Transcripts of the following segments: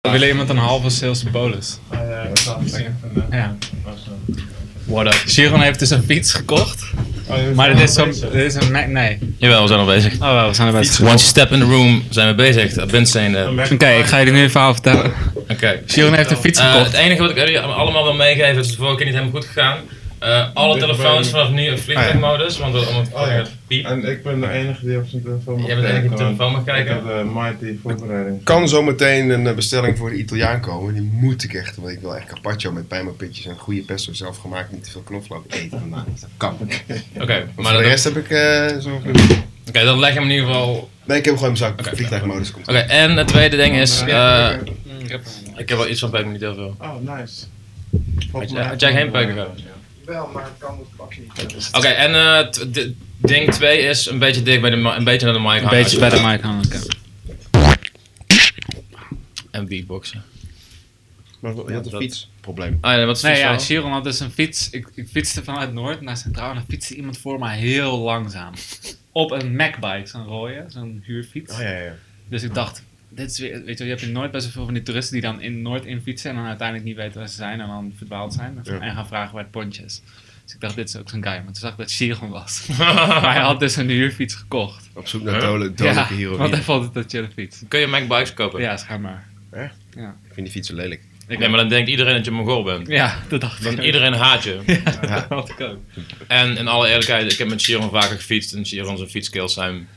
We willen iemand een halve sales bonus. Ja. What up? Sharon heeft dus een fiets gekocht. Maar dit is, zo'n- dit is een... Mac- Nee. Jawel, we zijn al bezig. Oh wel, we zijn er best. Once you step in the room zijn we bezig. Bent zijn eh, de... Oké, ik ga jullie nu een verhaal vertellen. Oké. Sharon heeft een fiets Eh, het gekocht. enige wat ik jullie allemaal wil meegeven, het is de vorige keer niet helemaal goed gegaan. Eh, alle telefoons vanaf nu in vliegtuigmodus, want dat allemaal Oh ja. het piep. Ah, En ik ben de enige die op zijn telefoon mag Jij bent de enige die op want telefoon mag kijken. Ik heb eh, de mighty voorbereiding. kan zometeen een eh, bestelling voor de Italiaan komen. Die moet ik echt, want ik wil echt carpaccio met pijnboompitjes en goede pesto zelf gemaakt. Niet te veel knoflook eten vandaag. Dus Dat kan. Maar Oké, maar voor dat, de oké, rest heb ik eh zo. dat leg hem in ieder geval. Nee, ik heb gewoon in mijn zak. Vliegtuigmodus komt. Oké, en het tweede ding is, eh, Ik heb- ik heb wel iets van peuk, maar niet heel veel. Oh, nice. Had jij- had jij geen peuk gehad? Wel, maar het kan het pak niet. Oké, en eh, t- d- ding 2 is een beetje dicht bij de mi- een beetje naar de mic Een hangen. beetje bij de mic hangen. oké. En beatboxen. Maar je had een dat- fietsprobleem. Ah ja, wat is het Nee, ja, verschil? Sharon had dus een fiets. Ik, ik fietste vanuit Noord naar Centraal en dan fietste iemand voor mij heel langzaam. Op een Macbike, zo'n rode, zo'n huurfiets. Oh, ja, ja. Dus ik dacht, dit is weer, weet je, wel, je hebt nooit best wel veel van die toeristen die dan in Noord in fietsen en dan uiteindelijk niet weten waar ze zijn en dan verdwaald zijn Ja. en gaan vragen waar het pontje is. Dus ik dacht, dit is ook zo'n guy, maar toen zag ik dat Chiron was. maar hij had dus een huurfiets gekocht. Op zoek naar Huh? dodelijke dodelijke want hij heroïne. vond het dat chille fiets. Kun je Macbikes kopen? Ja, schijnbaar. Ik vind die fiets zo lelijk. Ik Nee, maar dan denkt iedereen dat je Mongool bent. Ja, dat dacht ik. Want ook. iedereen haat je. Ja, dat had ik ook. En in alle eerlijkheid, ik heb met Chiron vaker gefietst en Chiron zijn fietskills zijn,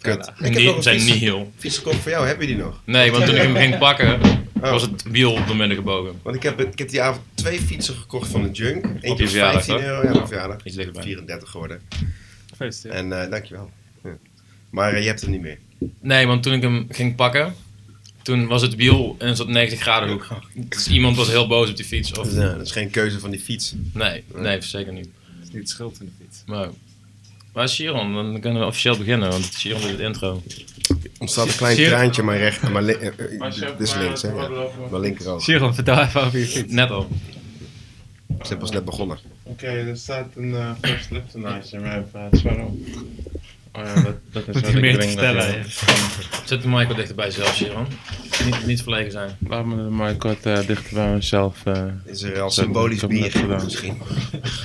Kut. ik heb nog niet, een zijn fiets, niet heel. fiets gekocht voor jou. Heb je die nog? Nee, want toen ik hem ging pakken, was het wiel op de midden gebogen. Want ik heb, het- ik heb die avond twee fietsen gekocht van de junk. je Eentje voor verjaardag, 15 hè? euro. Ja, mijn verjaardag. Iets dichterbij. 34 geworden. Gefeliciteerd. En eh, dankjewel. Ja. Maar eh, je hebt hem niet meer. Nee, want toen ik hem ging pakken, toen was het wiel in een soort 90 graden hoek. Dus iemand was heel boos op die fiets. Of, Dus, eh, dat is geen keuze van die fiets. nee, nee, zeker niet. Het is niet het schuld van de fiets. Maar, waar is Chiron? Dan kunnen we officieel beginnen, want Chiron doet het intro. ontstaat een klein Zeer- traantje aan mijn rechter. Mijn li- eh, eh, dit is links, hè? Ja. Mijn linkeroog. Chiron, vertel even over je Nou, fiets. Net al. Ze hebben pas net begonnen. Oké, er staat een eh, first lifternage in mijn plaats. Waarom? Oh ja, dat, dat Moet is wat je ik meer te denk dat vertellen. je- Zet de mic wat dichterbij zelf, Chiron. Niet, niet verlegen zijn. Laat me de mic wat eh, dichter bij mezelf. eh. Is er al symbolisch Dat symbolisch heb ik net bier? bier gedaan. misschien?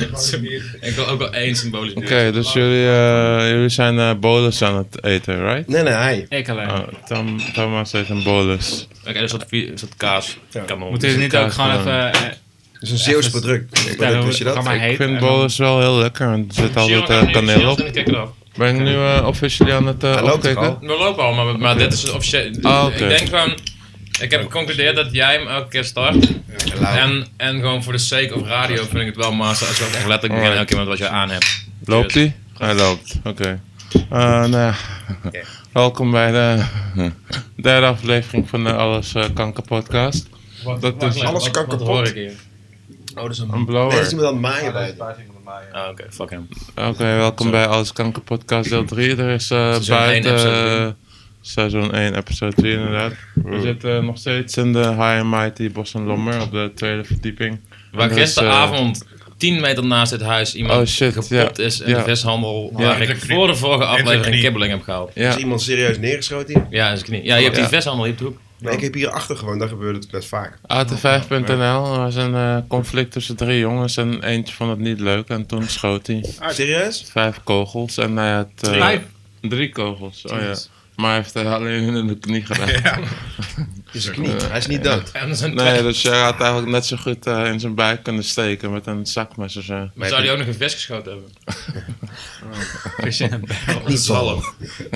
Ik wil ook wel één symbolisch Oké, bier. dus jullie, eh, jullie zijn eh, bolus aan het eten, right? Nee, nee, hij. Ik alleen. Oh, Tom, Thomas heeft een bolus. Oké, dus dat, vi- dus dat kaas. Ja. Kanon. Dus Moeten jullie niet ook gewoon Ja. even... eh, Dat is een Zeeuws product. vertellen product, hoe Wist het je dat? programma heet? Eh, Ik vind en dan- bolus wel heel lekker, want er zit altijd eh, kaneel op. Ben ik nu eh, officieel aan het Hij eh loopt toch opkijken? al? We lopen al, maar, maar dit is een officieel. Ah, oké. Ik denk gewoon. Ik heb geconcludeerd dat jij hem elke keer start. Lauw. En, en gewoon voor de sake of radio vind ik het wel master. Als je ook echt letterlijk begint elke keer met wat je aan hebt. Loopt hij? Hij loopt, oké. Eh, nou, ja. Welkom bij de derde aflevering van de Alles eh, Kanker podcast. Dat is Alles Wat- kan wat kapot. hoor ik hier. Oh, dat is een een Nee, blower. dat is iemand aan het maaien bij. Ah, oké, fuck hem. Oké, welkom bij Alles Kanker podcast deel 3. Er is eh, Seizoen één, buiten episode eh, seizoen 1 episode 3 inderdaad. We zitten nog steeds in de High and Mighty Bos en Lommer op de tweede verdieping. Waar En er is, eh, gisteravond 10 meter naast dit huis iemand Oh, shit, gepopt ja. is in Ja. de vishandel. Ja. Waar ik voor de vorige aflevering knie. een kibbeling heb gehaald. Is Ja, iemand serieus neergeschoten hier? Ja, is ik niet. Ja, je hebt die Ja. vishandel hier op de hoek. Nee, ik heb hier achter gewoon, daar gebeurt het best vaak. AT5.nl was een eh, conflict tussen drie jongens en eentje vond het niet leuk en toen schoot hij. Serieus? Vijf kogels en hij had... eh, Vijf? Drie kogels, oh ja. Maar hij heeft er alleen in de knie gedaan. Is zijn knie. Hij is niet dood. En er zijn Nee, dus je had eigenlijk net zo goed eh, in zijn buik kunnen steken met een zakmes of zo. Maar Zou heb die ook nog een vis geschoten hebben? je niet zalm.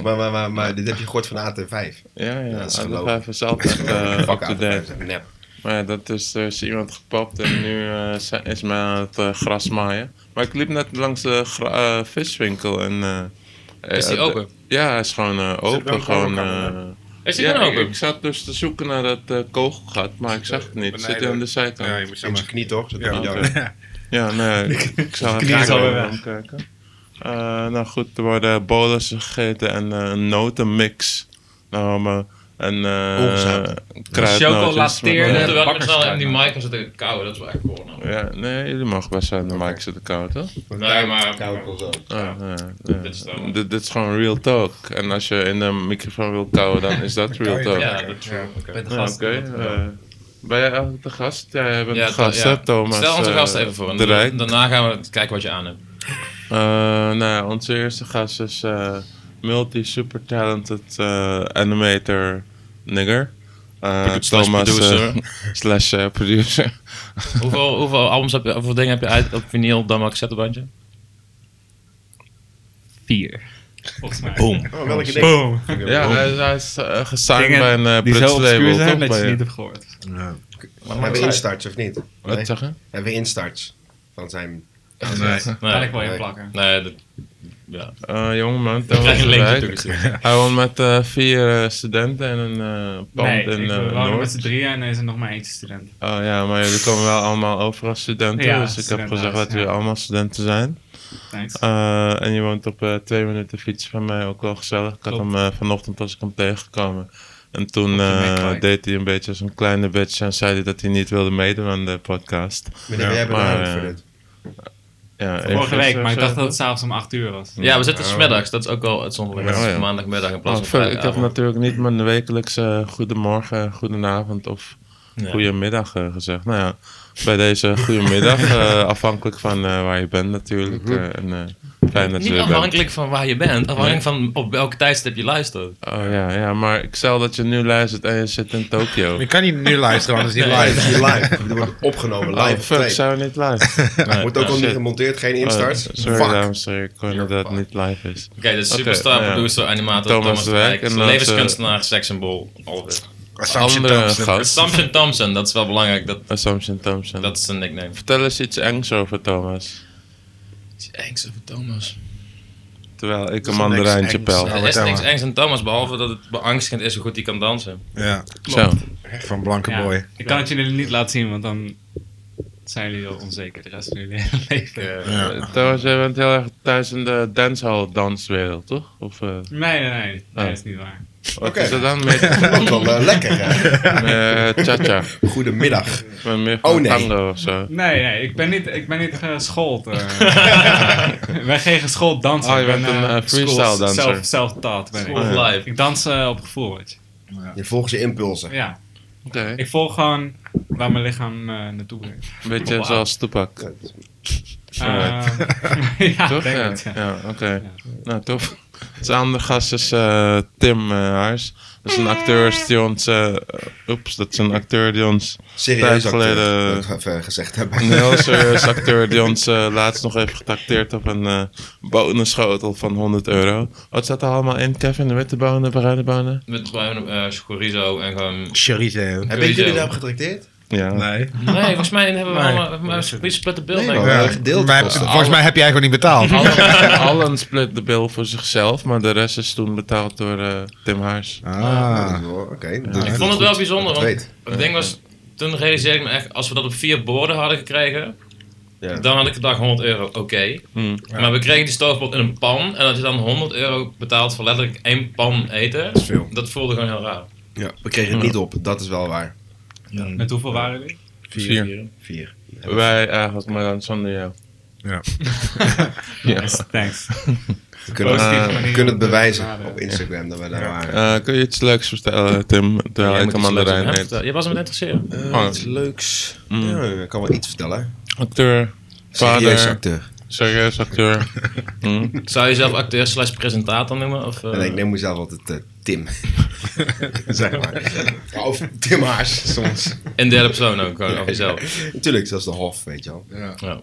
maar, maar, maar, maar dit heb je gehoord van AT5. Ja, ja. dat is AT5 gelogen. is altijd eh, Fuck up-to-date. AT5. Nep. Maar ja, dat is, er is iemand gepopt en nu eh, zijn- is men aan het eh, gras maaien. Maar ik liep net langs de gra- eh, viswinkel en... eh, Is die eh, open? Ja, hij is gewoon eh, open. Gewoon, eh, Is die ja, dan ik, open? ik zat dus te zoeken naar dat eh, kogelgat, maar ik zag het niet. Het zit beneden. aan de zijkant. Ja, je moet In zomaar. zijn knie toch? Zit hij Ja. dood? Oké. Ja, nee, ik, Dus ik zal knie is alweer weg. kijken. Eh, nou goed, er worden bolussen gegeten en eh, een notenmix. Nou, maar En eh Ongezouten. kruidnootjes. met- Chocolateerde- Terwijl ik met z'n bakkerskruid. allen in die mic kan zitten kauwen, dat is wel echt gewoon. Ja, nee, jullie mogen best zijn. De mic zitten koud, hè? Nee, maar- Koud wel zo. Ah, ja, Dit is ja. dan- Dit dit is gewoon real talk. En als je in de microfoon wil kouwen, dan is dat real je talk. Ja, dat is true. Ik ben de Ja, gast. oké. eh, ben jij eigenlijk de gast? Ja, jij bent Ja, de gast, ja. hè, Thomas? Stel onze eh, gasten even voor. en de Rijk. Daarna gaan we kijken wat je aan hebt. Eh, nou, ja, onze eerste gast is eh, multi super talented eh, animator nigger. Eh, Produ- slash eh, producer. slash eh, producer. hoeveel, hoeveel albums heb je, hoeveel dingen heb je uit op vinyl dan wel cassettebandje? Vier. Volgens mij. Oh, welke ding? Boom. ja, hij, hij is eh, gesigned bij een Dingen eh die zo Brits label, obscuur zijn toch? dat je Bij- niet hebt gehoord. Hebben we instarts of niet? Wat Nee? zeg je? Hebben we instarts van zijn... Oh, Kan Nee, ik wel Nee. in plakken. nee dat, ja. Eh jongeman, Dan krijg je een Thomas link de natuurlijk. Rijk. Hij woont met eh, vier eh, studenten en een eh pand Nee, in ik eh, woon Noord. met z'n drieën en er is er nog maar eentje student. Oh ja, maar jullie komen wel allemaal overal studenten. Ja, dus ik heb studentenhuis, gezegd dat jullie ja. allemaal studenten zijn. Thanks. Eh, en je woont op eh, twee minuten fiets van mij, ook wel gezellig. Ik had Klopt. hem eh, vanochtend was ik hem tegengekomen. En toen de eh, Macbike. deed hij een beetje als een kleine bitch en zei hij dat hij niet wilde meedoen aan de podcast. Meneer, jij bent maar, bedankt eh, voor dit. Ja, Vorige even- week, maar ik dacht dat het s'avonds om 8 uur was. ja, we zitten smiddags. Dat is ook wel het zondag. Ja, ja. Maandagmiddag in plaats Oh, van fuck, ik heb vrijdagavond. natuurlijk niet mijn wekelijkse eh, goedemorgen, goedenavond of Nee. goedemiddag eh, gezegd. Nou ja, bij deze goedemiddag, eh, afhankelijk van eh, waar je bent natuurlijk. Mhm. eh, en, eh, fijn dat je Niet er bent. afhankelijk van waar je bent, afhankelijk van op welke tijdstip je luistert. Oh ja, ja, maar ik stel dat je nu luistert en je zit in Tokio. Je kan niet nu luisteren, want het is niet Nee. live. Live, die live. Die wordt opgenomen, Oh, live. fuck, Fuck, zijn we niet live? wordt ook al shit. niet gemonteerd, geen instarts. Oh, sorry, Fuck. dames, sorry, ik hoorde dat het niet live is. Oké, dus Oké, superstar, nou ja. producer, animator, Thomas Thomas, de de Wijk Wijk, en eh, dan levenskunstenaar, sekssymbool, alles. Assumption Andere Thompson. gast, Assumption Thompson, dat is wel belangrijk, dat, Assumption Thompson. dat is zijn nickname. Vertel eens iets engs over Thomas. Iets engs over Thomas. Terwijl ik een niks mandarijntje engs. pel. Nou, Er is vertel niks maar. engs aan Thomas, behalve dat het beangstigend is hoe goed hij kan dansen. Ja, Zo, van Blanke Ja. Boy. Ik kan het jullie niet laten zien, want dan zijn jullie heel onzeker de rest van jullie hele leven. Eh, Thomas, jij bent heel erg thuis in de dancehall danswereld, toch? Of eh, Nee, nee, nee. Nee, Oh. dat is niet waar. wat Oké. is dat dan? Meer, Ook wel eh, lekker, hè? meer cha-cha. Goedemiddag. Maar Meer van Oh, nee. tango of zo. Nee, nee. Ik ben niet, ik ben niet geschoold. eh. ik ben geen geschoold danser. Oh, je Ik ben, bent een, eh, eh, freestyle danser. Self, self-taught ben ik. School of life. Ik dans eh, op gevoel, weet je. Je volgt je impulsen. Ja. Oké, Ik volg gewoon waar mijn lichaam eh, naartoe brengt. een beetje zoals Tupac. Alright. Eh, ja, Toch? denk ja, het, ja. ja, oké. Nou, tof. Zijn andere gast is eh, Tim eh Haars. Dat is een acteur die ons... eh, oeps, dat is een acteur die ons... Serieus Tijd acteur, geleden- eh, dat we even gezegd hebben. Een heel serieus acteur die ons eh, laatst nog heeft getacteerd op een eh bonenschotel van 100 euro. Wat zat er allemaal in, Kevin? De witte bonen, bruine bonen? Met Brian eh Chorizo en gewoon... Chorizo. Hebben jullie Sowieso. daarop getrakteerd? Ja. Nee. Nee, volgens mij hebben we Nee. allemaal... volgens mij split de beeld, Nee, denk ik. man. Ja, gedeeld maar- kosten. volgens mij heb jij gewoon niet betaald. Allen, allen split de bill voor zichzelf, maar de rest is toen betaald door eh, Tim Haars. Nou, dat Ah. is wel- Oké. Ik vond het wel bijzonder, dat want ik het ding was... Toen realiseerde ik me echt, als we dat op vier borden hadden gekregen... Ja. Dan had ik gedacht 100 euro, oké. Hmm. Maar we kregen die stoofpot in een pan. En dat je dan 100 euro betaalt voor letterlijk één pan eten. Dat, veel. voelde gewoon heel raar. Ja, we kregen het niet op, dat is wel waar. Met hoeveel waren jullie? Vier. Vier. Wij eigenlijk, maar dan zonder jou. Ja. ja. Yes, Thanks. We kunnen, Positieve eh, manier we kunnen het om te bewijzen benaderen. op Instagram dat we daar waren. Eh, kun je iets leuks vertellen, Tim? Terwijl Jij ik moet een iets leuks mandarijn doen, hè? eet. Vertel- Jij was hem net interesseren. Eh, Oh. Iets leuks. Mm. Ja, ik kan wel iets vertellen. Acteur, Serieus vader, acteur. serieus acteur. Hm? Zou je jezelf acteur slash presentator noemen? Of, eh, En ik neem mezelf altijd eh, Tim. zeg maar. Of Tim Haars soms. In derde persoon ook, gewoon over jezelf. Natuurlijk, zoals de Hof, weet je wel. Ja.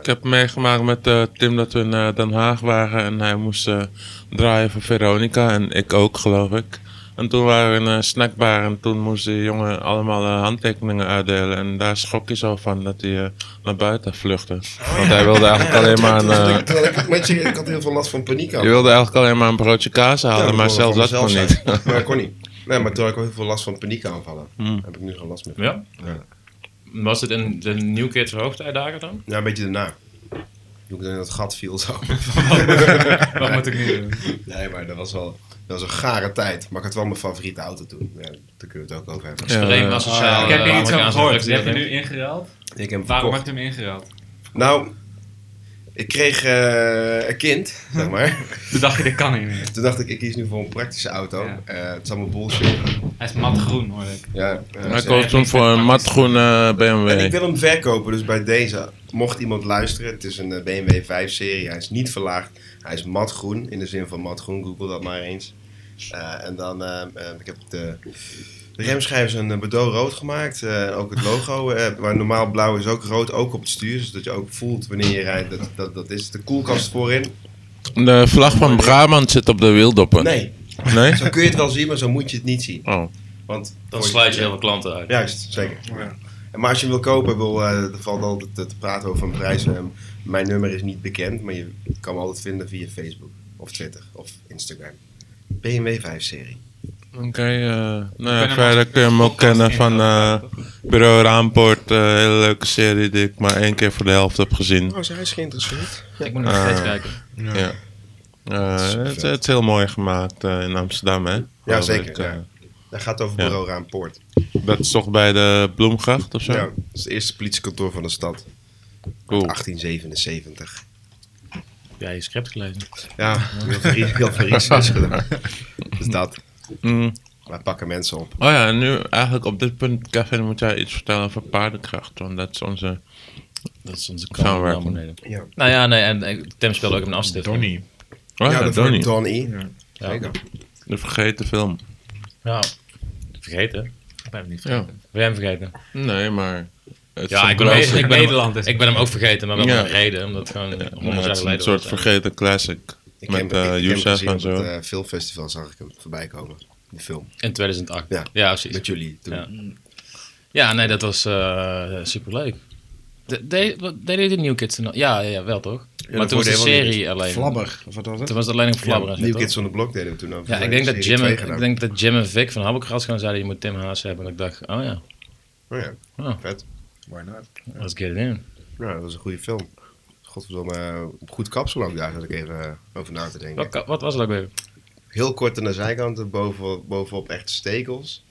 Ik heb meegemaakt met eh, Tim dat we in eh, Den Haag waren en hij moest eh, draaien voor Veronica en ik ook geloof ik. En toen waren we in een snackbar en toen moest die jongen allemaal eh, handtekeningen uitdelen. En daar schrok hij zo van dat hij eh, naar buiten vluchtte. Want hij wilde eigenlijk alleen maar een, Terwijl eh, ik- terwijl ik- weet je, ik had heel veel last van paniek. je wilde eigenlijk alleen maar een broodje kaas halen, maar zelfs dat kon was niet. Maar dat kon niet. Nee, maar toen had ik ook heel veel last van paniekaanvallen. Hmm. Heb ik nu geen last meer. ja? Was het in de New Kids hoogtijdagen dan? Ja, een beetje daarna. Toen ik dan in dat gat viel zo. Wat moet ik nu doen? Nee, maar dat was wel... Dat was een gare tijd, maar ik had wel mijn favoriete auto toen. Ja, daar kunnen we het ook over hebben. Ja. Extreem asociaal. Oh, ik heb hier eh, iets over Amerikaanse gehoord. drugdealer. Heb je nu ingeruild? Ik heb hem Waarom verkocht. heb je hem ingeruild? Nou, ik kreeg eh, een kind, zeg maar. Toen dacht je, dit kan niet meer. Toen dacht ik, ik kies nu voor een praktische auto. Ja. Eh, het is allemaal bullshit. Hij is matgroen hoor ik. Ja, eh, Hij ze- koopt hem voor een matgroene eh, en ik BMW. wil hem verkopen, dus bij deze, mocht iemand luisteren, het is een eh, BMW 5-serie. Hij is niet verlaagd, hij is matgroen, in de zin van matgroen, google dat maar eens. Eh, en dan, eh, eh, ik heb de, de remschijven een eh, bedoel rood gemaakt, eh, ook het logo, eh, waar normaal blauw is ook rood, ook op het stuur, zodat je ook voelt wanneer je rijdt, dat, dat, dat is de koelkast voorin. De vlag van Brabant zit op de wieldoppen. Nee, Nee? zo kun je het wel zien, maar zo moet je het niet zien. Oh. Want Dan sluit je heel veel klanten uit. Juist, zeker. En Maar als je hem wil kopen, wil, eh, er valt altijd te praten over een prijs. Eh, mijn nummer is niet bekend, maar je kan me altijd vinden via Facebook of Twitter of Instagram. BMW 5-serie. Oké, eh, nou ja, hem verder als- kun je hem ook kennen podcast van eh, Bureau Raampoort. eh, hele leuke serie die ik maar één keer voor de helft heb gezien. Oh, zij is geïnteresseerd. Ik moet Eh, nog steeds kijken. dus Ja. Eh, Super het, vet. het is heel mooi gemaakt eh, in Amsterdam, hè? Ja, Geloof zeker. ik, eh. ja. Dat gaat over Ja. bureau Raampoort. Dat is toch bij de Bloemgracht of zo? Ja. dat is het eerste politiekantoor van de stad. Cool. 1877. Ja, je script gelezen. Ja, heel veel re- heel veel research gedaan. Dus dat. Mm. Wij pakken mensen op. Oh ja, en nu eigenlijk op dit punt, Kevin, moet jij iets vertellen over paardenkracht. Want dat is onze... Dat is onze Gaan we kant. werken. beneden. Ja. Nou ja, nee, en eh, Tim speelde ook op een afstift. Donnie. Oh ja, dat Donnie. wordt Donnie. Ja. Zeker. De vergeten film. Ja. Vergeten? Ik ben hem niet Ja. vergeten. Ben jij hem vergeten? Nee, maar... Het Ja, is ik ben, een hem- grote- ik, ben Nederland hem, is- ik ben hem ook vergeten, maar wel Ja. om een reden. Omdat het gewoon eh, Ja, honderd jaar het is een geleden soort was. vergeten classic. Ik heb- met ik- ik heb eh hem Youssef gezien en zo. Op het eh, filmfestival zag ik hem voorbij komen. De film. In 2008. Ja. Ja, ja precies. Met jullie toen. Ja. Ja, nee, dat was eh, superleuk. De- de- wat- Deden jullie de New Kids toen al? Ja, ja, ja, wel toch? maar dat toen was de hoorde je wel serie alleen. Flabber, of wat was het? Toen was het alleen een flabber. en Ja, zo, New toch? Kids on the Block deden we toen over. Ja, ik denk, dat Serie Jim, twee en- gedaan. ik denk dat Jim en Vic van Habbelkras gewoon zeiden, je moet Tim Haas hebben. En ik dacht, oh ja, Oh ja, Oh. vet. Why not? let's get it in. Ja, dat was een goede film. Godverdomme, eh, goed kapsel ook daar zat ik even eh, over na te denken. Wat, wat was het ook weer? Heel kort aan de zijkanten, boven, bovenop echt stekels.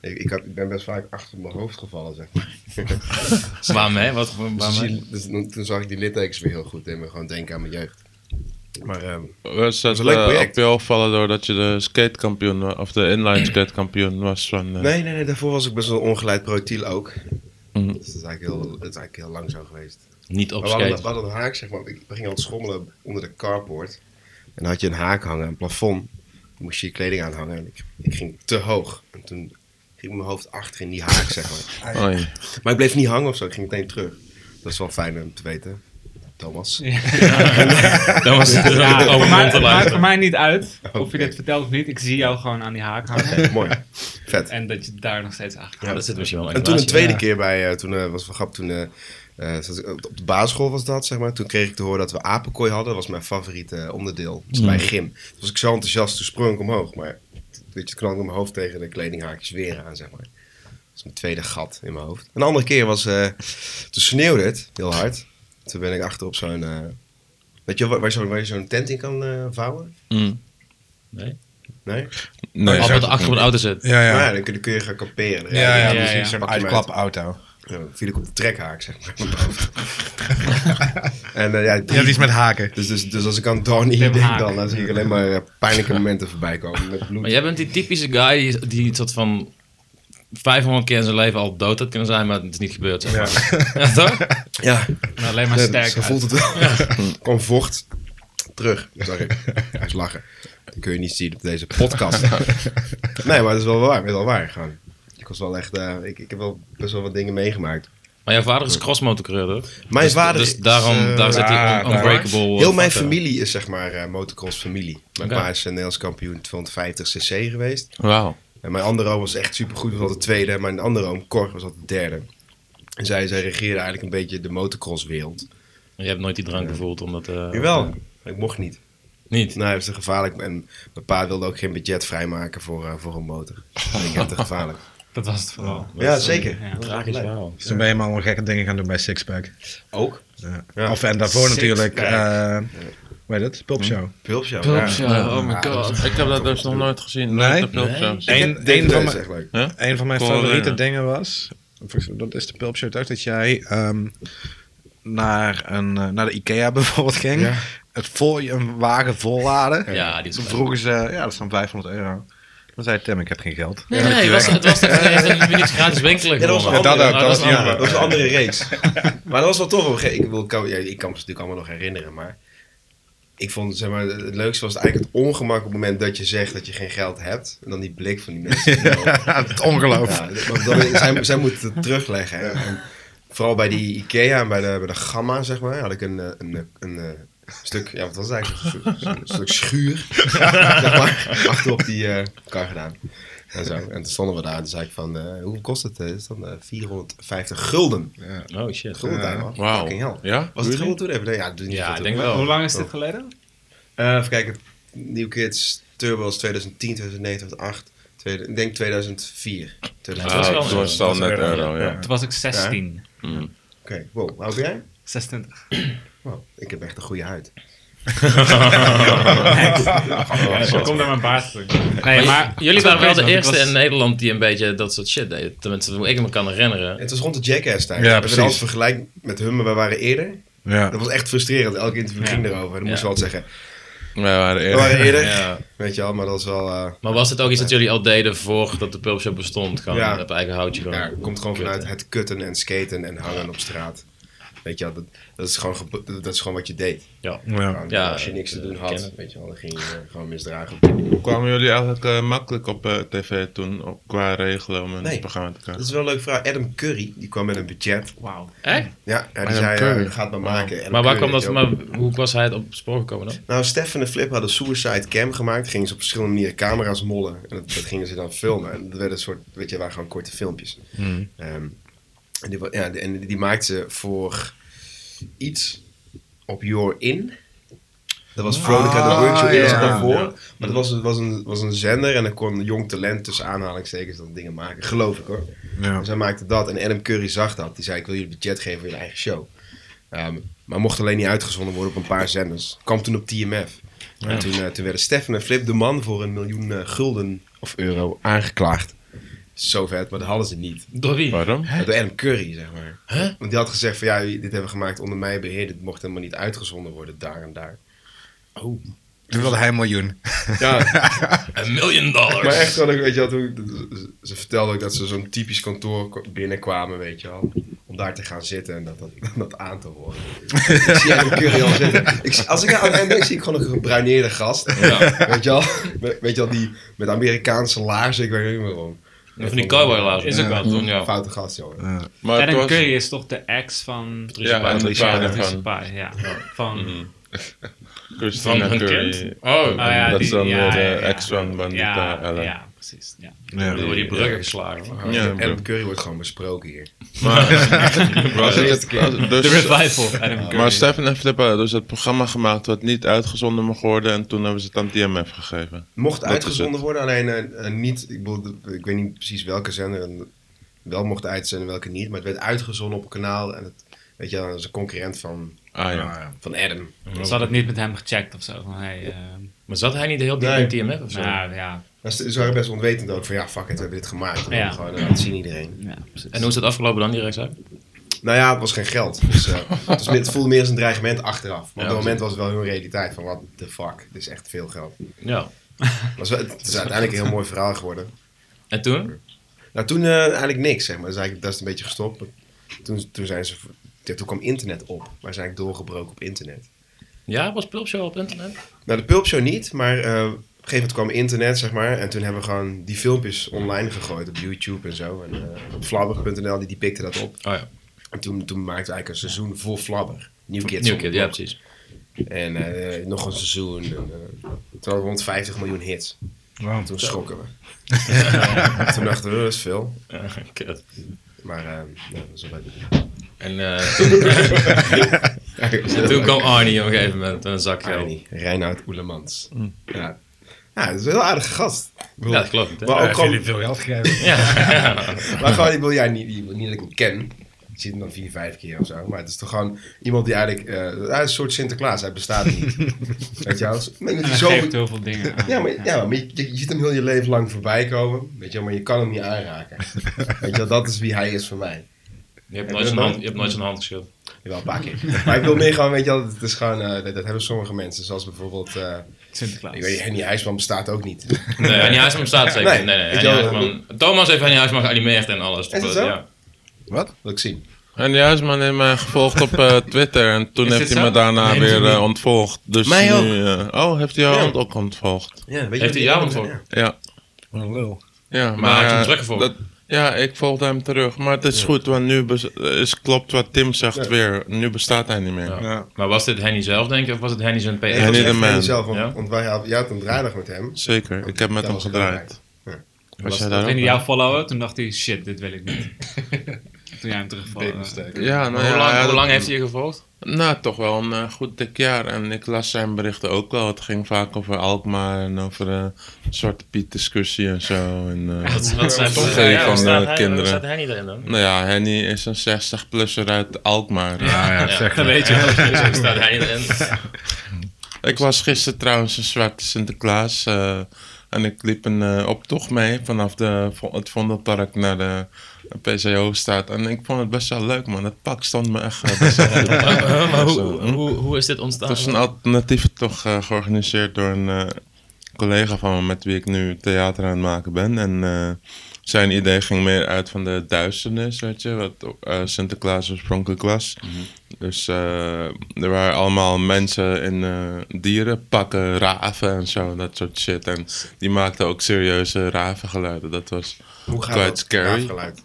Ik, ik, had, ik ben best vaak achter mijn hoofd gevallen, zeg maar. Waarmee? Wat, waar- Dus waarmee? toen- dus toen- toen zag ik die littekens weer heel goed in me. Gewoon denken aan mijn jeugd. Maar ehm, Was is dat een leuk eh, project. op je opvallen doordat je de skatekampioen wa- of de inline skatekampioen was van... eh, nee, nee, nee, daarvoor was ik best wel een ongeleid projectiel ook. Mhm. Dus dat is, eigenlijk heel, dat is eigenlijk heel lang zo geweest. Niet op Maar we, hadden, skate. we hadden een haak, zeg maar. Ik ging altijd schommelen onder de carport. En dan had je een haak hangen, een plafond. Dan moest je je kleding aanhangen. En ik, ik ging te hoog. En toen ging mijn hoofd achter in die haak, zeg maar. Oei. Maar ik bleef niet hangen of zo. Ik ging meteen terug. Dat is wel fijn om te weten. Thomas. Dan was het Ja, ja, voor over mij- mond maakt te luisteren. voor mij niet uit of Oké. je dit vertelt of niet. Ik zie jou gewoon aan die haak hangen. Mooi. Vet. En dat je daar nog steeds achter Ja, dat zit misschien wel En toen een animatie. tweede keer bij, eh, toen eh, was wel grappig, toen, eh, eh, zat ik op op de basisschool was dat, zeg maar. Toen kreeg ik te horen dat we apenkooi hadden, dat was mijn favoriete eh, onderdeel, dus mijn gym. Toen was ik zo enthousiast, toen sprong ik omhoog, maar weet je, knalde ik mijn hoofd tegen de kledinghaakjes weer aan, zeg maar. Dat is mijn tweede gat in mijn hoofd. Een andere keer was, eh, toen sneeuwde het heel hard. Toen ben ik achter op zo'n, eh, weet je waar, waar, zo, waar je zo'n tent in kan eh, vouwen? Mm. Nee. Nee? Nee. Al wat achter op de auto zit. Ah, Ja, Ja, ja. dan kun je, kun je gaan kamperen. Dan Ja, ja, rij je- dus precies. ja. Zo'n Pak je hem uit. uitklapauto. Ja, dan viel ik op de trekhaak, zeg maar. met mijn hoofd. en eh, ja, Je had drie- iets met haken. dus, dus, dus als ik aan Donnie Tim denk, Haak. dan, dan zie ik alleen maar eh, pijnlijke momenten voorbij komen. Met bloed. Maar jij bent die typische guy die, die soort van 500 keer in zijn leven al dood had kunnen zijn, maar het is niet gebeurd. Zeg maar. ja. toch? Ja, En Nou, alleen maar ja, sterk zo uit. voelt het wel. Kom vocht terug. Sorry, hij is lachen. Dat kun je niet zien op deze podcast. nee, maar dat is wel waar. Dat is wel waar gewoon. Ik was wel echt... eh, ik, ik heb wel best wel wat dingen meegemaakt. Maar jouw vader is crossmotorcoureur, toch? Mijn dus, vader Dus is, daarom eh, daar zit ah, hij daar. unbreakable. eh, Heel mijn vatten. familie is zeg maar eh, motocross familie. Mijn Oké. pa is eh, Nederlands kampioen 250 cc geweest. Wauw. En mijn andere oom was echt supergoed, was altijd tweede. En mijn andere oom, Cor, was altijd derde. En zij, zij regeerde eigenlijk een beetje de motocrosswereld. Je hebt nooit die drang gevoeld omdat. eh, Jawel. Ik mocht niet. Niet. Nee, dat is te gevaarlijk. En mijn pa wilde ook geen budget vrijmaken voor, eh, voor een motor. Ik denk, ja, te gevaarlijk. Dat was het vooral. Ja, zeker. Ja. Tragisch verhaal. Dus toen ben je maar allemaal gekke dingen gaan doen bij Sixpack. Ook? Ja. Ja. Of en daarvoor Sixpack. natuurlijk eh, Hoe heet dat? Pulp Show. Pulpshow. Pulp- ja. Ja. oh my god. Ik heb dat dus nog nooit gezien. Nee? Nooit de filmshows. Nee. Ik Eén- heb DVD's één van mijn- eigenlijk. Een van mijn Paul favoriete Renner. dingen was, dat is de Pulp Show ook, dat jij ehm, naar, een, eh, naar de Ikea bijvoorbeeld ging. Ja. Het vol, een wagen volladen. Ja, die is Toen vroeg. vroegen ze, ja dat is dan 500 euro. Dan zei Tim, ik heb geen geld. Nee, nee, het was, het was dat ineens een minuut gratis winkelen. Ja, dat was een gewoon. andere, maar dat was een andere- dat ook, dat was jammer. dat was een andere reeks. maar dat was wel tof. op een gegeven- Ik, wil, ik, kan, ja, ik kan me dus natuurlijk allemaal nog herinneren, maar... Ik vond zeg maar, het leukste was eigenlijk het ongemak op het moment dat je zegt dat je geen geld hebt. En dan die blik van die mensen. het ongeloof. Ja, want dan, zij, zij moeten het terugleggen. hè. En vooral bij die Ikea en bij de, bij de Gamma, zeg maar, had ik een, eh, een, eh, een, eh, stuk, ja, wat was het eigenlijk? Een, soort- een stuk schuur, zeg maar, achterop die eh, kar gedaan. En, zo. en toen stonden we daar en toen zei ik van, eh, hoeveel kost het? Eh, Is dan eh, 450 gulden. Oh shit. Gulden daar, man. Wauw. Fucking hell. Ja? Was het gulden toen even? Nee, ja, doe niet Ja, veel ik toe. denk Wel, Hoe wel. lang is dit geleden? Eh, even kijken. New Kids, Turbo is 2010, 2009, 2008. tweede- ik denk 2004. 2005. was wel Oh, een- zo was het al dat was net euro, euro, ja. Toen was ik 16. Oké, wow. Hoe oud ben jij? 26. Wow, ik heb echt een goede huid. Kom naar mijn baard Nee, maar Jullie waren wel de Want ik eerste was- in Nederland die een beetje dat soort shit deed. Tenminste, hoe ik me kan herinneren. Het was rond de Jackass tijd. Ja, we precies. hebben alles vergelijk met hun, maar wij waren eerder. Ja. Dat was echt frustrerend. Elk interview Ja. ging erover. En dan moesten we altijd zeggen. Wij waren We eerder. waren eerder. Ja. Weet je wel, maar dat is wel... eh, Maar was het ook iets dat jullie al deden voordat de pubshop bestond? Gewoon Ja. op eigen houtje gewoon. ja, het komt gewoon Kut, vanuit hè. het kutten en skaten en hangen op straat. Weet je wel, dat, dat, is, gewoon gebe- dat is gewoon wat je deed. Ja. Ja. Gewoon, Ja, als je niks te eh, doen had, kennen. weet je wel, dan ging je eh, gewoon misdragen. Kwamen jullie eigenlijk eh, makkelijk op eh, tv toen, op, qua regelen om een Nee. programma te Dat krijgen? is wel een leuke vraag. Adam Curry, die kwam met een budget. eh, Wauw. Echt? Ja, en die Adam zei, eh, Curry. dat gaat maar maken. Adam Maar waar Curry, kwam weet dat? je wel. Maar hoe was hij op het spoor gekomen dan? Nou, Stefan en Flip hadden Suicide Cam gemaakt. Gingen ze op verschillende manieren camera's mollen. En dat, dat gingen ze dan filmen. En dat werden een soort, weet je, waren gewoon korte filmpjes. Ehm, en die, wa- ja, die- en die maakten ze voor iets op Your In. Dat was Veronica Ah, de Workshop. Die was er ja. daarvoor. Ja. Maar dat was, was, een, was een zender. En dan kon jong talent tussen aanhalingstekens dat dingen maken. Geloof ik hoor. Ja. En zij maakte dat. En Adam Curry zag dat. Die zei, ik wil jullie budget geven voor jullie eigen show. Ehm, maar mocht alleen niet uitgezonden worden op een paar zenders. Kwam toen op TMF. En toen, eh, toen werden Stefan en Flip de man voor een miljoen eh, gulden of euro aangeklaagd. Zo vet, maar dat hadden ze niet. Door wie? Waarom? Door Adam Curry, zeg maar. Huh? Want die had gezegd van, ja, dit hebben we gemaakt onder mijn beheer. Dit mocht helemaal niet uitgezonden worden, daar en daar. Toen wilde hij een miljoen. Ja, Een miljoen dollars. Maar echt wel, ik weet je wel, toen, ze- ze vertelde ook dat ze zo'n typisch kantoor ko- binnenkwamen, weet je wel. Om daar te gaan zitten en dat, dat, dat aan te horen. ik zie Adam Curry al zitten. Ik, als ik aan hem denk, zie ik gewoon een gebruineerde gast. Weet je wel, We- weet je wel die met Amerikaanse laarzen, ik weet niet meer waarom. Van die cowboy laars. Is ook wel toen, Ja. ja. Foute gast, joh. Maar het Adam was- Curry is toch de ex van Ja, en de Ja, vader dat is een van paar, ja. Van, Van Christina hun Curry. kind. Oh, Ah, ja, dat die- is dan ja, weer de ja, ja. ex van eh, Bandita ja, Ellen. Ja, ja, precies. Ja. Ja. door die bruggen geslagen. hoor. ja, bro. Adam Curry wordt gewoon besproken hier. Maar- de eerste keer. als- dus- De revival, Adam Curry. Maar Stefan en Flip hadden dus het programma gemaakt wat niet uitgezonden mocht worden en toen hebben ze het aan TMF gegeven. Mocht Dat uitgezonden worden, alleen eh, eh, niet. Ik, bedoel, de- ik weet niet precies welke zender en wel mocht uitzenden en welke niet. Maar het werd uitgezonden op een kanaal. En het, weet je, wel, dat is een concurrent van, eh, Ah ja. van Adam. Ze hadden het niet met hem gecheckt of zo. Van, hey, eh, Maar zat hij niet heel diep Nee. in TMF of zo? nou, ja, Maar ze ze waren best ontwetend ook van ja, fuck it, we hebben dit gemaakt. En Ja. dan gewoon, eh, dat zien iedereen. ja, precies. En hoe is dat afgelopen dan, die rechtszaak? Nou ja, het was geen geld. Dus, eh, het, was meer- het voelde meer als een dreigement achteraf. Maar Ja, op dat was moment was het wel hun realiteit van what the fuck. Dit is echt veel geld. Ja. Maar het is wel- het is uiteindelijk een heel mooi verhaal geworden. En toen? Nou, toen eh, eigenlijk niks, zeg maar. Dus eigenlijk, dat is een beetje gestopt. Toen, toen, zijn ze, ja, toen kwam internet op. Maar zijn eigenlijk doorgebroken op internet. Ja, was Pulpshow op internet? Oh Nou, de Pulp Show niet, maar eh, op een gegeven moment kwam internet, zeg maar. En toen hebben we gewoon die filmpjes online gegooid op YouTube en zo. En eh, op flabber.nl, die, die pikte dat op. Oh ja. En toen, toen maakten we eigenlijk een seizoen vol flabber. New Kids. New op- Kid, ja precies. En eh, nog een seizoen. En, eh, toen hadden we rond 50 miljoen hits. Wow. Toen schrokken we. toen dachten we, dat is veel. Kut. Maar eh, ja, dat is wel leuk. En eh, toen, toen kwam Arnie op een gegeven moment met een zak geld. Arnie, Reinhard Oelemans. Ja. ja, dat is een heel aardige gast. Ik bedoel, Ja, dat klopt. hè? Maar ook gewoon, veel geld gegeven. Ja. maar gewoon, ik wil jij niet, die wil niet dat ik hem ken. Ik zie hem dan vier, vijf keer of zo. Maar het is toch gewoon iemand die eigenlijk... eh, hij is een soort Sinterklaas. Hij bestaat niet. Weet je wel? Dus- maar En iemand die hij zo... geeft heel veel dingen aan. Ja, maar, ja, maar je, je ziet hem heel je leven lang voorbij komen. Weet je wel, maar je kan hem niet aanraken. Weet je wel, dat is wie hij is voor mij. Je hebt nooit Ja, dat zo'n wel. hand, je hebt nooit zo'n hand geschud. Jawel, een paar keer. Maar ik wil meer gewoon, weet je wel, het is gewoon... eh, dat, dat hebben sommige mensen. Zoals bijvoorbeeld... eh, Sinterklaas. ik weet, Henny IJsman bestaat ook niet. Nee, Henny Huisman bestaat zeker. Nee, Nee, nee, ik Henny wil- Huisman- Thomas heeft Henny Huisman geanimeerd en alles. Is dat Eh, zo? Ja. Wat? Wil ik zien. En juist, man heeft mij gevolgd op eh, Twitter. En toen Is dit heeft hij me zo? daarna weer eh, ontvolgd. Dus Mij ook. nu, eh, oh, heeft hij jou Ja. ont- ook ontvolgd? Ja, weet Heeft hij jou voor? Ja. Wat een lul. ja maar, hij heeft hem eh, teruggevolgd. dat- ja, ik volgde hem terug. Maar het is goed, want nu bes- is, klopt wat Tim zegt Ja. weer. Nu bestaat hij niet meer. Ja. Ja. Maar was dit Henny zelf, denk ik, of was het Henny zijn PR? Henny de man. Zelf, want, Ja. want wij, hadden- jij had een draaidag met hem. Zeker, ik heb met Dat hem was gedraaid. Was jij daar Toen ook hij bij? jou followen, toen dacht hij, shit, dit wil ik niet. toen jij hem terugvolgde. Ja, nou hoe ja, lang, hij had hoe lang het- heeft hij je gevolgd? Nou, toch wel een eh, goed dik jaar. En ik las zijn berichten ook wel. Het ging vaak over Alkmaar en over eh Zwarte Piet discussie en zo. En, eh, Wat, wat zijn Toch ja, ja, van, waar dus eh, staat hij- kinderen. Waar staat Henny erin dan? nou ja, Henny is een 60-plusser uit Alkmaar. Ja, ja, zeg Dat maar. weet je wel. Dus waar staat Henny erin? Ik was gisteren trouwens een zwarte Sinterklaas. eh, en ik liep een eh, optocht mee vanaf de, vo- het Vondelpark naar de PCO-staat. En ik vond het best wel leuk, man. Het pak stond me echt eh, best wel goed. Eh, maar hoe, Zo, hm? hoe, hoe is dit Het ontstaan? was een alternatieve toch eh, georganiseerd door een eh, collega van me met wie ik nu theater aan het maken ben. En eh, zijn idee ging meer uit van de duisternis, weet je, wat eh, Sinterklaas oorspronkelijk was. Dus eh, er waren allemaal mensen in eh, dierenpakken, raven en zo, dat soort shit. En die maakten ook serieuze ravengeluiden. Dat was Hoe gaat Quite dat? scary. Raafgeluid.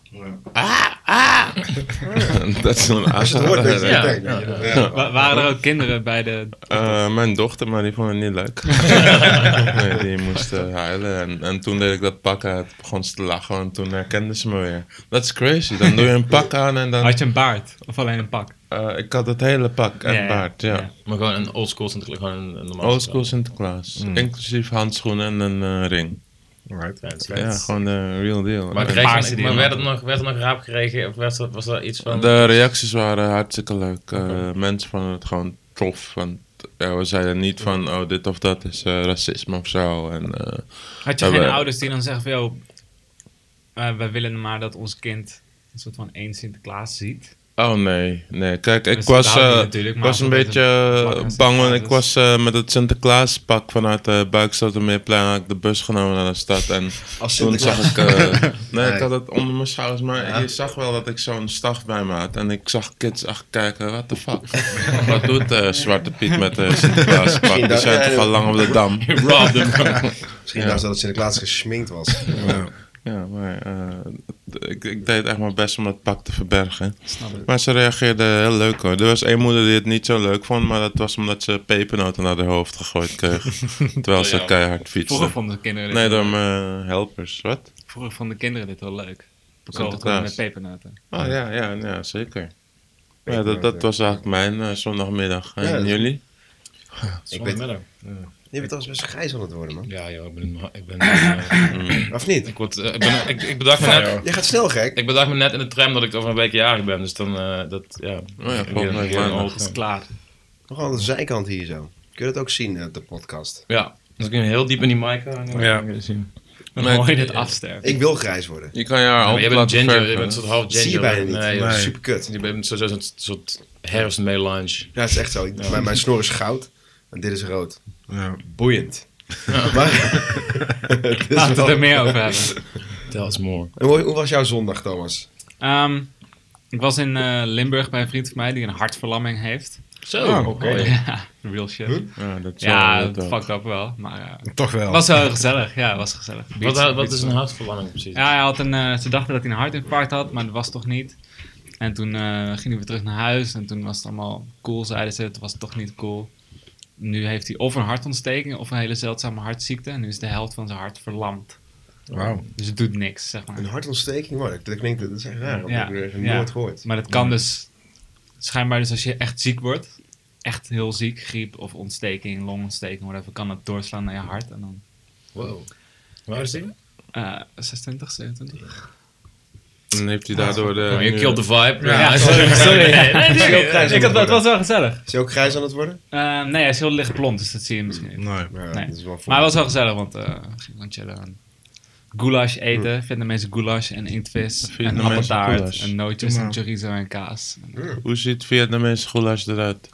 dat is een Als je het hoort, weet je aanslag. het Ja. meteen. weet je. Dat- ja. Wa- waren er ook kinderen bij de... Eh, mijn dochter, maar die vond het niet leuk. nee, die moest eh, huilen. En, en toen deed ik dat pak aan. Toen begon ze te lachen en toen herkende ze me weer. Dat is crazy. Dan doe je een pak aan en dan... Had je een baard? Of alleen een pak? eh, ik had het hele pak en Ja, ja. baard, ja. Ja. Maar gewoon een oldschool Sinterklaas, gewoon een, een normaal Oldschool Sinterklaas. Inclusief handschoenen en een eh, ring. Alright. Sinterklaas. Ja, gewoon de real deal. Maar, En kreeg, paarse maar, diamant. werd, het nog, werd er nog raap gekregen? Of werd, er- was er iets van... de reacties waren hartstikke leuk. Eh, Mensen vonden het gewoon tof. Want ja, we zeiden niet van, oh, dit of dat is eh, racisme of zo. En, eh, Had je Ja, geen we- ouders die dan zeggen van, joh, eh, wij willen maar dat ons kind een soort van één Sinterklaas ziet? Oh nee, nee. Kijk, ik Dus was, dat houdt eh, niet natuurlijk, ik maar was een als het beetje een vlak eh, aan bang, want ik Sinterklaas was eh, met het Sinterklaaspak vanuit de Buikstotermeerplein had ik de bus genomen naar de stad. En Als toen Sinterklaas. zag ik... eh, nee, Nee. ik had het onder mijn schouders, maar Ja. je zag wel dat ik zo'n stag bij me had. En ik zag kids echt kijken, what the fuck? Wat doet eh, Zwarte Piet met de Sinterklaaspak? Die dat- zijn ja, toch al lang op de Dam? Rob de- Misschien dacht ze dat Sinterklaas gesminkt was. Ja, maar eh, ik, ik deed echt mijn best om dat pak te verbergen. Maar ze reageerde heel leuk hoor. Er was één moeder die het niet zo leuk vond, maar dat was omdat ze pepernoten naar haar hoofd gegooid kreeg. terwijl ze Ja. Vroeger keihard fietste. vonden de kinderen dit, Nee, door mijn helpers. Wat? vroeger vonden kinderen dit wel leuk. Sinterklaas. Sinterklaas. Met pepernoten. Oh ja, ja, ja zeker. Ja, dat, dat was eigenlijk mijn eh, zondagmiddag. En Ja, dat- jullie? Zondagmiddag. Je bent trouwens best grijs aan het worden, man. Ja, joh, ik ben... Ik, ben, eh, Of niet? ik, word, eh, ik, ben ik, ik bedacht me net... Je gaat snel gek. Ik bedacht me net in de tram dat ik over een week jarig ben, dus dan eh, dat ja. Oh ja, Ik- volgende ik- week ik- maandag. Dat is klaar. Nogal aan de zijkant hier zo. Kun je dat ook zien eh, op de podcast? Ja, dus ik ben heel diep in die mic gaan. Ja. Dan Maar hoor je ik- dit afsterven. Ik wil grijs worden. Je kan je haar Maar altijd je bent laten ginger, je verven. bent een soort half ginger. zie je bijna niet. Nee, joh. Nee. Super kut. Je bent zo'n soort, soort herfst mee lunch. Ja, het is echt zo. Ik- Mijn, mijn snor is goud en dit is rood. Ja. Boeiend. Maar, het is Laten we wel- het er meer over hebben. Tell us more. En hoe, hoe was jouw zondag, Thomas? Ehm, ik was in eh, Limburg bij een vriend van mij die een hartverlamming heeft. Zo. Oh, oké. Ja, real shit. Ja, dat is Ja, wel- dat wel. fucked up wel. Maar eh, Toch wel. was wel gezellig. Ja, was gezellig. Wat, Beats- wat is een hartverlamming precies? Ja, hij had een, eh, ze dachten dat hij een hartinfarct had, maar dat was toch niet. En toen eh, gingen we weer terug naar huis en toen was het allemaal cool, zeiden ze. Het was toch niet cool. Nu heeft hij of een hartontsteking of een hele zeldzame hartziekte. En nu is de helft van zijn hart verlamd. Wauw. Dus het doet niks, zeg maar. Een hartontsteking? Man, dat klinkt dat is echt raar. want Ja, Ik heb er ja. nooit gehoord. Maar dat kan dus schijnbaar dus als je echt ziek wordt, echt heel ziek, griep of ontsteking, longontsteking, whatever, kan dat doorslaan naar je hart. En dan Wow. Waar is die? eh 26, 27. En heeft hij daardoor de... je nu- killed the vibe. Ja, sorry. sorry. is heel grijs ik had, aan het het was wel gezellig. Is hij ook grijs aan het worden? Eh, nee, hij is heel licht blond, dus dat zie je misschien niet. Nee. Ja, Nee. dat is wel Maar het was wel gezellig, want eh, we gingen gewoon chillen. En goulash eten, Vietnamese goulash en inktvis en Vietnamese appeltaart goulash. en nootjes en maar. chorizo en kaas. Hoe ziet Vietnamese goulash eruit?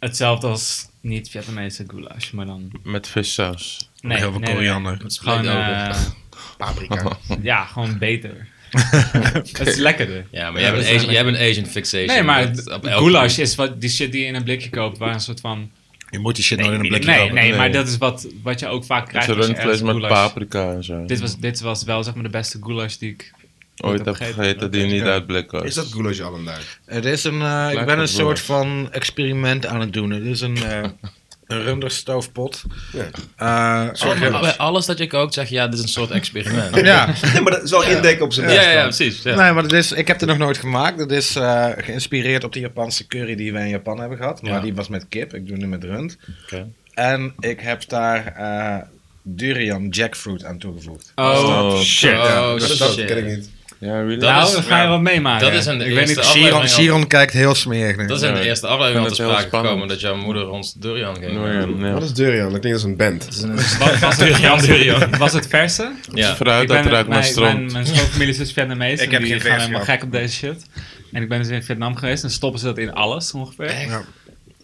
Hetzelfde als niet Vietnamese goulash, maar dan... Met vissaus. Nee, heel veel nee, nee, koriander. nee. Gewoon, eh, paprika. ja, gewoon beter. Het is lekkerder. Ja, maar jij, bent dat is Asian, jij bent Asian fixation. Nee, maar Dat- het- op elk- goulash is wat, die shit die je in een blikje koopt, waar een soort van... Je moet die shit nooit in een blikje nee, kopen. nee, Nee. maar dat is wat, wat je ook vaak Het krijgt. is als je dus rundvlees ergens met goulash- paprika en zo. Dit was, dit was wel zeg maar de beste goulash die ik... Ooit heb gegeten die niet uit blik was. Is dat goulash Allenduik? Het is een, eh, ik Lijkt ben op een soort brood. van experiment aan het doen. Het is een, eh een runderstoofpot. Ja. Eh, Sorry, Oh, maar Bij alles dat je kookt zeg je, ja, dit is een soort experiment. Oh, ja, ja. Nee, maar dat is wel indekken op zijn ja, best. ja, dan. precies. Ja. Nee, maar het is, ik heb het nog nooit gemaakt. Het is eh, geïnspireerd op de Japanse curry die wij in Japan hebben gehad. Maar Ja. die was met kip. Ik doe nu met rund. Oké. En ik heb daar eh, durian jackfruit aan toegevoegd. Oh, Oh, Shit. Oh, Dus dat shit. ken ik niet. Ja, really? Dat nou, is- dan ga je ja, wat meemaken. dat is een- de ik weet eerste niet, af- Chiron, aflevering al- Chiron kijkt heel smerig. nu. Dat is in de Ja, eerste ik vind aflevering al het te heel sprake spannend. gekomen dat jouw moeder ons durian ging. Nou ja, nee. Wat is Durian? Dat klinkt als een band. Het is een- was, was, het, Durian, was, durian. het, was het verse? Ja. Fruit, dat ruikt naar mijn, mijn, stront. mijn schoonfamilie is dus Vietnamese. Ik en heb die geen gaan vers helemaal gehad. gek op deze shit. En ik ben dus in Vietnam geweest en stoppen ze dat in alles ongeveer. Ja.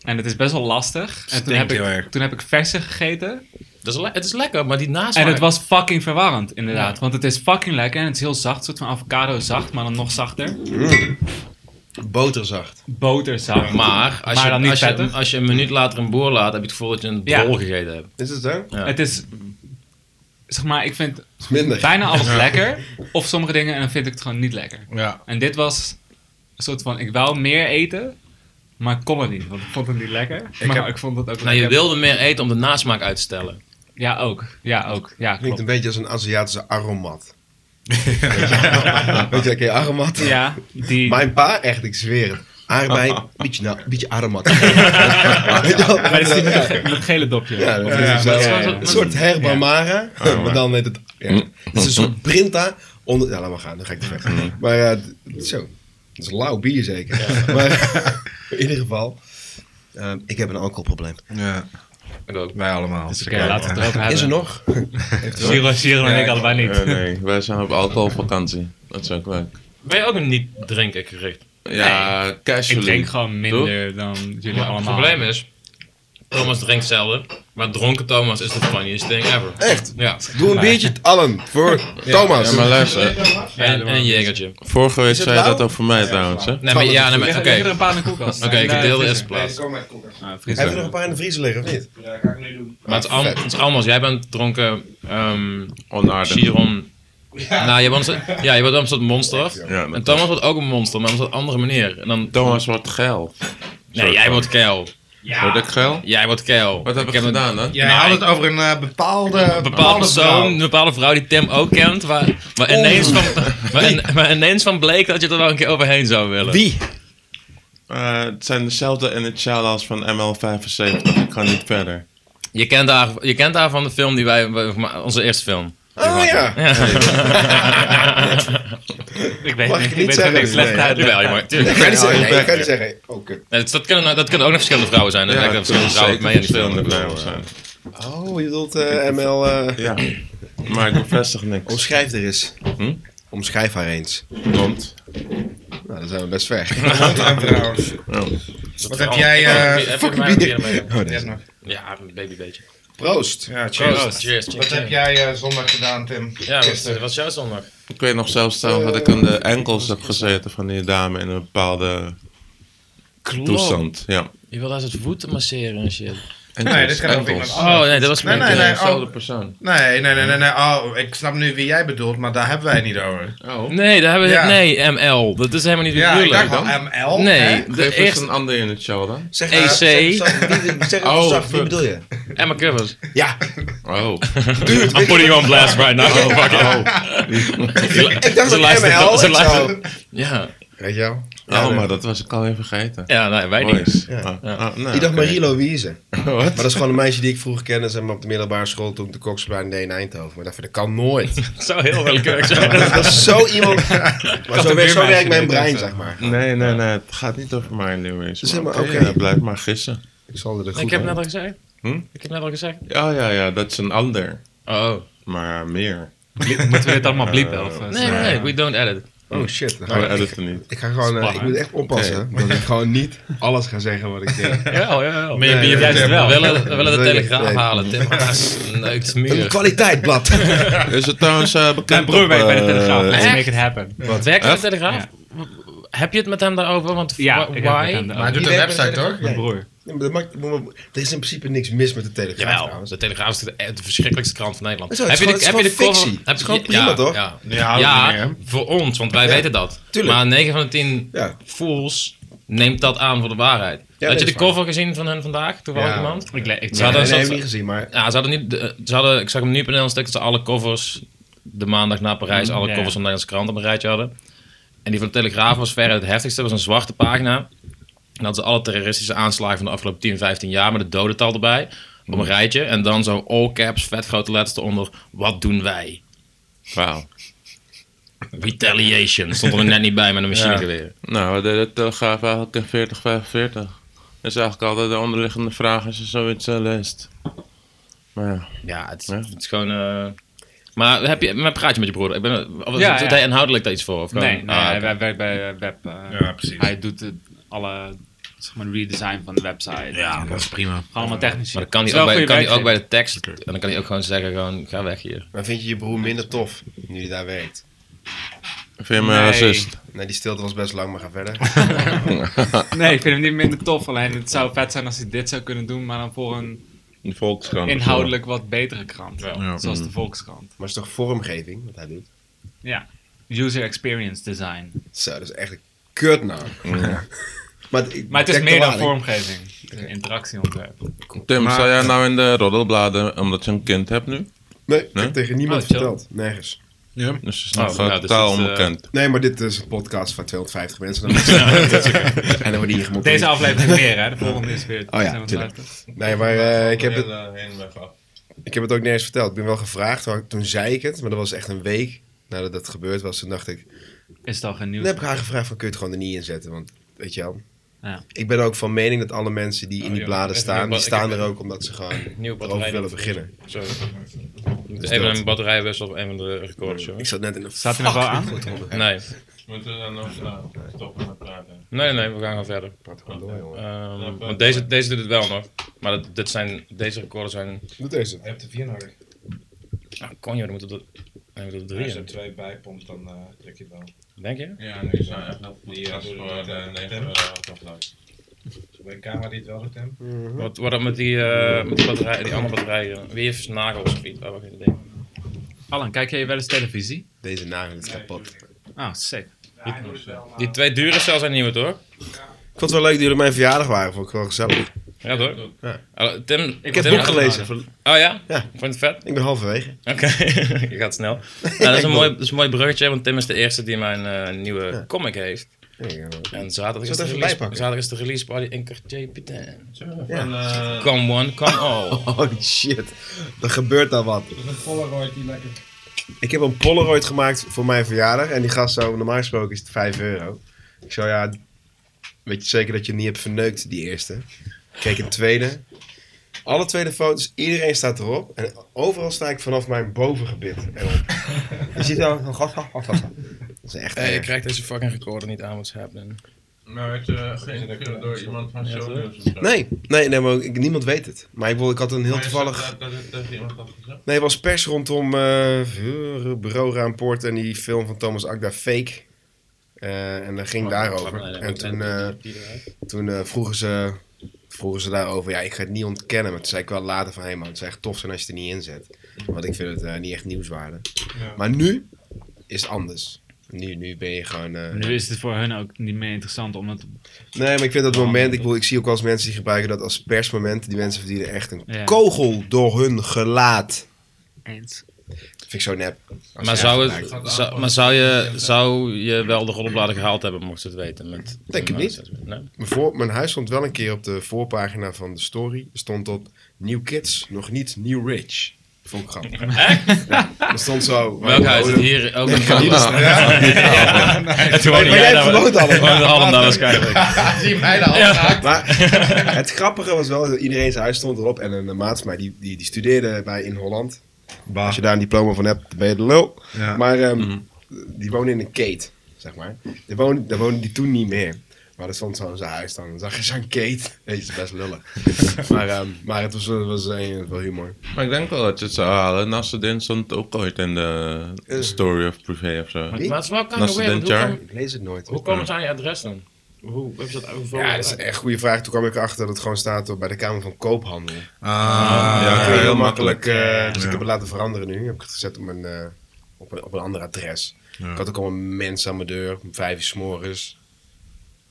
En het is best wel lastig. En toen Stinkt heb, heel ik, erg. toen heb ik verse gegeten. Dat is le- het is lekker, maar die nasmaak... En het was fucking verwarrend, inderdaad. Ja. Want het is fucking lekker en het is heel zacht. Een soort van avocado zacht, maar dan nog zachter. Boterzacht. Boterzacht. Maar, als, Maar dan je, niet als, je, vettig. als je een minuut later een boer laat, heb je het gevoel dat je een Ja. drol gegeten hebt. Is het zo? Ja. Het is... Zeg maar, ik vind Is minder. bijna alles lekker. Of sommige dingen en dan vind ik het gewoon niet lekker. Ja. En dit was een soort van, ik wou meer eten, maar ik kon het niet. Want ik vond het niet lekker. maar ik vond het ook Nou, je lekker. wilde meer eten om de nasmaak uit te stellen. Ja, ook. Ja, ook. Ja, Klinkt klopt. een beetje als een Aziatische aromat. Weet je, oké, aromat. Ja, die... Mijn pa, echt, ik zweer het. Aardbei, beetje, nou, beetje aromat. Weet je wel? Maar dat is die met, het ge- met het gele dopje. Ja, dat Of is niet? dus Ja, wel ja, ja. een soort herba mara, maar dan heet het... Ja. Het is een soort brinta onder... Ja, laat maar gaan, dan ga ik te ver. Maar eh, d- zo, dat is lauw bier zeker. Maar in ieder geval, ehm, ik heb een alcoholprobleem. Ja, Ik ook. wij allemaal. Dus oké, laten we het erover hebben. Is er nog? Cyril, Cyril en ik allebei Eh, niet. nee, wij zijn op alcoholvakantie. Dat is ook leuk. Ben je ook een niet drinken gericht? Ja, Ik casually. drink gewoon minder dan jullie het allemaal. probleem is, Thomas drinkt zelden, maar dronken Thomas is the funniest thing ever. Echt? Ja, Doe een biertje, allen, voor Thomas. Ja, maar luister. en, en een jegertje. Vorige week zei je blauw? dat over mij trouwens, hè? Nee, maar ja, nee, maar- Liggen- oké. liggen er een paar in de koelkast. Oké, ik Nee, deel de vriezer. eerste plaats. Kom met koekers. Ah, vriezer. Heb je nog een paar in de vriezer liggen of niet? Ja, ga ik nu doen. Maar het is, al, het is allemaal, jij bent dronken, ehm Onaardig. Chiron. Nou, je bent, een soort- ja, je bent een soort monster. Ja, dat- En Thomas wordt ook een monster, maar op een soort andere manier. En dan, Thomas wordt geil. nee, jij wordt keil. Word ik geil? Jij wordt keil. Wat heb ik, een- gedaan, hè? Jij Nou, had ik- het over een eh, bepaalde, Een bepaalde persoon, een vrouw. bepaalde vrouw die Tim ook kent, waar, waar, ineens, van, waar, in- waar ineens van bleek dat je er wel een keer overheen zou willen. Wie? Eh, het zijn dezelfde initialen als van ML75. Ik ga niet verder. Je kent, haar, je kent haar van de film die wij, we- onze eerste film. Oh ja. Ik weet Mag niet, ik ik weet niet er zeggen? niks Nee, slecht ja. uit. Jawel, je mag- tuurlijk. Ik ga niet zeggen, nee, ik ga niet zeggen. Oh, kut. Nee, dat, dat, kunnen, dat kunnen ook nog verschillende vrouwen zijn. Dat Ja, lijkt dat verschillende het vrouwen kunnen mee in die zeker film. verschillende vrouwen Oh, je bedoelt eh, ML... eh, Ja. Maar ik bevestig niks. Omschrijf er eens. Hm? Omschrijf haar eens. Komt. Nou, dan zijn we best ver. trouwens. Wat heb jij... eh, Heb je mij een keer mee? Oh, dat is- Ja, een baby beetje. Proost. Oh, ja, cheers. Proost, cheers. cheers, Wat heb cheers. jij eh, zondag gedaan, Tim? Ja, wat wat was jouw zondag? Ik weet nog zelfs trouwens dat ik aan de enkels heb gezeten van die dame in een bepaalde toestand. Ja. Je wilde haar het voeten masseren en shit. Enkels, Nee, dit kan ook enkels. iemand anders. Oh nee, dat was Nee, mijn nee, nee. Dezelfde oh. persoon. Nee, nee, nee, nee, nee. Oh, ik snap nu wie jij bedoelt, maar daar hebben wij het niet over. Oh. Nee, daar hebben we... Ja. Nee, ML. Dat is helemaal niet de Ja, ik bedoeling. dacht wel ML. hè? Nee, de Geef eens eerste... een ander initiaal dan. Zeg EC. Zeg, zeg, wie- zeg het Oh, zacht, wie fuck. bedoel je? Emma Covers. Ja, Oh. dude. I'm putting you on blast right now. Oh, fuck it. Ik dacht dat ML... Ze Ik luistert- ze zou- luistert- Ja. Weet je wel? Ja, oh, de- maar dat was ik alweer vergeten. Ja, nee, wij niet. Boys. Ja. Ah, ah, nou, Ik dacht oké. Marie-Louise. Wat? Maar dat is gewoon een meisje die ik vroeger kende zeg maar, op de middelbare school toen ik de koksopleiding deed in Eindhoven. Maar ik dacht van, dat kan nooit. Dat zou heel willekeurig zijn. dat is zo iemand... Maar zo, werkt- zo buurmeisje werkt mijn deed brein, dat, zeg maar. Nee, nee, nee. Het gaat niet over mijn Lewis. Zeg maar, oké, oké. eh, blijf maar gissen. Ik zal er goed Ik heb aan. net al gezegd. Hm? Ik heb net al gezegd. Ja, ja, ja. Dat is een ander. Oh. Maar meer. Blie- Moeten we dit allemaal bliepen? of, eh, Nee, nee, nee, we don't edit. Oh shit. Dan Maar ga we ik- editen niet. Ik ga gewoon, eh, ik moet echt oppassen. Dat ik gewoon niet alles ga zeggen wat ik denk. oh, Ja, ja, ja. Maar Nee, je nee, juist nee, wel. We nee. willen, we willen de Nee, telegraaf nee. halen. Tim Haas neukt Een muren. kwaliteitblad. Is het trouwens eh, bekend Mijn broer op, werkt bij de eh, Telegraaf. Let's echt? make it happen. Wat werkt bij de Echt? telegraaf? Heb je het met hem daarover? Want Ja, wh- ik heb het why? aan de- Maar hij doet een Iedereen- website, toch? Mijn broer. Ja, maar dat maakt, maar- maar- er is in principe niks mis met de Telegraaf Jawel, trouwens. de Telegraaf is de, eh, de verschrikkelijkste krant van Nederland. Zo, het is je de- gewoon- het je is gewoon de fictie. Heb Het is je- gewoon prima, ja, toch? Ja, Ja, Ja, nee, hè? voor ons, want wij weten dat. tuurlijk. Maar 9 van de 10 Ja. fools neemt dat aan voor de waarheid. nee, Had je dat de is waar. cover gezien van hen vandaag? Toevallig Ja. iemand? Ik, le- ik Zou dat- Nee, nee, zou- heb ik niet gezien, maar Ja, ze hadden niet. de- Ze hadden, ik zag hem nu op een Nederlands stuk dat ze alle covers. de maandag na Parijs. alle Mm, ja. covers van de Nederlandse krant op een rijtje hadden. En die van de Telegraaf was verre het heftigste. was een zwarte pagina. En dat ze alle terroristische aanslagen van de afgelopen 10, 15 jaar. met het dodental erbij. Mm. op een rijtje. En dan zo all caps, vet grote letters eronder. Wat doen wij? Wauw. Retaliation. Stond er net niet bij met een machinegeweer. Nou, we deden de Telegraaf eigenlijk in 4045. Dat is eigenlijk altijd de onderliggende vraag als je zoiets eh, leest. Maar ja. Ja, het, is- Ja. het is gewoon. eh, Maar, heb je, maar praat je met je broer? Ik ben, of, Ja, doet ja. hij inhoudelijk daar iets voor? Of gewoon- Nee, nee Ah, hij oké. wer- werkt bij eh, web. eh, Ja, precies. Hij doet het, alle zeg maar, redesign van de website. Ja, Ah, dat is prima. Gewoon allemaal technisch. Maar dan kan hij, ook bij, kan hij ook bij de tekst. En dan kan hij ook gewoon zeggen: gewoon, ga weg hier. maar vind je je broer minder tof nu hij daar werkt? Vind je me Nee. racist? Nee, die stilte was best lang, maar ga verder. Nee, ik vind hem niet minder tof. Alleen het zou vet zijn als hij dit zou kunnen doen, maar dan voor een De Volkskrant. inhoudelijk wat betere krant. Ja. Zoals de Volkskrant. Maar het is toch vormgeving wat hij doet? Ja. User experience design. Zo, dat is echt een kutnaam. maar, het- ik- Maar het is kijk meer dan eraan, ik- vormgeving. Het is een Interactieontwerp. Tim, Maar- zou jij nou in de roddelbladen, omdat je een kind hebt nu? Nee, ik Nee? heb tegen niemand Oh, chill. verteld. Nergens. Ja. Dus is Oh, nog nou, eh, dus totaal dat, eh, onbekend. Nee, maar dit is een podcast van 250 mensen. en dan wordt hier gemonteerd. Deze aflevering weer, hè? De volgende is weer. Oh ja, zijn we tuurlijk. het Nee, maar eh, ik heb het... het... Ik heb het ook nergens verteld. Ik ben wel gevraagd, maar toen zei ik het, maar dat was echt een week nadat dat gebeurd was. Toen dacht ik, uit? Is het al geen nieuws? dan heb ik haar gevraagd van kun je het gewoon er niet in zetten, want weet je wel. Ja. Ik ben ook van mening dat alle mensen die in die ja, bladen even staan, nieuw die blad- staan ik heb er ook omdat ze gewoon nieuw batterij erover willen nodig. beginnen. Sorry. Dus Even dat. een batterijwissel of een van de records, joh. Ik zat net in een Staat hij nog wel fucking aan? goed onderwerp. Nee. Moeten we dan nog nou, stoppen met praten? nee, nee, we gaan gewoon verder. Praat gewoon door, jongen. Ehm, want deze, deze doet het wel nog. Maar dat, dit zijn, deze recorden zijn. Doe deze. Je hebt er vier nodig. Ah, kon je, dan moeten we er- dan moeten we er Als drie je er in. twee bij pompt, dan eh, druk je het wel. eh, Denk je? Ja, nee, zijn echt nog niet als voor de 9 euro afslag. Bij de camera die het wel doet, Tim. Wat, wat dan met die, eh, met die, batterij, eh, die andere batterijen? Wie heeft nagels of iets? Oh, wat geen idee. Allen, kijk jij wel eens televisie? Deze nagel is kapot. Oh, sick. hij doet het wel, maar... Die twee dure cel zijn nieuwe, toch? Ik vond het wel leuk dat jullie op mijn verjaardag waren, vond ik wel gezellig. Ja, toch? Ja. Allo, Tim, Ik heb het Tim- boek gelezen. Oh ja? Ja. Vond je het vet? Ik ben halverwege. Oké, je gaat snel. Nou, dat, is een mooi, dat is een mooi bruggetje, want Tim is de eerste die mijn eh, nieuwe comic heeft. En zaterdag is, het de even release, bijpakken? zaterdag is de release party in Cartier Putain. Ja. Come one, come Oh. all. Holy shit, er gebeurt daar wat. Dat is een Polaroid die lekker... Ik heb een Polaroid gemaakt voor mijn verjaardag. En die gast zou, normaal gesproken is het 5 euro. Ik zou ja, weet je zeker dat je hem niet hebt verneukt, die eerste. Ik keek een tweede. Alle tweede foto's, iedereen staat erop. En overal sta ik vanaf mijn bovengebit erop. je ziet wel, gast, gast, gast. Dat is echt Hey, je erg. krijgt deze fucking recorder niet aan, what's happening. Maar werd je geïnterviewd door iemand van Shownews of zo? Nee, nee, nee, maar ik- niemand weet het. Maar ik, wil- ik had een heel Maar je eh, toevallig... zegt Dat dat het tegen iemand had gezegd? Nee, er was pers rondom eh Bureau Raampoort en die film van Thomas Akda, Fake. Eh, en dat ging daarover. En toen... eh, toen eh, vroegen, ze, vroegen ze daarover. Ja, ik ga het niet ontkennen. Maar toen zei ik wel later van... Hé man, het is echt tof zijn als je het er niet in zet. Want ik vind het eh, niet echt nieuwswaarde. Maar nu is het anders. Nu, nu ben je gewoon... eh, Nu is het voor hun ook niet meer interessant om het... Nee, maar ik vind dat moment... Ik, bedoel, ik zie ook wel eens mensen die gebruiken dat als persmoment. Die mensen verdienen echt een Ja. kogel door hun gelaat. Eens. Vind ik zo nep. Als je Maar zou, eigenlijk- het, zou, maar zou, je, zou je wel de rollenbladen gehaald hebben, mocht ze het weten? Met, Denk het niet. Nee? Mijn, voor, mijn huis stond wel een keer op de voorpagina van de story. Stond op New Kids, nog niet New Rich. Vond ik grappig. Ja, er stond zo... Welk huis? Het Hier ook een Ja, kanaal. ja. En toen woonde Maar jij nou jij daar- woont al. woonde allemaal daar waarschijnlijk. Zie mij nou ja. Maar het grappige was wel, dat iedereen zijn huis stond erop. En een eh, maat van mij, die, die, die studeerde bij in Holland. Als je daar een diploma van hebt, dan ben je de lul. Ja. Maar ehm, die woonde in een kate, zeg maar. Daar woonde, daar woonde die toen niet meer. Maar dat stond zo in zijn huis dan. Dan zag je zo'n kate. Deze is best lullig. maar, ehm, maar het was, was eh, wel humor. Maar ik denk wel dat je het zou halen. Nasreddin stond ook ooit in de de Story of Privé of zo. Maar het is wel kind Naast de of weird, want Hoe Dentjar. komen- Ik lees het nooit. hoe komen ze aan je adres dan? Hoe heb je dat overal? Ja, dat is een echt goede vraag. Toen kwam ik erachter dat het gewoon staat op- bij de Kamer van Koophandel. Ah, ja, ja, kun je heel heel makkelijk. eh, dus Ja. ik heb het laten veranderen nu. Heb ik het gezet op een, eh, op een, op een ander adres. Ik had ook allemaal mensen aan mijn deur. Om vijf uur s'morgens.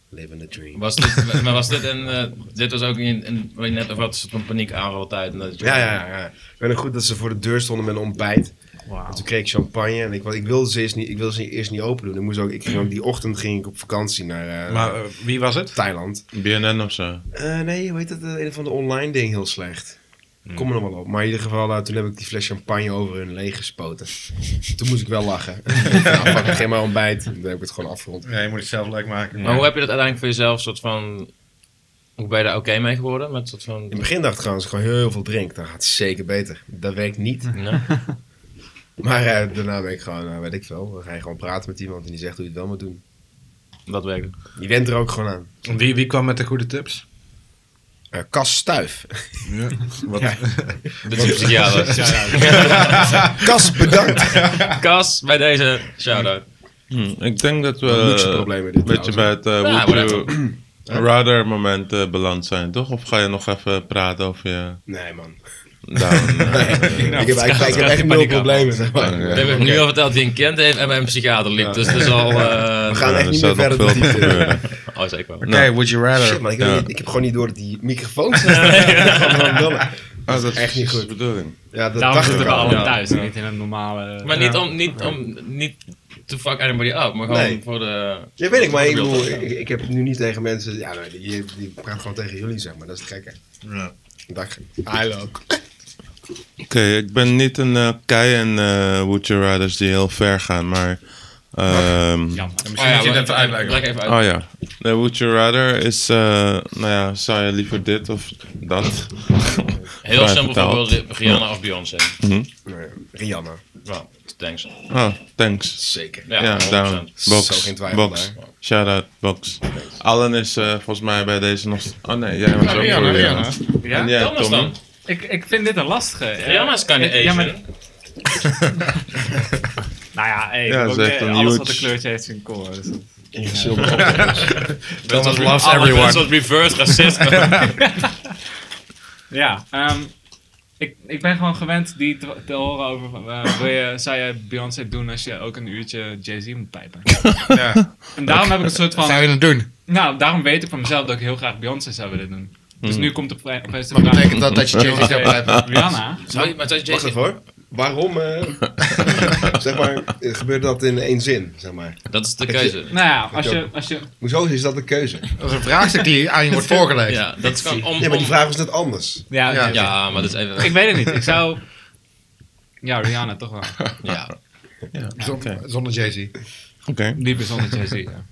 Living the dream. Was dit, maar was dit een... eh, dit was ook in, in, weet je net of wat, een paniekaanval tijd. en dat je- Ja, ja, ja, ja. Ik weet nog goed dat ze voor de deur stonden met een ontbijt. En Toen kreeg ik champagne en ik, wa- ik wilde ze eerst niet, ik wilde ze eerst niet open doen. Ik moest ook, ik ging ook, die ochtend ging ik op vakantie naar eh, Maar eh, wie was het? Thailand. BNN of zo. Eh, nee, hoe heet dat? eh, Een van de online ding heel slecht. Hmm. Kom er nog wel op. Maar in ieder geval, eh, toen heb ik die fles champagne over hun leeg gespoten. toen moest ik wel lachen. nou, pak ik geen maar ontbijt. Toen heb ik het gewoon afgerond. je moet het zelf leuk maken. Maar hoe heb je dat uiteindelijk voor jezelf soort van... Hoe ben je daar oké mee geworden? Met soort van... In het begin dacht ik trouwens, gewoon heel veel drink. Dan gaat het zeker beter. Dat werkt niet. Nee. Maar eh, daarna ben ik gewoon, eh, weet ik veel. Dan ga je gewoon praten met iemand en die zegt hoe je het wel moet doen. Dat werkte. Je went er ook gewoon aan. Wie, wie kwam met de goede tips? Eh Cas Stuif. Ja. Wat? Dit is een psychiater. Cas, bedankt. Kas, bij deze shout-out. Hm, ik denk dat we Een luxe probleem in dit een beetje bij trouwens, het eh, Ja, Would whatever. You Rather moment eh, beland zijn, toch? Of ga je nog even praten over je Nee, man. down? eh, ik heb eigenlijk ik heb echt nul problemen. Zeg maar. Ja. We hebben nu al verteld wie een kind heeft en bij een psychiater liep. Dus dat is al... eh, We gaan ja, echt er niet meer staat nog verder dan veel te die deur. gebeuren. Oh, zeker wel. Oké, would you Shit, rather? man, ik, weet Ja. niet- ik heb gewoon niet door dat die microfoons. ja, Ah, dat is Echt niet precies goed. de bedoeling. ja, dat Daarom dacht ik zitten we al. allemaal ja. thuis, en niet in een normale... Maar niet om, niet om, niet to fuck anybody up, maar gewoon Nee. voor de... Ja, weet ik, maar ik, voor de bedoel, beeld. Ah, ik, ik heb het nu niet tegen mensen. Ja, nee, die, die praat gewoon tegen jullie, zeg maar. Dat is het gekke. Ja. Dag. I ook. Oké, ik ben niet een eh, kei en eh Would You Rathers die heel ver gaan, maar... ehm, Jammer. Oh ja, maar- Leg even uit. Oh ja. De Would You Rather is, eh, nou ja, zou je liever dit of dat? Heel Vrij simpel vertaald. van Wil- Rihanna of Beyoncé. Nee, Rihanna. Nou, thanks. Oh, thanks. Zeker. Ja, Ja, 100%. down. Box, Zo geen twijfel box. daar. Shout-out, box. Allen is eh, volgens mij bij deze nog... Oh nee, jij was ook voor Rihanna. En Ja? jij, Thomas Tommy? dan. Ik, ik vind dit een lastige. Eh, Rihanna is kind of eh, ja, Asian. maar- Nou ja, hey, Ja, ook, ze heeft eh, een alles huge- wat een kleurtje heeft zijn koor. Dus dat- Thomas loves everyone. Een soort reverse racisme. Ja, ehm, ik, ik ben gewoon gewend die te, te horen over... van, eh, wil je, zou je Beyoncé doen als je ook een uurtje Jay-Z moet pijpen? Ja. En daarom heb ik een soort van... Zou je dat doen? Nou, daarom weet ik van mezelf dat ik heel graag Beyoncé zou willen doen. Dus nu komt op, opeens de Maar vraag... betekent dat dat je Jay-Z zou blijven? Rihanna? Zou je, maar zou je Wacht Jay-Z- even hoor. Waarom, eh, zeg maar, eh, gebeurt dat in één zin, zeg maar? Dat is de keuze. Nou ja, als je, als je Hoezo is dat een keuze? Dat is een vraagstuk die aan je wordt voorgelegd. Ja, dat is gewoon om... Ja, maar die om- vraag was net anders. Ja, Ja. oké. ja, maar dat is even... ik weet het niet. Ik zou. Ja, Rihanna toch wel. Ja. Zonder, zonder Jay-Z. Oké. Die bijzonder Jay-Z. ja.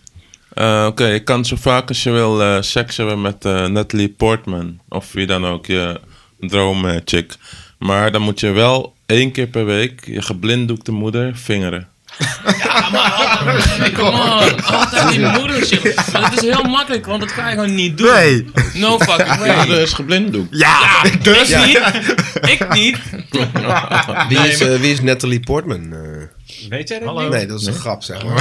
Eh, Oké, je kan zo vaak als je wil eh, seks hebben met eh, Natalie Portman. Of wie dan ook, je droomchick. maar dan moet je wel één keer per week je geblinddoekte moeder vingeren. Come on, altijd die moeder shit. Maar dat is heel makkelijk, want dat kan je gewoon niet doen. Nee. No fucking Je way. moeder is geblinddoekt. Dus niet. Ik niet. Wie is, eh, wie is Natalie Portman? eh? Weet jij dat Hallo. niet? nee, dat is een grap, zeg maar.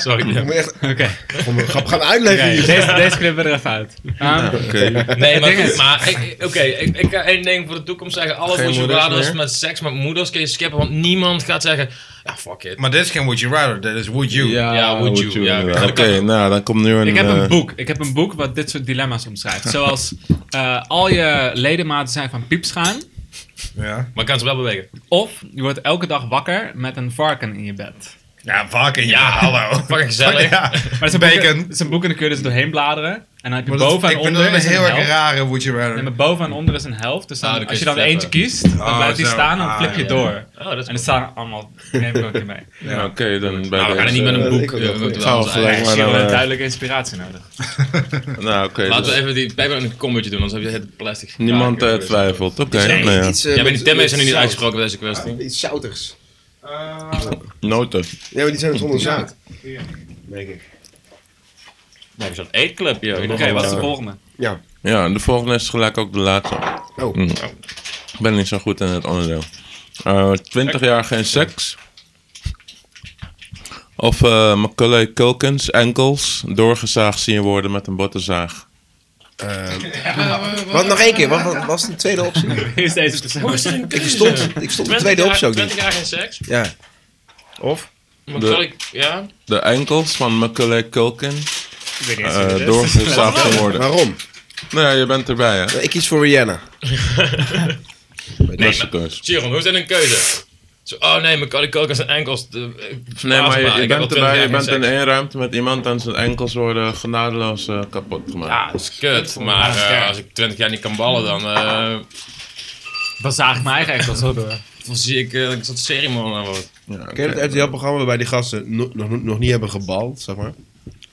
Sorry. Ik moet echt Oké. gewoon mijn grap gaan uitleggen hier. Deze, deze knippen we er even uit. Ehm, Oké. Nee, maar, ding goed, is- maar ik- ik- oké, ik, ik kan één ding voor de toekomst zeggen. Alle Geen moeders moeders meer? met seks met moeders kun je skippen, want niemand gaat zeggen, ja, fuck it. Maar dit is geen would you rather, dit is would you. Ja, would you. Ja, Ah, inderdaad. oké. Oké, nou dan komt nu een... ik heb eh, een boek. Ik heb een boek wat dit soort dilemma's omschrijft. Zoals eh, al je ledematen zijn van piepschuim. Ja. Maar kan ze wel bewegen. Of je wordt elke dag wakker met een varken in je bed. Ja, varken, ja, hallo. Fucking gezellig. Ja. Maar het is een boek, het is een boek en dan kun je dus doorheen bladeren. En dan heb je Maar dat- boven en ik vind onder dat een is een heel erg helft. rare Would You Nee, Rather. maar boven en onder is een helft. Dus dan, Ah, dan kun als je je dan flippen. eentje kiest, dan Oh, blijft die zo. staan en dan Ah, flip je ja. door. Oh, dat is En er staan allemaal, neem ik ook niet mee. Ja, Oké, dan bij Nou, we gaan er deze- niet met een eh, boek. ik ook eh, wel we moeten goed. wel Gaan we onze Ja, verlengen. eigen- Maar je dan, hebt eh, duidelijke inspiratie nodig. Nou, oké. Laten dus we even die pijpen in een kommetje doen, anders heb je het plastic. Niemand eh, Ja, twijfelt. Oké, Iets- nou ja. iets, eh, Ja, maar met- die termen zijn nu met niet zout. uitgesproken bij deze kwestie. Iets zouters. Noten. Nee, maar die zijn zonder zout. Denk ik. Nou, is dat eetclub, joh. Oké, Oké, wat is de wat volgende? Ja. Ja, en de volgende is gelijk ook de laatste. Oh. Mm. Ik ben niet zo goed in het onderdeel. Eh 20 jaar geen seks. Of eh Macaulay Culkin's enkels doorgezaagd zien worden met een bottenzaag. Wat, nog één keer. Wat, wat was de tweede optie? Is deze persoon? ik stond, ik stond de tweede optie ook 20 niet. jaar geen seks. Ja. Of? Maar De- kan ik, ja? De enkels van Macaulay Culkin Ik weet niet eens wie dit eh is. doorgezaagd zien worden. Waarom? Nou ja, je bent erbij hè. Nou, Ik kies voor Rihanna. Dat is de keus. Sharon, hoe is dat een keuze? Zo, oh nee, mijn Culkin zijn enkels. De, eh, Nee, maar ik je, je heb al bent 20 erbij, jaar je geen bent seks. in één ruimte met iemand en zijn enkels worden genadeloos eh, kapot gemaakt. Ja, dat is kut. Maar eh, als ik 20 jaar niet kan ballen, dan eh, Dan zaag ik mijn eigen echt wel zo door. dan zie ik eh, dat ik zo'n serieman aan word. Ja, Ken je oké. dat RTL-programma waarbij die gasten no- nog, nog niet hebben gebald, zeg maar?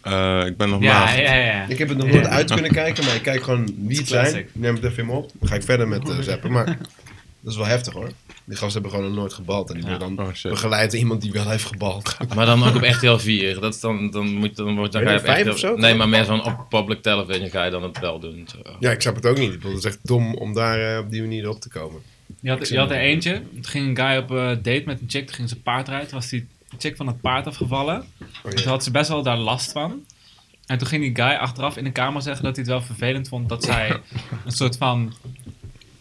Eh, ik ben nog Ja, maagd. ja, ja. Ik heb het nog nooit uit kunnen kijken, maar ik kijk gewoon wie het zijn. Classic. Ik neem het even in me op. Dan ga ik verder met eh zappen, maar dat is wel heftig hoor. Die gasten hebben gewoon nog nooit gebald en die worden dan Oh, shit. begeleid door iemand die wel heeft gebald. Maar dan ook op RTL 4. Dat is dan, dan, moet, dan, wordt- dan Weet ga je je, op vijf RTL of zo? Nee, maar meer zo'n op public television ga je dan het wel doen. Zo. Ja, ik snap het ook niet. Ik bedoel, Het is echt dom om daar eh, op die manier op te komen. Je had, je had er eentje. Toen ging een guy op eh date met een chick. Toen ging zijn paard eruit. Toen was die chick van het paard afgevallen. En toen had ze best wel daar last van. En toen ging die guy achteraf in de kamer zeggen dat hij het wel vervelend vond dat zij een soort van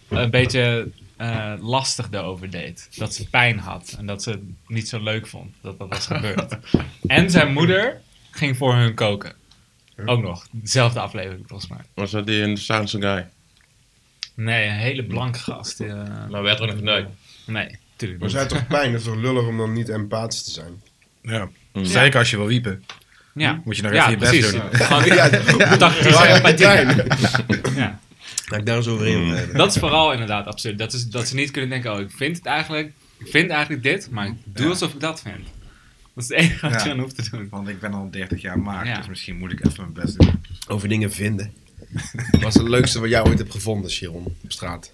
een beetje eh, lastig daarover deed. Dat ze pijn had en dat ze het niet zo leuk vond dat dat was gebeurd. en zijn moeder ging voor hun koken. Ook nog. Dezelfde aflevering volgens mij. Was dat die in de Soundse Guy? Nee, een hele blanke gast. eh, Maar werd er ook nog geneukt. nee, tuurlijk Maar niet. zij toch pijn? Dat is toch lullig om dan niet empathisch te zijn? Ja. Zeker als je wil wiepen. Ja. Moet je nog ja, even je best precies. doen. Gewoon Ja, tactische empathie. Ja. Laat ik daar eens over in. Dat is vooral inderdaad absurd. Dat, is, dat ze niet kunnen denken, oh, ik vind het eigenlijk, ik vind eigenlijk dit, maar ik doe alsof ik dat vind. Dat is het enige wat Ja. je dan hoeft te doen. Want ik ben al 30 jaar maagd, Ja. dus misschien moet ik even mijn best doen. Over dingen vinden. Wat is het leukste wat jij ooit hebt gevonden, Sharon, op straat?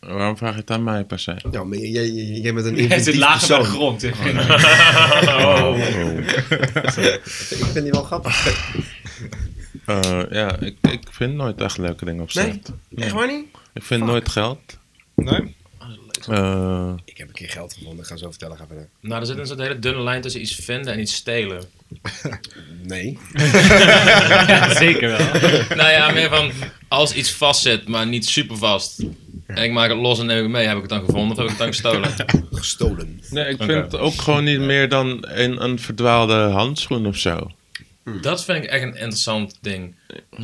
Waarom vraag je het aan mij per se? Ja, maar jij- jij, jij, jij bent een Hij zit inventief lager bij de persoon. grond. hè. Oh, Oh. Ik vind die wel grappig. Eh, ja, ik, ik vind nooit echt leuke dingen op Nee? straat. Echt waar niet? Ik vind nooit geld. Nee? Eh, Ik heb een keer geld gevonden, ik ga zo vertellen, ga verder. Nou, er zit een soort hele dunne lijn tussen iets vinden en iets stelen. Nee. Ja, zeker wel. nou ja, meer van als iets vastzit, maar niet super vast. En ik maak het los en neem ik mee. Heb ik het dan gevonden of heb ik het dan gestolen? Gestolen. nee, ik vind ook gewoon niet meer dan een, een verdwaalde handschoen of zo. Dat vind ik echt een interessant ding.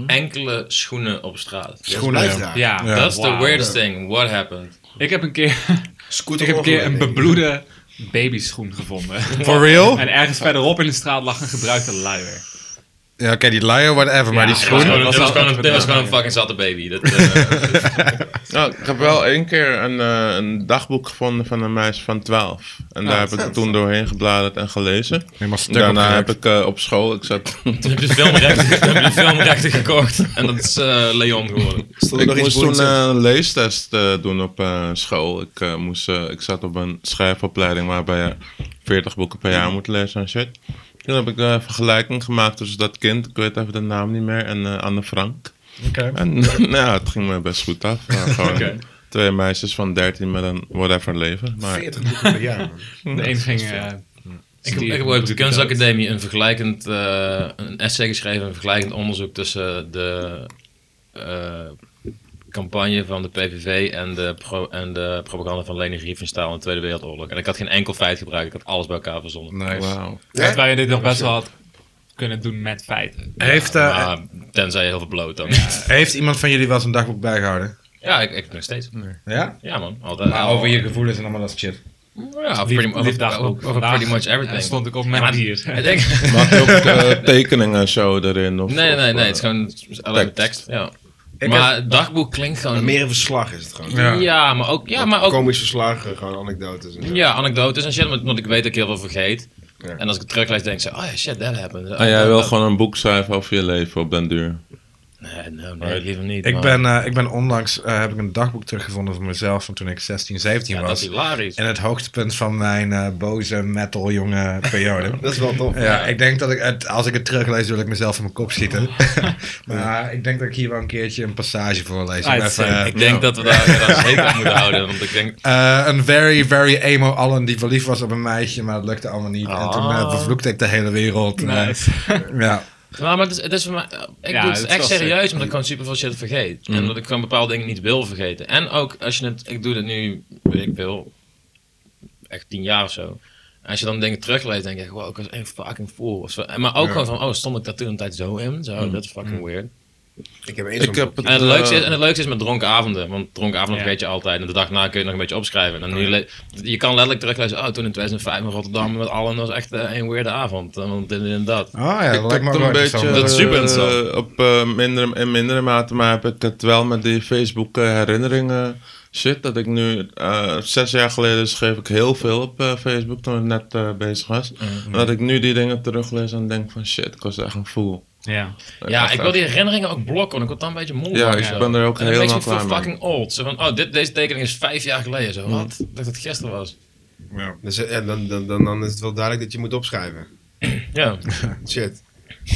Enkele schoenen op straat. Schoenen. Blijf daar. Ja, Dat is the wauw. weirdest thing. What happened? Ik heb een keer, ik Scooter heb een, keer een overleiding. bebloede babyschoen gevonden. For real? En ergens verderop in de straat lag een gebruikte luier. Ja, oké, die liar, whatever, maar die Ja, Dat was schoen... gewoon, dat dit was was gewoon een, dit was gewoon een fucking zatte baby. Dat, eh, Nou, ik heb wel één keer een, eh, een dagboek gevonden van een meisje van 12. Ah, En daar heb ik toen doorheen gebladerd en gelezen. Helemaal stuk Daarna opgeruimd. heb ik eh, op school, ik zat, toen heb je filmrechten, toen heb je filmrechten gekocht. En dat is eh, Leon geworden. Stond er ik nog iets moest toen boeiends in? eh, een leestest eh, doen op eh, school. Ik, eh, moest, eh, ik zat op een schrijfopleiding waarbij je 40 boeken per jaar moet lezen en shit. Toen heb ik eh, een vergelijking gemaakt tussen dat kind, ik weet even de naam niet meer, en eh, Anne Frank. En nou, ja, het ging me best goed af. Maar gewoon Oké. Twee meisjes van 13 met een whatever leven. Maar 40 boeken per jaar, man. De een ging... eh, Ik heb, die- ik heb ooit op de kunstacademie een vergelijkend eh, een essay geschreven, een vergelijkend onderzoek tussen de eh, campagne van de PVV en de, pro- en de propaganda van Leni Riefenstahl in de Tweede Wereldoorlog. En ik had geen enkel feit gebruikt, ik had alles bij elkaar verzonnen. Nice. wauw. Dat wij dit nog best wel had kunnen doen met feiten. Heeft, eh, Maar, tenzij je heel veel bloot dan. heeft iemand van jullie wel eens een dagboek bijgehouden? Ja, ik, ik nog steeds. Ja? Ja, man. Altijd. Maar al- over je gevoelens en allemaal dat shit. Ja, over pretty, over, lief over, dagboek. over pretty much everything. Ja, stond ik op mijn Ja, papier. Ik denk, Maak je ook eh, tekeningen en zo erin? Of, nee, nee, of, nee. eh, Het is gewoon alleen de tekst. Ja. Ik maar dagboek klinkt gewoon... Meer een verslag is het gewoon. ja. maar ook... Ja, maar ook Komisch verslagen, gewoon anekdotes. En zo. ja, anekdotes en shit, want- want ik weet dat ik heel veel vergeet. Ja. En als ik het teruglees, denk ik zo... Oh ja, shit, that happened. Ah, jij wil gewoon een boek schrijven over je leven op den duur. Nee, nee, nee, liever niet. Ik man. ben, eh, ik ben onlangs eh, heb ik een dagboek teruggevonden van mezelf van toen ik 16, 17 Ja, dat is was. hilarisch. En het hoogtepunt van mijn eh, boze metal jonge periode. Dat is wel tof. Ja, ik denk dat ik het, als ik het teruglees, wil ik mezelf in mijn kop schieten. maar ik denk dat ik hier wel een keertje een passage voor lees. Ah, Om het even, zijn- eh, Ik denk dat we daar, daar zeker aan moeten houden. Want ik denk... eh, een very, very emo Allen die verliefd was op een meisje, maar dat lukte allemaal niet. En toen eh, Ah. vervloekte ik de hele wereld. En, eh, ja. Nou, Maar, maar het, is, het is voor mij... Ik Ja, doe het dat is echt wel serieus, omdat ik gewoon super veel shit vergeet. En dat ik gewoon bepaalde dingen niet wil vergeten. En ook als je het... Ik doe het nu, weet ik wil echt tien jaar of zo. En als je dan dingen terugleest, denk ik, wow, ik was echt fucking fool. Of zo. En- Maar ook gewoon van, oh, stond ik daar toen een tijd zo in? Zo, dat is fucking weird. Ik heb eens Ik heb het, En het, leukste is, eh, en het leukste is met dronken avonden. Want dronken avonden Ja. vergeet je altijd. En de dag na kun je het nog een beetje opschrijven. En nu le- je kan letterlijk teruglezen. Oh, toen in 2005 in Rotterdam met allen was echt eh, een weirde avond. Eh, Want dit en dat. Oh ja, dat ik lijkt heb me ook het wel een beetje interessant. Dat is super interessant. eh, op eh, mindere, in mindere mate, maar heb ik het wel met die Facebook eh, herinneringen shit. Dat ik nu, eh, zes jaar geleden schreef ik heel veel op eh, Facebook toen ik net eh, bezig was. Mm, En dat ik nu die dingen teruglees en denk van shit, ik was echt een fool. Ja. Ja, was ik wil die herinneringen ook blokken. Want ik word dan een beetje moe. Eh, Ja, van, ik zo. ben er ook En dan helemaal weet je, ik klaar voel mee. Mm. fucking old. Zo van, oh, dit, deze tekening is vijf jaar geleden. Zo, wat? Ik dacht dat het gisteren was. Dus, eh, dan, dan, dan, dan is het wel duidelijk dat je moet opschrijven. Ja, Shit.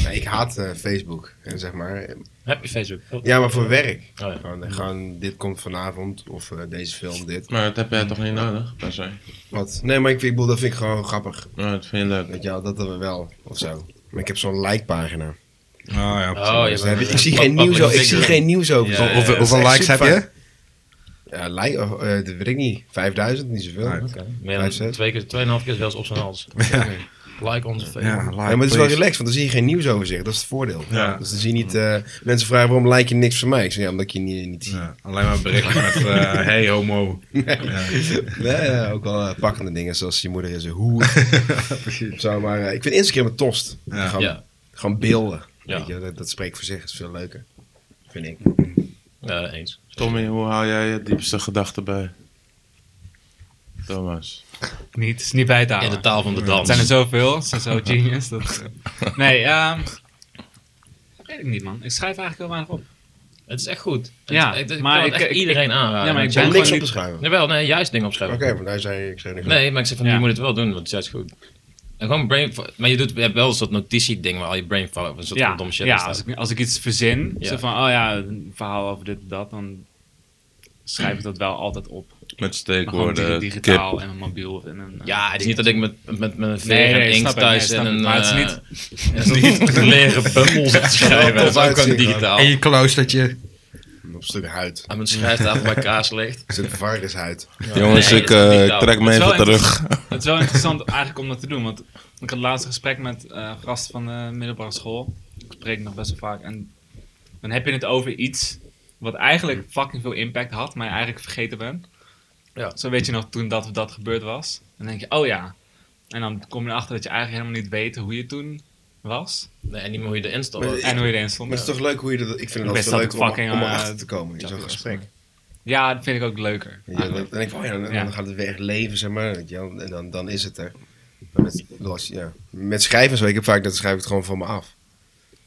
Nou, ik haat eh, Facebook. En zeg maar, eh, heb je Facebook. Oh, ja, maar voor werk. ja. Gewoon, eh, gewoon, dit komt vanavond. Of eh, deze film, dit. Maar dat heb jij toch niet nodig, per se? Wat? Nee, maar ik, vind- ik bedoel, dat vind ik gewoon grappig. Ja, dat vind je leuk. Weet je wel, dat hebben we wel. Of zo. Maar ik heb zo'n like-pagina. Oh, ja. Oh, je Dus dan bent- heb je- ik zie pub- geen nieuws public over. Ik zie figure. geen nieuws over. Ja, ja, ja. Dat Hoeveel, is hoeveel echt likes heb super je? fijn. Ja, like, of, eh, dat weet ik niet. 5000, niet zoveel. Nee. Oké, Meer dan twee keer, tweeënhalf keer zelfs op zijn hals. Like onze Facebook. Ja, Ja, maar het is wel please. relaxed, want dan zie je geen nieuwsoverzicht. Dat is het voordeel. Ja. Dus dan zie je niet... eh, mensen vragen waarom like je niks van mij? Ik zeg, ja, omdat ik je niet, niet zie. Ja, alleen maar berichten met eh, hey homo. Ja, ja, ook wel eh, pakkende dingen, zoals je moeder is een hoer. Of zo, maar eh, ik vind Instagram een tost. Ja. Gewoon, Ja. gewoon beelden. Ja. Weet je, dat, dat spreekt voor zich, dat is veel leuker. Vind ik. Ja, eens. Tommy, hoe haal jij je diepste gedachten bij? Thomas. Niet, het is niet bij te In houden. de taal van de Het dans. zijn er zoveel. Het zijn zo genius. Dat... Nee, ehm weet ik niet, man. Ik schrijf eigenlijk heel weinig op. Het is echt goed. Het- Ja, het- ik maar kan het ik- echt ik- iedereen aanraden. ja, maar ik Het ben zijn gewoon Niks niet- op te schrijven. Jawel, nee, juist dingen Oké, opschrijven. maar daar zei ik zei niks Nee, maar ik zeg van, Ja. je moet het wel doen, want het is juist goed. En gewoon brain... Maar je, doet, je hebt wel een soort notitieding waar al je brain fart of een soort Ja, dom shit ja in staat. als, ik, als ik iets verzin, Ja. zo van, oh ja, een verhaal over dit en dat, dan schrijf ik dat wel altijd op. Met Maar gewoon steekwoorden, digi- kip. digitaal en een mobiel. of in een, eh, Ja, het is niet dat ik met, met mijn veer Nee, nee, en inkt snap ik, nee, thuis snap en ik, een... maar het is eh, niet- een leren bummel zit te schrijven. Dat is ook gewoon digitaal. En Aan je kloostertje. Op stuk huid. Op mijn schrijftafel bij kaas ligt. stuk varkenshuid. Jongens, Nee, ik het is eh, digitaal. trek me Het is even wel terug. Het is wel interessant eigenlijk om dat te doen, want ik had laatst een gesprek met eh, een gast van de middelbare school. Ik spreek nog best wel vaak. En dan heb je het over iets wat Hmm. eigenlijk fucking veel impact had, maar je eigenlijk vergeten bent. Ja. Zo weet je nog toen dat, dat gebeurd was. Dan denk je, oh ja. En dan kom je erachter dat je eigenlijk helemaal niet weet hoe je toen was. Nee, en niet meer hoe je erin stond. Maar- En hoe je erin Maar stond. het is toch leuk hoe je dat... Ik vind het Best altijd dat leuk het om, fucking, om eh, erachter te komen in zo'n gesprek. Ja, dat vind ik ook leuker. Ja, dan eigenlijk. denk ik van, oh ja, dan, dan Ja. gaat het weer echt leven, zeg maar. weet je wel, En dan, dan is het er. Maar Met, los, ja. met schrijven en zo, ik heb vaak dat schrijf ik het gewoon van me af.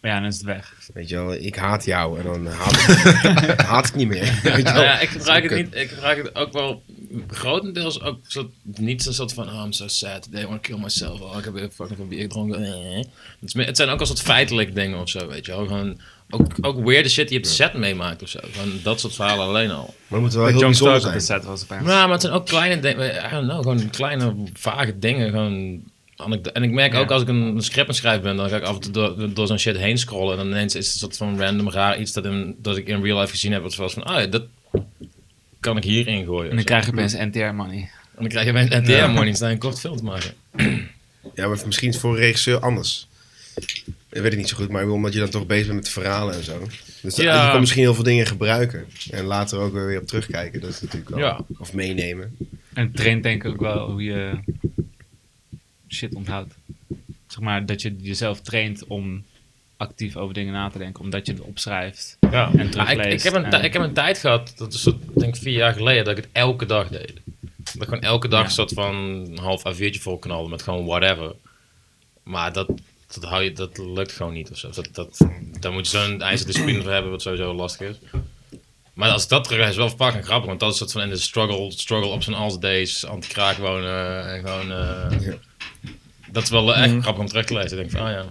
Maar ja, dan is het weg. Weet je wel, ik haat jou en dan haat ik, haat ik niet meer. Weet je wel. Nou ja, ik gebruik Oké. het niet. Ik gebruik het ook wel grotendeels ook soort, niet zo'n soort van oh, I'm so sad. They want to kill myself. Oh, ik heb weer fucking veel bier gedronken. Eh. Het, is meer- het zijn ook al soort feitelijk dingen of zo, weet je wel. Gewoon, ook, ook weirde shit die je op de set meemaakt of zo. Gewoon dat soort verhalen alleen al. Maar het moet wel heel John bijzonder Stokes op de zijn. Nou, set was opeens. Maar, maar het zijn ook kleine dingen. I don't know, gewoon kleine vage dingen. Gewoon anekdo- en ik merk ook als ik een, een script aan het schrijven ben, dan ga ik af en toe door, door zo'n shit heen scrollen. En dan ineens is het een soort van random raar iets dat, in, dat ik in real life gezien heb. Wat zoals van, ah, ja, dat kan ik hierin gooien. En dan krijg je opeens NTR money. En dan krijg je bij een NTR morning staan een kort film te maken. Ja, maar misschien is het voor een regisseur anders. Ik weet het niet zo goed, maar ik bedoel, omdat je dan toch bezig bent met verhalen en zo. Dus dan- Ja. je kan misschien heel veel dingen gebruiken. En later ook weer op terugkijken. Dat is natuurlijk wel. Ja. Of meenemen. En traint denk ik ook wel hoe je shit onthoudt. Zeg maar dat je jezelf traint om actief over dingen na te denken, omdat je het opschrijft. Ja. En Ah, ik, ik, terugleest heb een en- tij- ik heb een tijd gehad, dat is zo, denk ik vier jaar geleden, dat ik het elke dag deed. Dat ik gewoon elke dag Ja. een soort van een half A4'tje vol knalde met gewoon whatever. Maar dat, dat, hou je, dat lukt gewoon niet of zo. Dat, dat, daar moet je zo'n ijzerdiscipline voor hebben, wat sowieso lastig is. Maar als ik dat terug is wel fucking grappig, want dat is een soort van in de struggle, struggle ups en alls days, anti-kraak wonen en gewoon... eh, Ja. Dat is wel eh, Mhm. echt grappig om terug te lezen. Ik denk van, ah ja.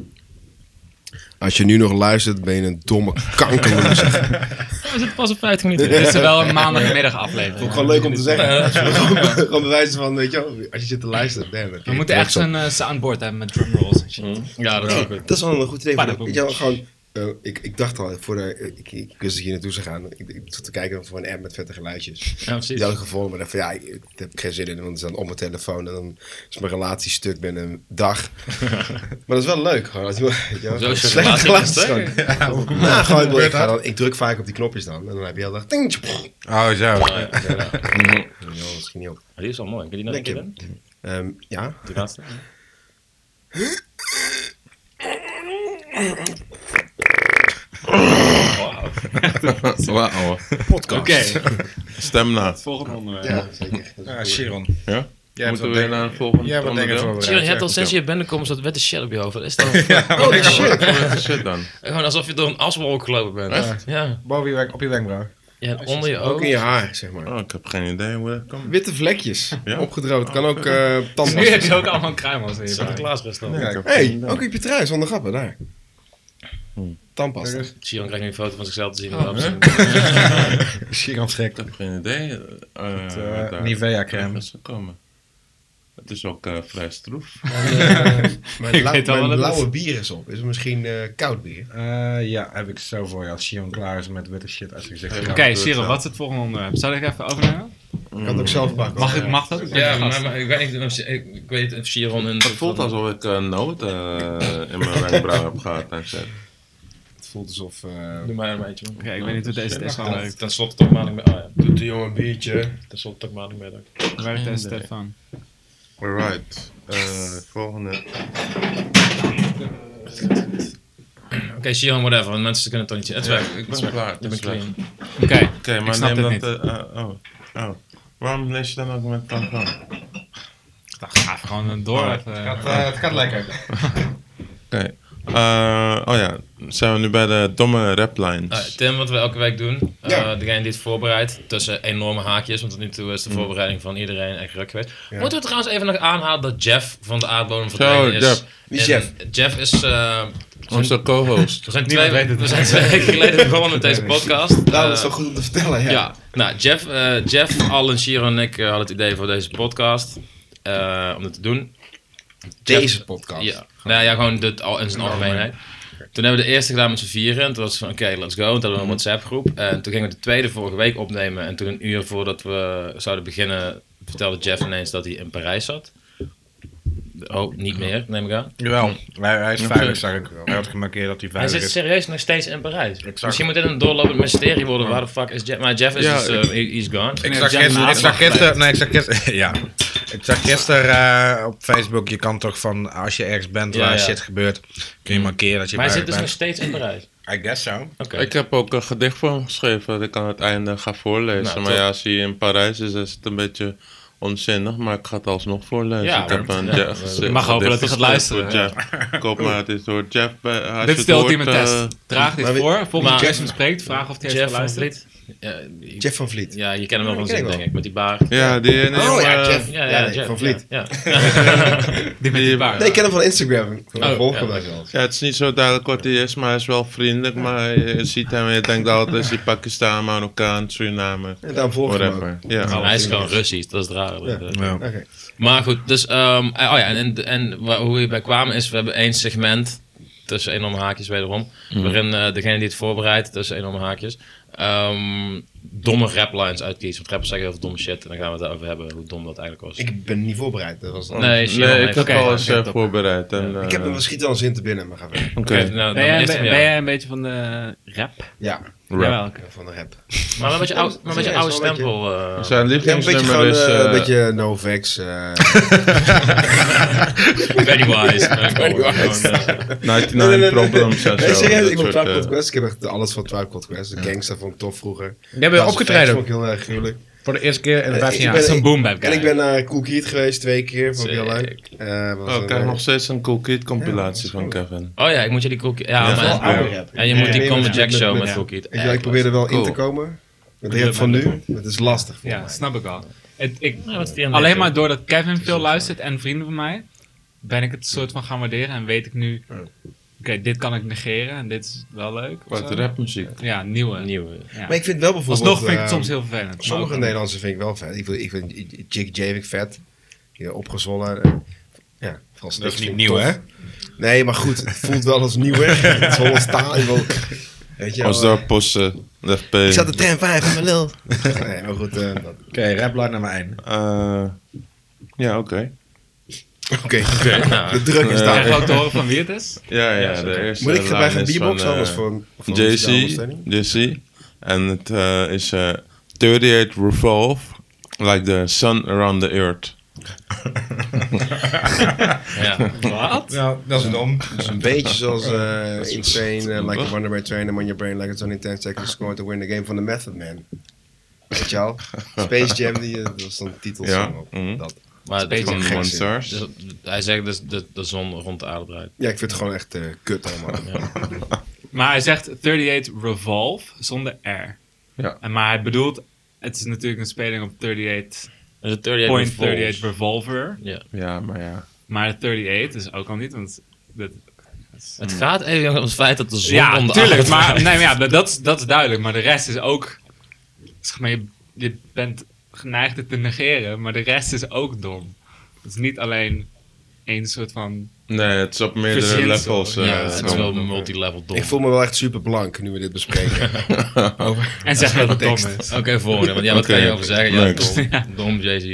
Als je nu nog luistert, ben je een domme kankerloes. Ik We zitten pas op 50 minuten. Dit is wel een maandagmiddag aflevering. vond het gewoon leuk om te zeggen. Als je gewoon, gewoon bewijzen van, weet je wel, als je zit te luisteren. damn, dan We kun je moeten trots echt op. een eh, soundboard hebben met drumrolls. en shit. Ja, dat is ook goed. Dat is wel een goed idee. Van, Padaboom. weet je wel, gewoon, eh, ik, ik dacht al, voor de, eh, ik, ik wist dat je hier naartoe zou gaan. Ik, ik zat te kijken voor een app met vette geluidjes. Ja, precies. Die had ik gevonden, maar dan van ja, ik, ik heb geen zin in, want het is dan op mijn telefoon en dan is mijn relatie stuk binnen een dag. maar dat is wel leuk, gewoon. Als je, weet je wel, Zo is je slecht relatie geluid is lastig. gewoon. Ja, gewoon, ik bedoel, ik, ga dan, ik druk vaak op die knopjes dan en dan heb je heel dag. Ding, tjoep, pff, Oh, zo. Ja, ja, Mhm. ja. Maar joh, misschien niet op. Die is wel mooi. Kun je die nog een Dank keer je. doen? Ehm, ja, Die laatste? Wauw. Oké, Stem na. volgende onderwerp. ja, zeker. Dat is Ah, goed. Sharon. Ja? Jij hebt Moeten wat we weer dingen naar een volgende jij hebt wat dingen onderdeel? voorbereid. Tjern, je hebt al Jij zes hebt jaar binnenkomst dat wet de shit op je hoofd. Wat is dat? Oh, shit. Wat is shit dan? Gewoon alsof je door een aswolk gelopen bent. Ja. wat- Boven je wenkbrauw- op je wenkbrauw. ja, en onder je Ook oog. in je haar, zeg maar. Oh, ik heb geen idee hoe dat komt. Witte vlekjes, Ja. opgedroogd. Kan ook eh Nu tandpasta heb je ook allemaal kruimels in je buik. Sinterklaas best wel. Kijk, Hé, ook op je trui, zonder grappen, daar. Tandpasta. Tjern krijgt nu een foto van zichzelf te zien. in de opzet. Sharon trekt. Ik heb geen idee. eh, Het, eh, eh, daar- Nivea crème. is gekomen. Het is ook eh, vrij stroef. Mijn, Ik blauw- weet al mijn wat het blauwe bier is op. Is het misschien eh, koud bier? Eh, ja, heb ik zo voor je als Sharon klaar is met witte shit als ik zeg. Oké, Cyril, wat is het volgende onderwerp? Zal ik even overnemen? Ik kan het ook zelf bakken. Mag, ik, mag dat? Ik ben Ja, een gast. maar, maar ik weet niet of ik, ik weet niet of Chiron een... Het voelt alsof ik eh nood eh, in mijn wenkbrauw heb gehad en shit. Het voelt alsof... Doe maar een beetje. Oké, ik weet niet hoe deze test werkt. Ten slotte toch maandagmiddag. Oh ja, Doet de jongen een biertje. ten slotte toch maandagmiddag. Hoe werkt deze test van? Alright. Eh, volgende. Oké, Chiron, whatever. Want mensen kunnen toch niet zien. Het werkt. ik Het ben klaar. werkt. Ik ben Het werkt. clean. Oké, Oké, ik maar snap neem dit dat... niet. eh, eh, oh. oh. Waarom lees je dan ook met tampon? Ik dacht, ga even gewoon eh, door. Even. het gaat lekker. Oké. Eh, oh ja, zijn we nu bij de domme raplines. Ah, Tim, wat we elke week doen, eh, Ja. Mm. degene die het voorbereidt, tussen enorme haakjes, want tot nu toe is de voorbereiding van iedereen echt ruk geweest. Moeten we trouwens even nog aanhalen dat Jeff van de aardbodem verdwenen is. Jeff. Wie En is Jeff? Jeff is... eh, Onze co-host. we zijn Niemand twee, weet het. we zijn twee weken geleden begonnen met deze podcast. Nou, dat is Eh, wel goed om te vertellen, ja. ja. nou Jeff, eh Jeff, Al en Sharon en ik eh, hadden het idee voor deze podcast eh, om het te doen. Deze podcast. Ja, nou ja, gewoon dit, al- in zijn algemeenheid. Toen hebben we de eerste gedaan met z'n vieren. En toen was het van, oké, let's go. Toen hadden we een WhatsApp-groep. En toen gingen we de tweede vorige week opnemen. En toen een uur voordat we zouden beginnen... vertelde Jeff ineens dat hij in Parijs zat. Oh, niet meer, neem ik aan. Jawel, hij, hij is veilig, zag ik wel. Hij had gemarkeerd dat Hij hij veilig zit is. serieus nog steeds in Parijs. Exact. Misschien moet dit een doorlopend mysterie worden. Waar de fuck is Jeff? Maar Jeff is Ja, dus... eh, he- he's gone. Ik Nee, zag Jack gisteren, ik Maas zag gisteren, nee, ik zag gisteren, ja. Ik zag gisteren eh, op Facebook, je kan toch van, als je ergens bent Ja, waar ja. shit gebeurt, kun je markeren dat je maar hij veilig zit dus bent. nog steeds in Parijs. I guess so. Oké. Ik heb ook een gedicht voor hem geschreven dat ik aan het einde ga voorlezen. Nou, maar top. ja, als hij in Parijs is, is het een beetje onzinnig. Maar ik ga het alsnog voorlezen. Ja, ik heb maar- een ja, Jeff- we- een je mag hopen gedicht dat hij gaat geschreven voor luisteren, Jeff. Ik hoop maar dat dit door Jeff... bij- als je Dit het is de ultieme hoort, eh, test. Draag dit maar we- voor. Volgens maar- Jackson spreekt, vraag of hij heeft Jeff van geluisterd. Vliet. Ja, ik- Jeff van Vliet. ja, je kent hem wel van ken ik zin, wel. denk ik. Met die baard. ja, die ene Oh ja, jongen, Jeff. Ja, ja, Ja, nee, Jeff, Van Vliet. Ja, ja. Die met die baard. Nee, ik ken hem van Instagram. Ik Oh, volg ja. hem daar zelfs. Ja, het is niet zo duidelijk wat hij is, maar hij is wel vriendelijk. Maar je ziet hem en je denkt altijd, is hij Pakistan, Marokkaan, Suriname, En daarom volg ik hem ook. whatever. Ja. Maar hij is gewoon Russisch, dat is het rare. Ja. Oké. Maar goed, dus ehm, eh, oh ja, en, en, en wa- hoe we hierbij kwamen is, we hebben één segment tussen enorme haakjes wederom. Mhm. Waarin eh, degene die het voorbereidt, tussen enorme haakjes, ehm, domme raplines uitkiest. Want rappers zeggen heel veel domme shit. En dan gaan we het daarover hebben hoe dom dat eigenlijk was. Ik ben niet voorbereid. Dat was dan... nee, Shion Nee, ik heeft- heb Oké, alles oké, eh, top. voorbereid. En, Ik heb eh, er misschien wel een zin te binnen, maar ga verder. Oké. oké, nou, Ben dan jij, is ben, het hem, ja. ben jij een beetje van de rap? Ja, Rap. Jawel, oké. van de rap. Maar een beetje oude, maar een beetje oude Ja, zo'n beetje- stempel. eh. Dus Zijn Ja, een beetje lievelingsnummer gewoon is... eh, eh, een beetje Novex. eh Pennywise. eh, gewoon, Pennywise. gewoon, eh, 99 Problems en zo. Nee, serieus, dat ik vond soort, Tribe eh, Called Quest. Ik heb echt alles van Tribe Called Quest. De gangster vond ik tof vroeger. Jij bent House of Facts opgetreden vond ik heel erg gruwelijk. voor de eerste keer in Eh, de 15 ik jaar. ben- Zo'n boom bap guy. En ik ben naar Cool Keat geweest twee keer. Vond ik heel Sick. leuk. Eh, was Oh, een, ik krijg eh, nog steeds een Cool Kid compilatie Ja, van Kevin. Oh ja, ik moet je die cookie... Ja, Ja, wel maar, oude rap. en je moet die Ja, Common met- Jack show met- met cookie. Weet je wel, Ik probeer er wel in te Cool. komen. Met de rap van nu. Het is lastig. Ja, Ja. snap ik al. Het, ik, alleen maar doordat Kevin veel luistert en vrienden van mij, ben ik het soort van gaan waarderen en weet ik nu, oké, dit kan ik negeren en dit is wel leuk. of Wat zo. rapmuziek. Ja, nieuwe. Nieuwe. Ja. Maar ik vind wel bijvoorbeeld... Alsnog vind ik eh, het soms heel vervelend. maar Sommige ook- Nederlandse vind ik wel vet. Ik vind, ik vind Chick J vind ik vet. Hier opgezwollen. eh, Ja, Frans Dat is Dix vind niet ik nieuw, tof. hè? Nee, maar goed. Het voelt wel als nieuw, hè? Het is Hollands taal. ik wil- Weet je wel, Als daar posten, leg P. Ik zat de tram 5 van mijn lul. Nee, maar goed. eh, dat- Oké, rap line naar mijn einde. Eh, Ja, oké. Oké, nou. de druk is Krijg daar. je ook te horen van wie het is? Ja, ja, zeker. de eerste Moet ik erbij lijn gaan is beatboxen? van, Eh, eh, anders voor, voor JC, de ondersteuning? JC. En het eh, is eh, 38 Revolve, like the sun around the earth. Ja. Wat? Nou, dat is dom. Dat is een beetje zoals eh, Insane, eh, Like a Wonder by Train, I'm on your brain, like it's only 10 seconds, to score to win the game van The Method Man. Weet je al? Space Jam, die, eh, dat was dan titelsong Ja, op. mhm. Dat. Maar het Beetje is Van gewoon- gek, Monsters. dus, hij zegt dus de, de zon rond de aarde draait. Ja, ik vind het gewoon echt eh, kut allemaal. Maar hij zegt 38 Revolve zonder R. Ja. En maar hij bedoelt, het is natuurlijk een speling op 38, Dus de 38 point revolves. 38 Revolver. Ja, maar ja. Maar de 38 is ook al niet, want... Dat, Het gaat even om het feit dat de zon ja, om de natuurlijk. aarde Maar, draait. nee, maar ja, dat, dat, is, dat is duidelijk. Maar de rest is ook... Zeg maar, je, je bent geneigd het te negeren, maar de rest is ook dom. Het is niet alleen één soort van... Nee, het is op meerdere Verzinsel. levels. eh, Ja, het is gewoon. wel multilevel dom. Ik voel me wel echt super blank nu we dit bespreken. En zeg dat het dom is. Oké, volgende. Want ja, wat Oké, kan je over zeggen? Ja, leuk. dom, dom Jay-Z.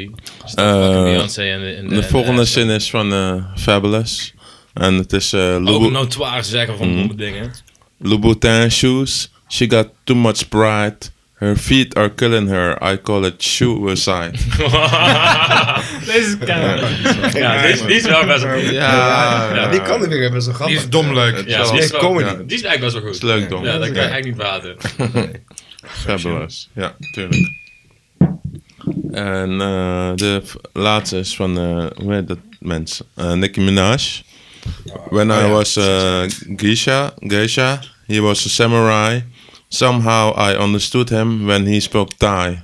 Eh, Beyoncé en de... en de en volgende en- zin is van eh, Fabulous. En het is eh, Ook Loubou- notoire zeggen van domme dingen. Louboutin shoes. She got too much pride. Her feet are killing her. I call it suicide. Deze is keihard. Ja, die is, die is wel best wel goed. ja, Ja, Ah, die kan ik weer hebben, zo Die grappig. is dom leuk. Ja, Zo. die is, wel, comedy. ja, die is eigenlijk best wel goed. is leuk dom. Ja, dat kan je eigenlijk niet water. Fabulous. Ja, tuurlijk. En eh, de v- laatste is van, eh, hoe heet dat mens? Eh, Nicki Minaj. When Oh, I was eh, geisha, geisha, he was a samurai. Somehow I understood him when he spoke Eh, Thai.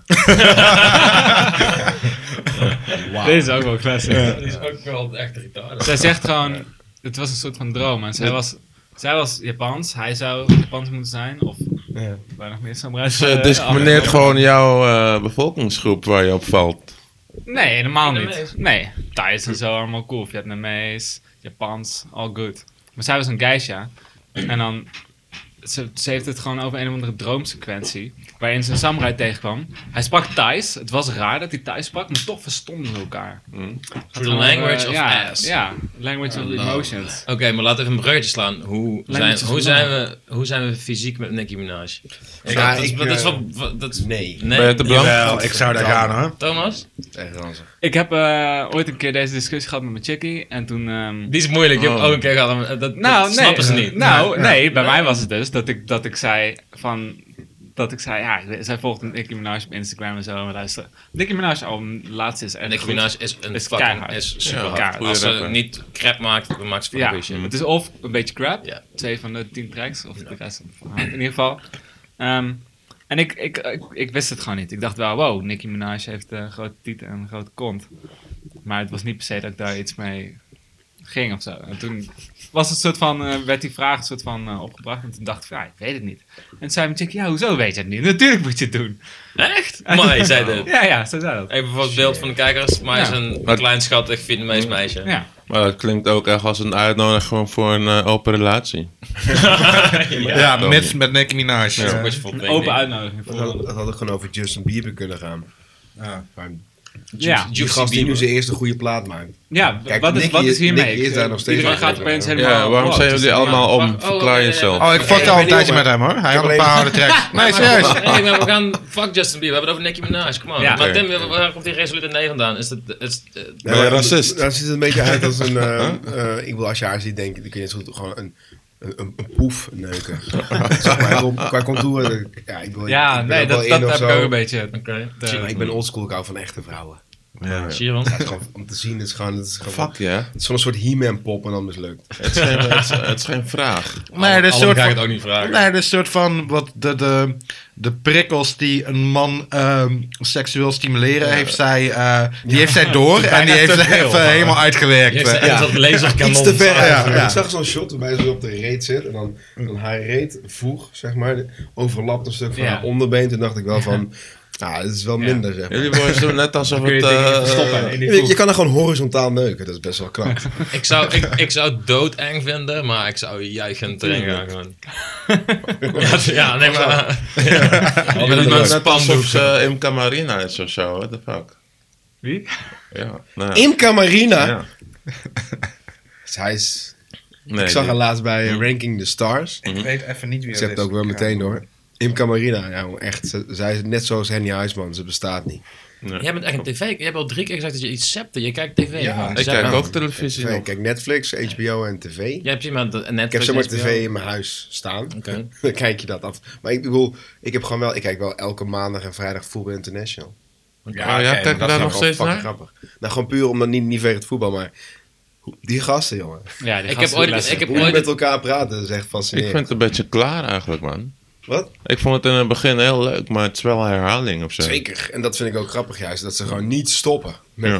Deze is ook wel classic. Dat is ook wel echt retarded. Zij zegt gewoon, het was een soort van droom. En zij was, zij was Japans, hij zou Japans moeten zijn. Of waar nog meer samurai. Ze oh, discrimineert gewoon jouw eh, bevolkingsgroep waar je op valt. Nee, helemaal niet. Vietnamees. Nee, Thais en zo allemaal cool. Vietnamees, Japans, all good. Maar zij was een geisha. En dan, ze, ze heeft het gewoon over een of andere droomsequentie. Waarin ze een samurai tegenkwam. Hij sprak Thais. Het was raar dat hij Thais sprak, maar toch verstonden ze elkaar. Through the language Eh, of ja, ass. Ja, language of emotions. Oké, maar laten we even een bruggetje slaan. Hoe zijn, Language of hoe, love. zijn we, hoe zijn we fysiek met Nicki Minaj? Ik- Ja, dat, is- ik, dat is eh, wat... wat- dat is- Nee, nee. Ben je te blank? Wel, ik zou daar gaan hoor. Thomas? echt ranzig. Ik heb eh, ooit een keer deze discussie gehad met mijn chickie. En toen... ehm, Die is moeilijk. Je Oh. hebt ook een keer gehad. maar Dat, dat nou, nee, snappen ze niet. Nou, nee, bij mij was het dus dat ik, dat ik zei van... Dat ik zei, ja, ik weet- zij volgt Nicki Minaj op Instagram en zo. En luisteren. Nicki Minaj al laatst is echt Nicki goed. Minaj is een Is fucking... keihard. Is Ja, super keihard. Als ze Goeie niet crap maakt, dan maakt ze fucking Ja, Mhm. goeie shit. het is of een beetje crap. Ja. Twee van de tien tracks. Of de rest van haar. In ieder geval. Ehm, en ik, ik, ik, ik wist het gewoon niet. Ik dacht wel, wow, Nicki Minaj heeft eh, een grote tieten en een grote kont. Maar het was niet per se dat ik daar iets mee ging of zo. En toen was het soort van, eh, werd die vraag een soort van eh, opgebracht. En toen dacht ik, ja, ik weet het niet. En toen zei mijn chick, ja, hoezo weet je het niet? Natuurlijk moet je het doen. Echt? Mooi, zei dit. Ja, ja, zo zei dat. Even voor het beeld van de kijkers. Maar Ja. Mm. is een kleinschattig Vietnamees meisje. Ja. Maar dat klinkt ook echt als een uitnodiging voor een eh, open relatie. Ja, met, met Nicki Minaj. is Ja. een beetje vol Een training. open uitnodiging. Dat voor- had- dat had ik gewoon over Justin Bieber kunnen gaan. Ja. Maar Ja, die gast die nu zijn eerste goede plaat maakt. ja Kijk, wat, is, Nicky wat is- is hiermee? Nicky is daar nog steeds Iedereen mee gaat opeens bezig. helemaal... ja, waarom wow, zijn het is jullie helemaal- allemaal om? Oh, Verklaar eh, jezelf. Oh, ik ik fuckte ben al een niet tijdje om, met maar- hem hoor. Hij Ik had een alleen- paar harde tracks. Nee, serieus. Hey, maar we gaan... Fuck Justin Bieber, we hebben het over Nicki Minaj, come on. Ja. Maar Tim, waar- waar komt die resolute nee vandaan? Is dat... Is, eh, Ja, je dan- racist? Dan ziet het een beetje uit als een... eh, eh, ik bedoel, als je haar ziet, denk ik, dan kun je zo gewoon een, een, een, een poef neuken. zeg maar, qua- qua contouren. Ja, ik bedoel, ik Ja, ben nee, ook wel dat, in dat of heb ik zo. ook een beetje. Oké. De- Maar ik ben oldschool, ik hou van echte vrouwen. Sharon. Ja, het is gewoon, om te zien, het is gewoon... Het is gewoon Fuck ja. het is gewoon een soort He-Man pop en dan mislukt. Het, is geen- het is- het is geen vraag. Nee, dat is Allen soort ga ik het van- ook niet vragen. Nee, dat is soort van wat de, de, de prikkels die een man ehm, seksueel stimuleren, heeft zij, eh, die heeft zij door en die heeft zij even helemaal uitgewerkt. Je eh. hebt dat laserkanon. Iets te ver Ja. uit. ja. Ik zag zo'n shot waarbij ze op de reet zit. En dan, dan haar reet vroeg, zeg maar, overlapt een stuk van Ja. haar onderbeen. Toen dacht ik wel van... Ah, het is wel minder, zeg maar. Jullie boys doen net alsof Kun je het... dingen eh, verstoppen in die Je, voet. je kan er gewoon horizontaal neuken, dat is best wel knap. Ik zou, ik, ik zou doodeng vinden, maar ik zou juichend erin gaan gewoon. ja, nee, maar... Ja, jullie met doen een net alsof spandoek. ze Imca Marina is of zo. What the fuck? Wie? Ja. nou ja. Imca Marina. Ja. Zij Dus is, Nee, ik zag haar die- laatst bij eh, Ranking the Stars. Ik weet even niet wie Ik zeg het ook wel meteen door. Imca Marina, ja, jongen, echt. ze- Zij is net zoals Henny Huisman, ze bestaat niet. Jij bent echt een tv... Je hebt al drie keer gezegd dat je iets zapte. Je kijkt tv. Ja, gewoon. Ik Zap- kijk Ja. ook televisie Ik nog. kijk Netflix, HBO en tv. Jij hebt iemand een Ik heb zomaar Netflix tv in mijn huis staan. Oké. Dan kijk je dat af. Maar ik bedoel, ik heb gewoon wel, ik kijk wel elke maandag en vrijdag voetbal international. Ja, ja, kijk daar nog Gewoon steeds fucking naar? grappig. Nou, gewoon puur omdat niet, niet tegen het voetbal, maar hoe- die gasten, jongen. Ja, die Ik gasten heb ooit- laten- ik heb Hoe die ooit- met elkaar praten, dat is echt Ik fascinerend. vind het een beetje klaar eigenlijk, man. Wat? Ik vond het in het begin heel leuk, maar het eh, is wel een herhaling of zo. Zeker. En dat vind ik ook grappig juist. Dat ze gewoon niet stoppen met Ja.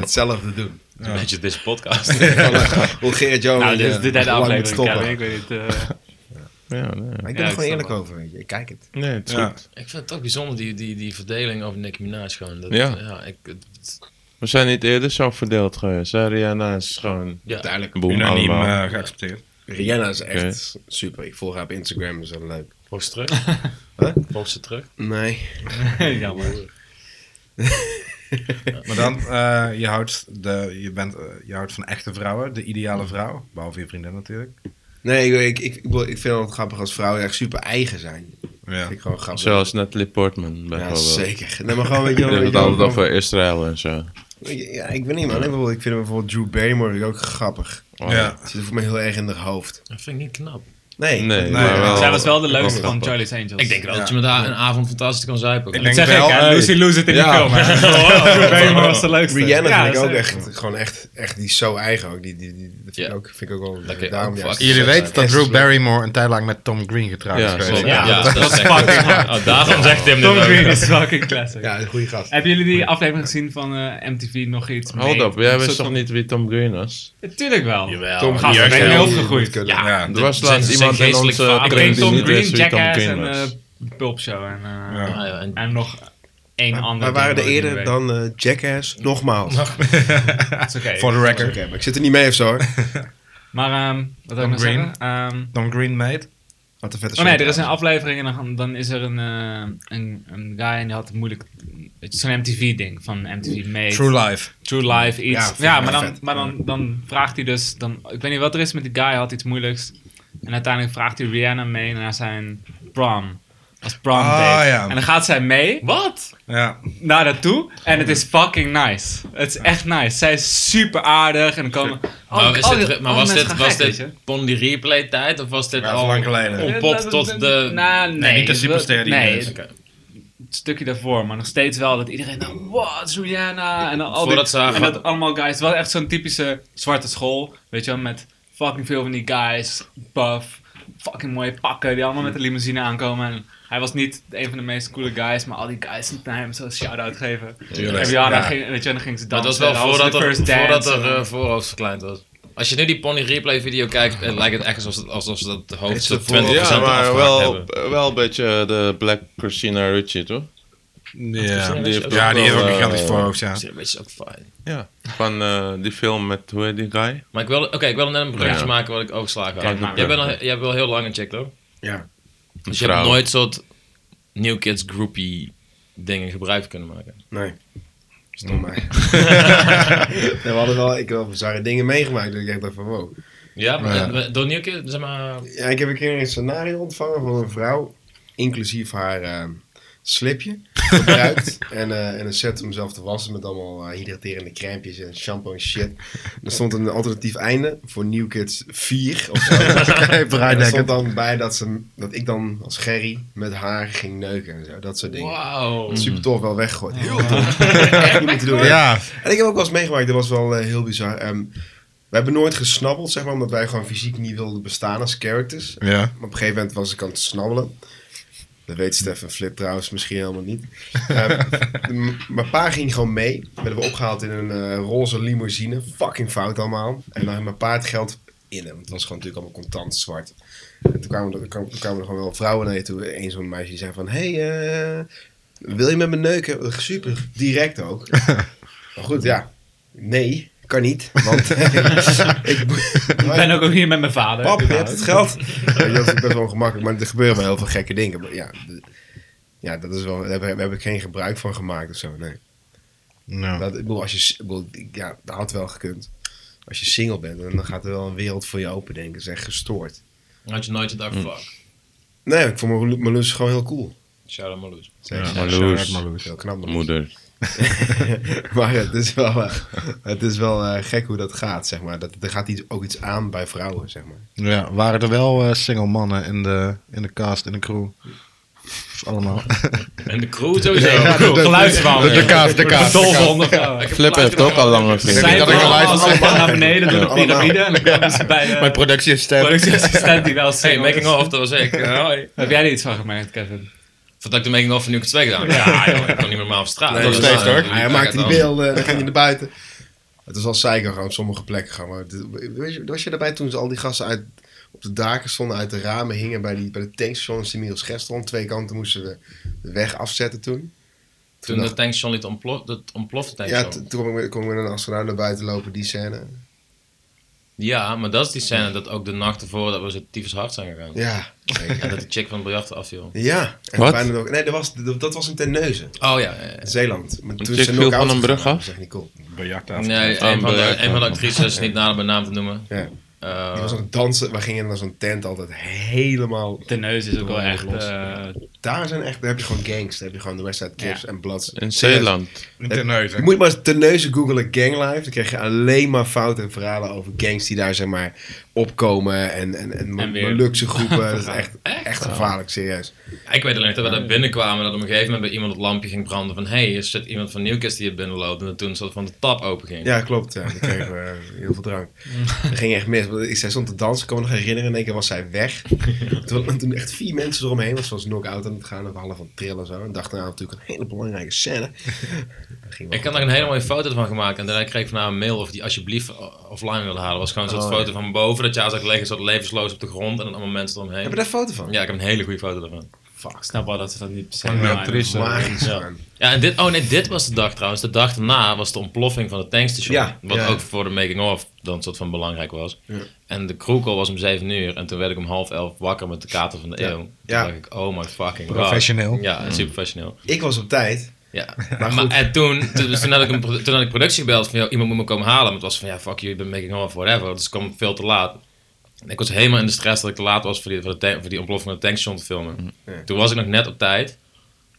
hetzelfde doen. Een beetje deze podcast. Hoe Gerrit Jones Nou, dit is eh, de derde lang moet aflevering. stoppen. Kevin, ik weet niet. eh, Ja, nee. Maar ik Ja, ben er ik gewoon snap eerlijk het. over. Weet je. Ik kijk het. Nee, het is Ja. goed. Ik vind het toch bijzonder, die, die, die verdeling over Nicki Minaj gewoon. Dat, Ja. ik, het- We zijn niet eerder zo verdeeld geweest. hè? Rihanna is gewoon... ja. Duidelijk. Boem, Unaniem allemaal. eh, geaccepteerd. Rihanna is echt super. Ik volg haar op Instagram. Dat is wel leuk. Volg ze terug. Huh? Volg ze terug. Nee. Jammer. Maar dan, eh, je, houdt de, je, bent, eh, je houdt van echte vrouwen, de ideale vrouw. Behalve je vriendin natuurlijk. Nee, ik, ik, ik, bedoel, ik vind het grappig als vrouwen echt super eigen zijn. Ja. Vind ik gewoon grappig. Zoals Natalie Portman Ja, bijvoorbeeld. zeker. Nee, maar gewoon, weet je Ik wel, heb weet het je wel, altijd gewoon- over Israël en zo. Ja, ik weet niet, man. Ik, bedoel, ik vind bijvoorbeeld Drew Barrymore ook grappig. Oh, Dus Ja. Ze zit voor mij heel erg in haar hoofd. Dat vind ik niet knap. Nee. Nee, maar wel... Zij was wel de leukste wel van grappig. Charlie's Angels. Ik denk wel dat je met haar een avond fantastisch kan zuipen. Ik Dat denk zeg wel, ik, hè. hey. Lucy Lose it in Ja. die film. hè. Drew Barrymore was de leukste. Rihanna Ja, vind ik ook zeker. echt, gewoon echt, echt, die is zo eigen ook. Die, die, die, dat vind, Ja. ik ook, vind ik ook wel... Lekker daarom ook juist. fucking- Jullie Zo weten zijn. dat Drew Barrymore een tijd lang met Tom Green getrouwd Ja, is. klopt. geweest. Ja, Ja, dat, is echt- fucking hard. Oh, daarom zegt Tim dit Tom ook. Green is fucking classic. Ja, een goede gast. Hebben jullie die aflevering gezien van eh, MTV nog iets? Hold mee? up, jij Een wist soort toch van- niet wie Tom Green was? Tuurlijk wel. Jawel. Tom Gast, Green. ben je ben heel opgegroeid. Ja. Ja, Er was zijn- laatst zijn iemand in geestelijk onze vaak. Ik Green ken kring die Tom niet Green, wist wie Tom Jackass Green en eh was. Pulp Show en, eh, Ja. Ah, ja, en- en nog één ander. Maar waren ding wat er ik eerder niet dan eh, Jackass? Nogmaals. Oké, weet. Is oké. Voor de record. maar ik zit er niet mee of zo hoor. Maar ehm, wat wil ik Tom nog Green. zeggen? Ehm, Tom Green made. Wat een vette Oh nee, er is een show. aflevering en dan, dan is er een, eh, een, een guy en die had het moeilijk. weet je, Zo'n MTV-ding van MTV Made. True Life. True Life Ja, iets. vind Ja, ik wel maar, dan, vet. maar dan, dan vraagt hij dus. Dan, ik weet niet wat er is met die guy, hij had iets moeilijks. En uiteindelijk vraagt hij Rihanna mee naar zijn prom. Als prom Ah, date. ja. En dan gaat zij mee Wat? Ja. naar daartoe. En het is fucking nice. Het is echt nice. Zij is super aardig. En dan komen. Maar, is al- dit, al- maar alle was oh, mensen dit, gaan was gek, weet dit je. Pondy Replay tijd? Of was dit Ja, al lang geleden. ontpopt tot de... Nou, nee, niet de superster die nee, is. het stukje daarvoor, maar nog steeds wel dat iedereen dan, what, Rihanna, en dan al Voordat die, ze haar en gaat- dat allemaal guys, wel echt zo'n typische zwarte school, weet je wel, met fucking veel van die guys, buff, fucking mooie pakken, die allemaal met de limousine aankomen en hij was niet een van de meest coole guys, maar al die guys lieten naar hem zo'n shout-out geven. En Rihanna, Ja. ging, weet je, wel, dan ging ze dansen. Maar dat was wel dan was voordat de er, first dance voordat en er dan- eh, voorhoofd verkleind was. Als je nu die Pony Replay video kijkt, eh, lijkt het echt alsof, ze- alsof ze dat hoofdstuk 20% Ja, maar afgehaakt wel, eh, hebben. wel een beetje de Black Christina Ricci, toch? Ja, Christina die Ricci heeft ook Ja, die heeft ook wel, een eh, gigantisch voorhoofd, ja. Dat is ook fijn. Ja, van eh, die film met, hoe heet die guy? Maar ik wil, oké, ik wil net een bruggetje Ja. maken wat ik overslagen Kijk, had. maar. jij, bent al, jij hebt wel heel lang een chick, hoor. Ja. Dus je Vrouw. hebt nooit soort New Kids groupie dingen gebruik kunnen maken. Nee. Stom mij. nee, we hadden wel, ik heb wel bizarre dingen meegemaakt. Dat ik echt dacht van wow. Ja, maar door New Kids, zeg maar... Ja, ik heb een keer een scenario ontvangen van een vrouw. Inclusief haar eh, slipje. Gebruikt. en, eh, en een set om zelf te wassen met allemaal eh, hydraterende crèmpjes en shampoo en shit. En er stond een alternatief einde voor New Kids 4 of zo. en er stond dan bij dat, ze, dat ik dan als Gerry met haar ging neuken en zo. Dat soort dingen. Wauw. Super tof, wel weggegooid. Heel tof. Echt goed om te doen. hè? Ja, En ik heb ook wel eens meegemaakt, dat was wel eh, heel bizar. Ehm, we hebben nooit gesnabbeld, zeg maar, omdat wij gewoon fysiek niet wilden bestaan als characters. ja. Maar op een gegeven moment was ik aan het snabbelen. Dat weet Stefan Flip trouwens misschien helemaal niet. Ehm, m- mijn pa ging gewoon mee. Werden we opgehaald in een eh, roze limousine. Fucking fout allemaal. En dan had mijn pa het geld in hem. Het was gewoon natuurlijk allemaal contant zwart. En toen kwamen, er, kwam- toen kwamen er gewoon wel vrouwen naar je toe. Eén zo'n meisje die zei van... Hey, eh, wil je met me neuken? Super, direct ook. maar goed, ja. Nee, kan niet. Want ik, Ik ben ook hier met mijn vader. Pap, je hebt het geld. Ja, dat is best wel ongemakkelijk, maar er gebeuren wel heel veel gekke dingen. Maar ja, d- ja dat is wel, daar hebben we geen gebruik van gemaakt of zo. Nee. Nou. Dat, ik bedoel, als je, s- ik bedoel, ik- ja, dat had wel gekund. Als je single bent, dan gaat er wel een wereld voor je open, denk ik. Dat is echt gestoord. Had je nooit gedacht, Hmm. fuck. Nee, ik vond mijn- mijn lus gewoon heel cool. Shout out Marloes. Zeker. Marloes. Heel knap. man. Moeder. maar het is wel, eh, het is wel eh, gek hoe dat gaat, zeg maar. Dat, er gaat iets, ook iets aan bij vrouwen, zeg maar. Ja, waren er wel eh, single mannen in de, in de cast, in de crew? Dus allemaal. En de crew sowieso. Geluidswand. De kaas, de kaas. Dol onder vrouwen. Flip heeft ook al langer Zij vrienden. dat dat ik ik een lijst allemaal heb. allemaal naar beneden door de Allemaal. piramide. En dan komen ze bij eh, de productieassistent. productieassistent die wel Hey, single making is. of, dat was ik. Ja, hoi. Heb jij er iets van gemerkt, Kevin? Voordat ik de making of van New Kids 2 gedaan. Ja, joh, ik kon niet meer normaal op straat. Nee, Dat nog is steeds, waar. hoor. Ja, hij maakte die dan. beelden, dan ging hij naar buiten. Het was al psycho gewoon op sommige plekken. Gewoon, maar dit- weet je, was je daarbij toen ze al die gasten uit, op de daken stonden, uit de ramen hingen bij, die, bij de tankstations die inmiddels Gestel aan twee kanten moesten we de weg afzetten toen? Toen de tankstation liet ontploffen, dat ontplofte Ja, tankstation. t- toen kwam ik- kwam ik met een astronaut naar buiten lopen, die scène. Ja, maar dat is die scène dat ook de nacht ervoor dat we zo tyfus hard zijn gegaan. Ja, Oh, En dat de chick van het biljart afviel. ja. En Wat? bijna nog- nee, dat was, dat, dat was in Terneuzen, Oh ja, ja, ja. Zeeland. Maar toen chick ze viel knock-out van een brug gingen, af? Dat is echt niet cool. Nee, een van, de, een van de actrices, niet nader bij naam te noemen. Ja. Eh, Die was aan het dansen. We gingen naar zo'n tent altijd helemaal De neus is ook wel echt... Los. eh, Daar zijn echt, daar heb je gewoon gangs. Daar heb je gewoon de West Side Kids Ja. en Bloods. In Zeeland. Je moet maar eens terneuzen googelen ganglife. Dan krijg je alleen maar fouten en verhalen over gangs die daar zeg maar opkomen. En, en, en, En weer. Molukse groepen. Dat is echt, echt gevaarlijk, serieus. Ik weet alleen nog dat we daar binnenkwamen dat op een gegeven moment bij iemand het lampje ging branden van hé, hey, er zit iemand van Newcastle die hier binnenloopt en dat toen soort van de tap open ging. Ja, klopt. Ja, dan kregen we heel veel drank. Dat ging echt mis. want Ik zij stond te dansen, ik kan me nog herinneren. In één keer was zij weg. Toen, en toen echt vier mensen eromheen. Want ze was knock-out aan het gaan. En we hadden van trillen en zo. En dachten nou natuurlijk een hele belangrijke scène. Dat ging wel Ik had daar een hele mooie foto van gemaakt en daarna kreeg ik van haar een mail of die alsjeblieft eh, offline wilde halen. was gewoon een soort Oh, ja. foto van boven dat je haar zag liggen, soort levensloos op de grond en dan allemaal mensen eromheen. Heb je daar een foto van? Ja, ik heb een hele goede foto daarvan. Ik snap wel dat ze dat niet per se Ja, online actrice. doen. Magisch, Ja. man. Ja, en dit, oh nee, dit was de dag trouwens. De dag daarna was de ontploffing van het tankstation. Ja, wat ja. ook voor de making-of dan een soort van belangrijk was. En de crew call was om 7 uur. En toen werd ik om half elf wakker met de kater van de eeuw. Toen Ja. Mm. dacht ik, oh my fucking god. Professioneel. Ja, super professioneel. Ik was op tijd. Ja. Maar Maar, goed. en toen, toen, dus toen, had ik een, pro- toen had ik productie gebeld van, joh, iemand moet me komen halen. Maar het was van, ja, fuck jullie, ik ben making-of, whatever. Dus ik kwam veel te laat. En ik was helemaal in de stress dat ik te laat was voor die, voor de tank- voor die ontploffing van de tankstation te filmen. Mhm. Ja. Toen was ik nog net op tijd.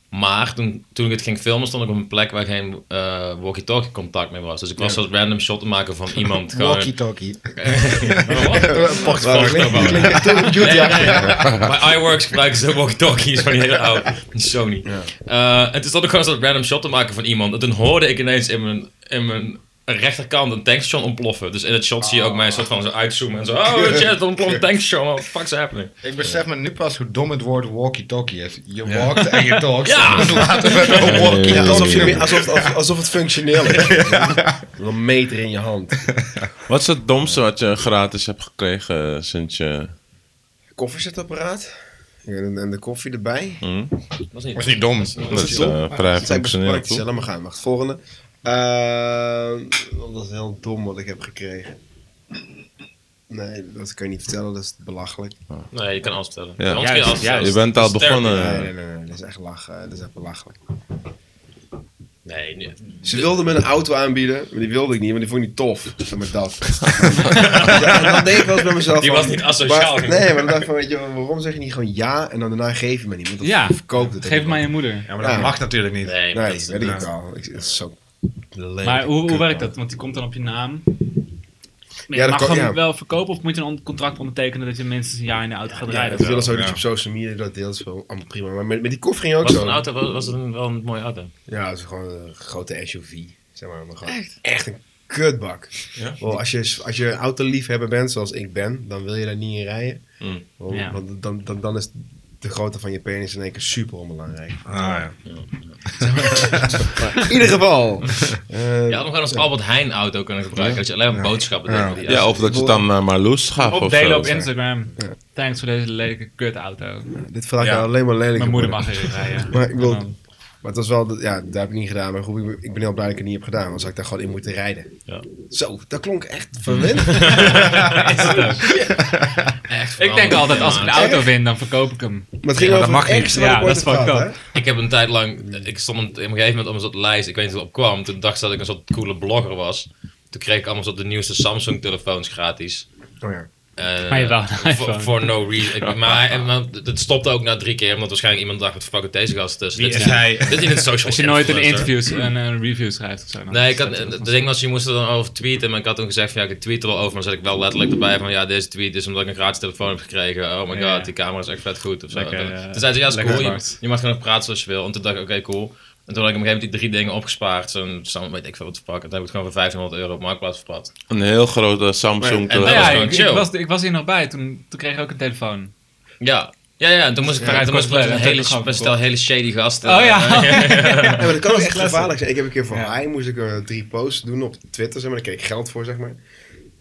Maar toen, toen ik het ging filmen, stond ik op een plek waar geen eh, walkie-talkie contact meer was. Dus ik was zo'n random shot te maken van iemand. gewoon- Walkie-talkie. Oh, wat? Wel, klinkt- klinkt echt heel cute, Nee, ja. nee, nee. Bij iWorks gebruiken ze walkie-talkies van die hele oude Sony. Eh, en toen stond ik gewoon zo'n random shot te maken van iemand. En toen hoorde ik ineens in mijn, in mijn rechterkant een tankstation ontploffen. Dus in het shot zie je Ah. ook mij soort van zo uitzoomen en zo. Oh shit, er ontploft een tankstation. What the fuck's happening? Ik besef me nu pas hoe dom het woord walkie-talkie is. Je walkt en je talkt. Ja! Laten we het over Ja, alsof, walkie-talkie je, doen. meer- alsof, alsof, alsof het functioneel is. Een meter in je hand. Wat is het domste wat je gratis hebt gekregen eh, sinds je... Koffiezetapparaat. En, en de koffie erbij. Dat is niet... was niet dom. hm? Dat is eh, vrij Dat zijn functioneel, bespraakjes. toch? Laat maar gaan. Wacht, volgende. Ehm, dat is heel dom wat ik heb gekregen. Nee, dat kan je niet vertellen. Dat is belachelijk. Nee, je kan alles vertellen. Ja. Anders kun je alles Juist, vertellen. juist. Je bent al Dat is therapy. begonnen. Nee, eh. nee, nee, nee, Dat is echt lachen. Dat is echt belachelijk. Nee, nee. Ze wilden me een auto aanbieden, maar die wilde ik niet, want die vond ik niet tof. Zeg maar dat. ja, en dan denk ik wel eens bij mezelf. Die van, was niet asociaal. maar- nee, maar dan dacht ik van, weet je, waarom zeg je niet gewoon ja en dan daarna geef je me niet? Want dat Ja, verkoopt het. Geef het maar aan je moeder. Ja, maar dat Ja. mag natuurlijk niet. Nee, Nee, dat is- weet ik wel. Ik, dat is zo lelijk. Maar hoe, hoe Kut, werkt man. dat? Want die komt dan op je naam. Maar Ja, je dat mag kan- hem ja. wel verkopen of moet je een on- contract ondertekenen dat je minstens een jaar in de auto gaat Ja, rijden? dat willen ze ook Ja. dat je op social media dat deelt. is wel allemaal prima. Maar met, met die koffer ging je ook Was het zo. een auto? Was, was het een, wel een mooie auto? Ja, het is gewoon een grote SUV. Zeg maar, maar gewoon echt? een kutbak. Ja? Wel, als, je, als je een autoliefhebber bent, zoals ik ben, dan wil je daar niet in rijden. Mm. Wel, Ja. Want dan, dan, dan is de grootte van je penis in één keer super onbelangrijk. Ah, ja. Maar in ieder geval. eh, Je had hem gewoon als Albert Heijn auto kunnen gebruiken. Dat je alleen maar boodschappen deed. met die Ja, of dat je het dan naar Marloes gaf of Opdelen zo. op Instagram. Thanks voor deze lelijke kutauto. dit vraag ik Ja. alleen maar lelijk. Mijn moeder mag erin rijden. Maar ik En wil... dan- Maar het was wel, dat- ja, dat heb ik niet gedaan. Maar goed, ik, ik ben heel blij dat ik het niet heb gedaan. Anders had ik daar gewoon in moeten rijden. Ja. Zo, dat klonk echt verwend. Echt Ik denk veranderd, altijd, als ik man. een auto win, dan verkoop ik hem. Maar het ging Ja, over dat mag het ergste niet. wat Ja, ik ooit dat heb is fucked gehad, up. Ik heb een tijd lang, ik stond op een gegeven moment op een soort lijst, ik weet niet of het opkwam, toen dacht ik dat ik een soort coole blogger was. Toen kreeg ik allemaal soort de nieuwste Samsung telefoons gratis. hè? Oh ja. Eh, Maar je wou een voor- iPhone. Voor no reason. Ik- maar en, maar dat stopte ook na drie keer, omdat waarschijnlijk iemand dacht, wat fuck heeft deze gast tussen. Wie Dit is hij? Dit is een social Als je nooit een influencer. interviews en een review schrijft of zo. dan- Nee, ik had, het ding was, je moest er dan over tweeten. Maar ik had toen gezegd van, ja, ik tweet er wel over. Maar dan zet ik wel letterlijk erbij van, ja, deze tweet is omdat ik een gratis telefoon heb gekregen. Oh my god, Ja. die camera is echt vet goed. Of zo. Lekker, toen, eh, toen zei ze, ja, is lekker cool. Je, zwart. je mag gewoon praten zoals je wil. En toen dacht ik, oké, cool. En toen had ik op een gegeven moment die drie dingen opgespaard. Zo'n, zo'n- weet ik veel wat te pakken. Toen heb ik het gewoon voor 1500 euro op Marktplaats verpakt. Een heel grote Samsung En dat Nou was ja, telefoon. gewoon ik, ik chill. was, ik was hier nog bij. Toen, toen kreeg ik ook een telefoon. Ja. Ja, ja, en toen moest ik Ja, vragen, toen dat moest kost ik best een wel, hele, dat heb ik best ook wel hele shady gasten. eh, Oh ja. Ja, maar dat kan ook echt gevaarlijk zijn. Ik heb een keer voor Haai moest ik eh, drie posts doen op Twitter, zeg maar. Daar kreeg ik geld voor, zeg maar.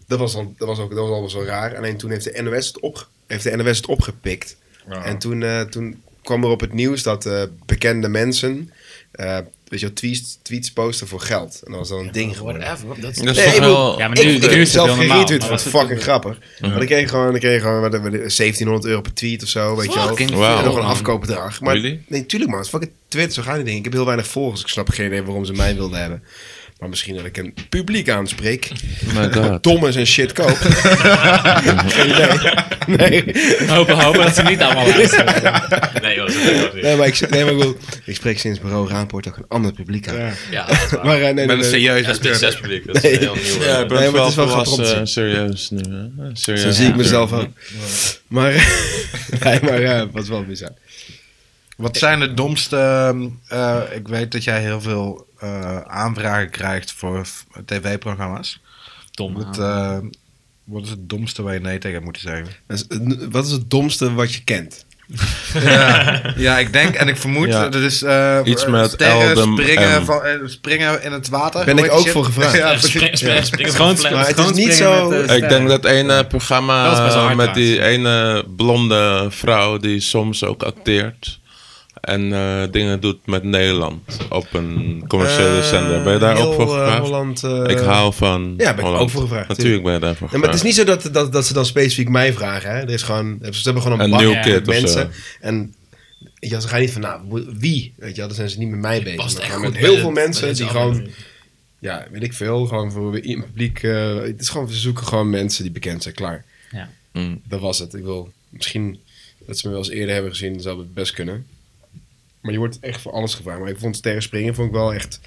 Dat was, al, dat was, ook, dat was allemaal zo raar. Alleen toen heeft de NOS het, op, heeft de NOS het opgepikt. En toen, eh, toen kwam er op het nieuws dat eh, bekende mensen... eh, weet je wel, tweets, tweets posten voor geld. En dat was dan een ding geworden. Whatever, dat is... Dat Nee, is toch ik bedoel- wel... Ja, maar Ik nu, nu heb is het zelf heel normaal. geretweet, maar dat was fucking grappig. Maar dan kreeg je gewoon, dan kreeg je gewoon wat- wat- 1700 euro per tweet of zo, weet je wel. Fucking Wauw. En nog een man. afkoopbedrag. Maar, Really? Nee, tuurlijk man, het is fucking Twitter, zo gaan die dingen. Ik heb heel weinig volgers, ik snap geen idee waarom ze mij wilden hebben. Maar misschien dat ik een publiek aanspreek. Oh My god. Thomas en shit koop. geen idee. Nee. Hopen, hopen dat ze niet allemaal luisteren. Nee, joh, dat is echt niet. Nee, maar ik, nee, maar ik, bedoel, ik spreek sinds bureau Raampoort ook een ander publiek aan. Ja, dat is waar. Maar eh, nee, nee, Ik ben een nee. serieus acteur. SP6 publiek, dat is een heel nieuw. Ja, eh, ik ben Nee, maar het wel is wel volwassen en gepropt. serieus nu. hè? Een Serieus. Zo zie ik acteur. mezelf ook. Maar, nee, maar eh, het was wel bizar. Wat zijn de domste... ehm, eh, ik weet dat jij heel veel eh, aanvragen krijgt voor f- tv-programma's. Dom. Wat, aan. eh, wat is het domste waar je nee tegen hebt moeten zeggen? Dus, eh, Wat is het domste wat je kent? ja, ja, ik denk en ik vermoed, Ja. dat is eh, Iets met sterren, Eldem springen, ehm, M. van, eh, springen in het water. Ben Hoe ik heet die ook shit? voor gevraagd. Ja, Echt spring- spring- springen van Gewoon- de flat. Maar het is niet springen zo- met, eh, Ik sterren. denk dat ene Dat was programma best wel eh, hard met trouwens. die ene blonde vrouw die soms ook acteert. En eh, dingen doet met Nederland op een commerciële Eh, zender. Ben je daar ook voor gevraagd? Holland, ik hou van eh, ben ik Holland. ook voor gevraagd, Natuurlijk ben je daarvoor Ja, gevraagd. maar het is niet zo dat, dat, dat ze dan specifiek mij vragen. Hè? Er is gewoon, ze hebben gewoon een, Een bak nieuw met kid of mensen. zo. En ja, ze gaan niet van, nou, moet- wie? Weet je, wel, dan zijn ze niet met mij bezig. past maar echt gewoon goed met bij heel de- veel bij mensen deze die gewoon, aflevering. ja, weet ik veel, gewoon voor in het publiek. eh, het is gewoon, we zoeken gewoon mensen die bekend zijn, klaar. Ja. Mm. Dat was het. Ik wil misschien dat ze me wel eens eerder hebben gezien, zou het best kunnen. Maar je wordt echt voor alles gevraagd. Maar ik vond sterren springen vond ik wel echt.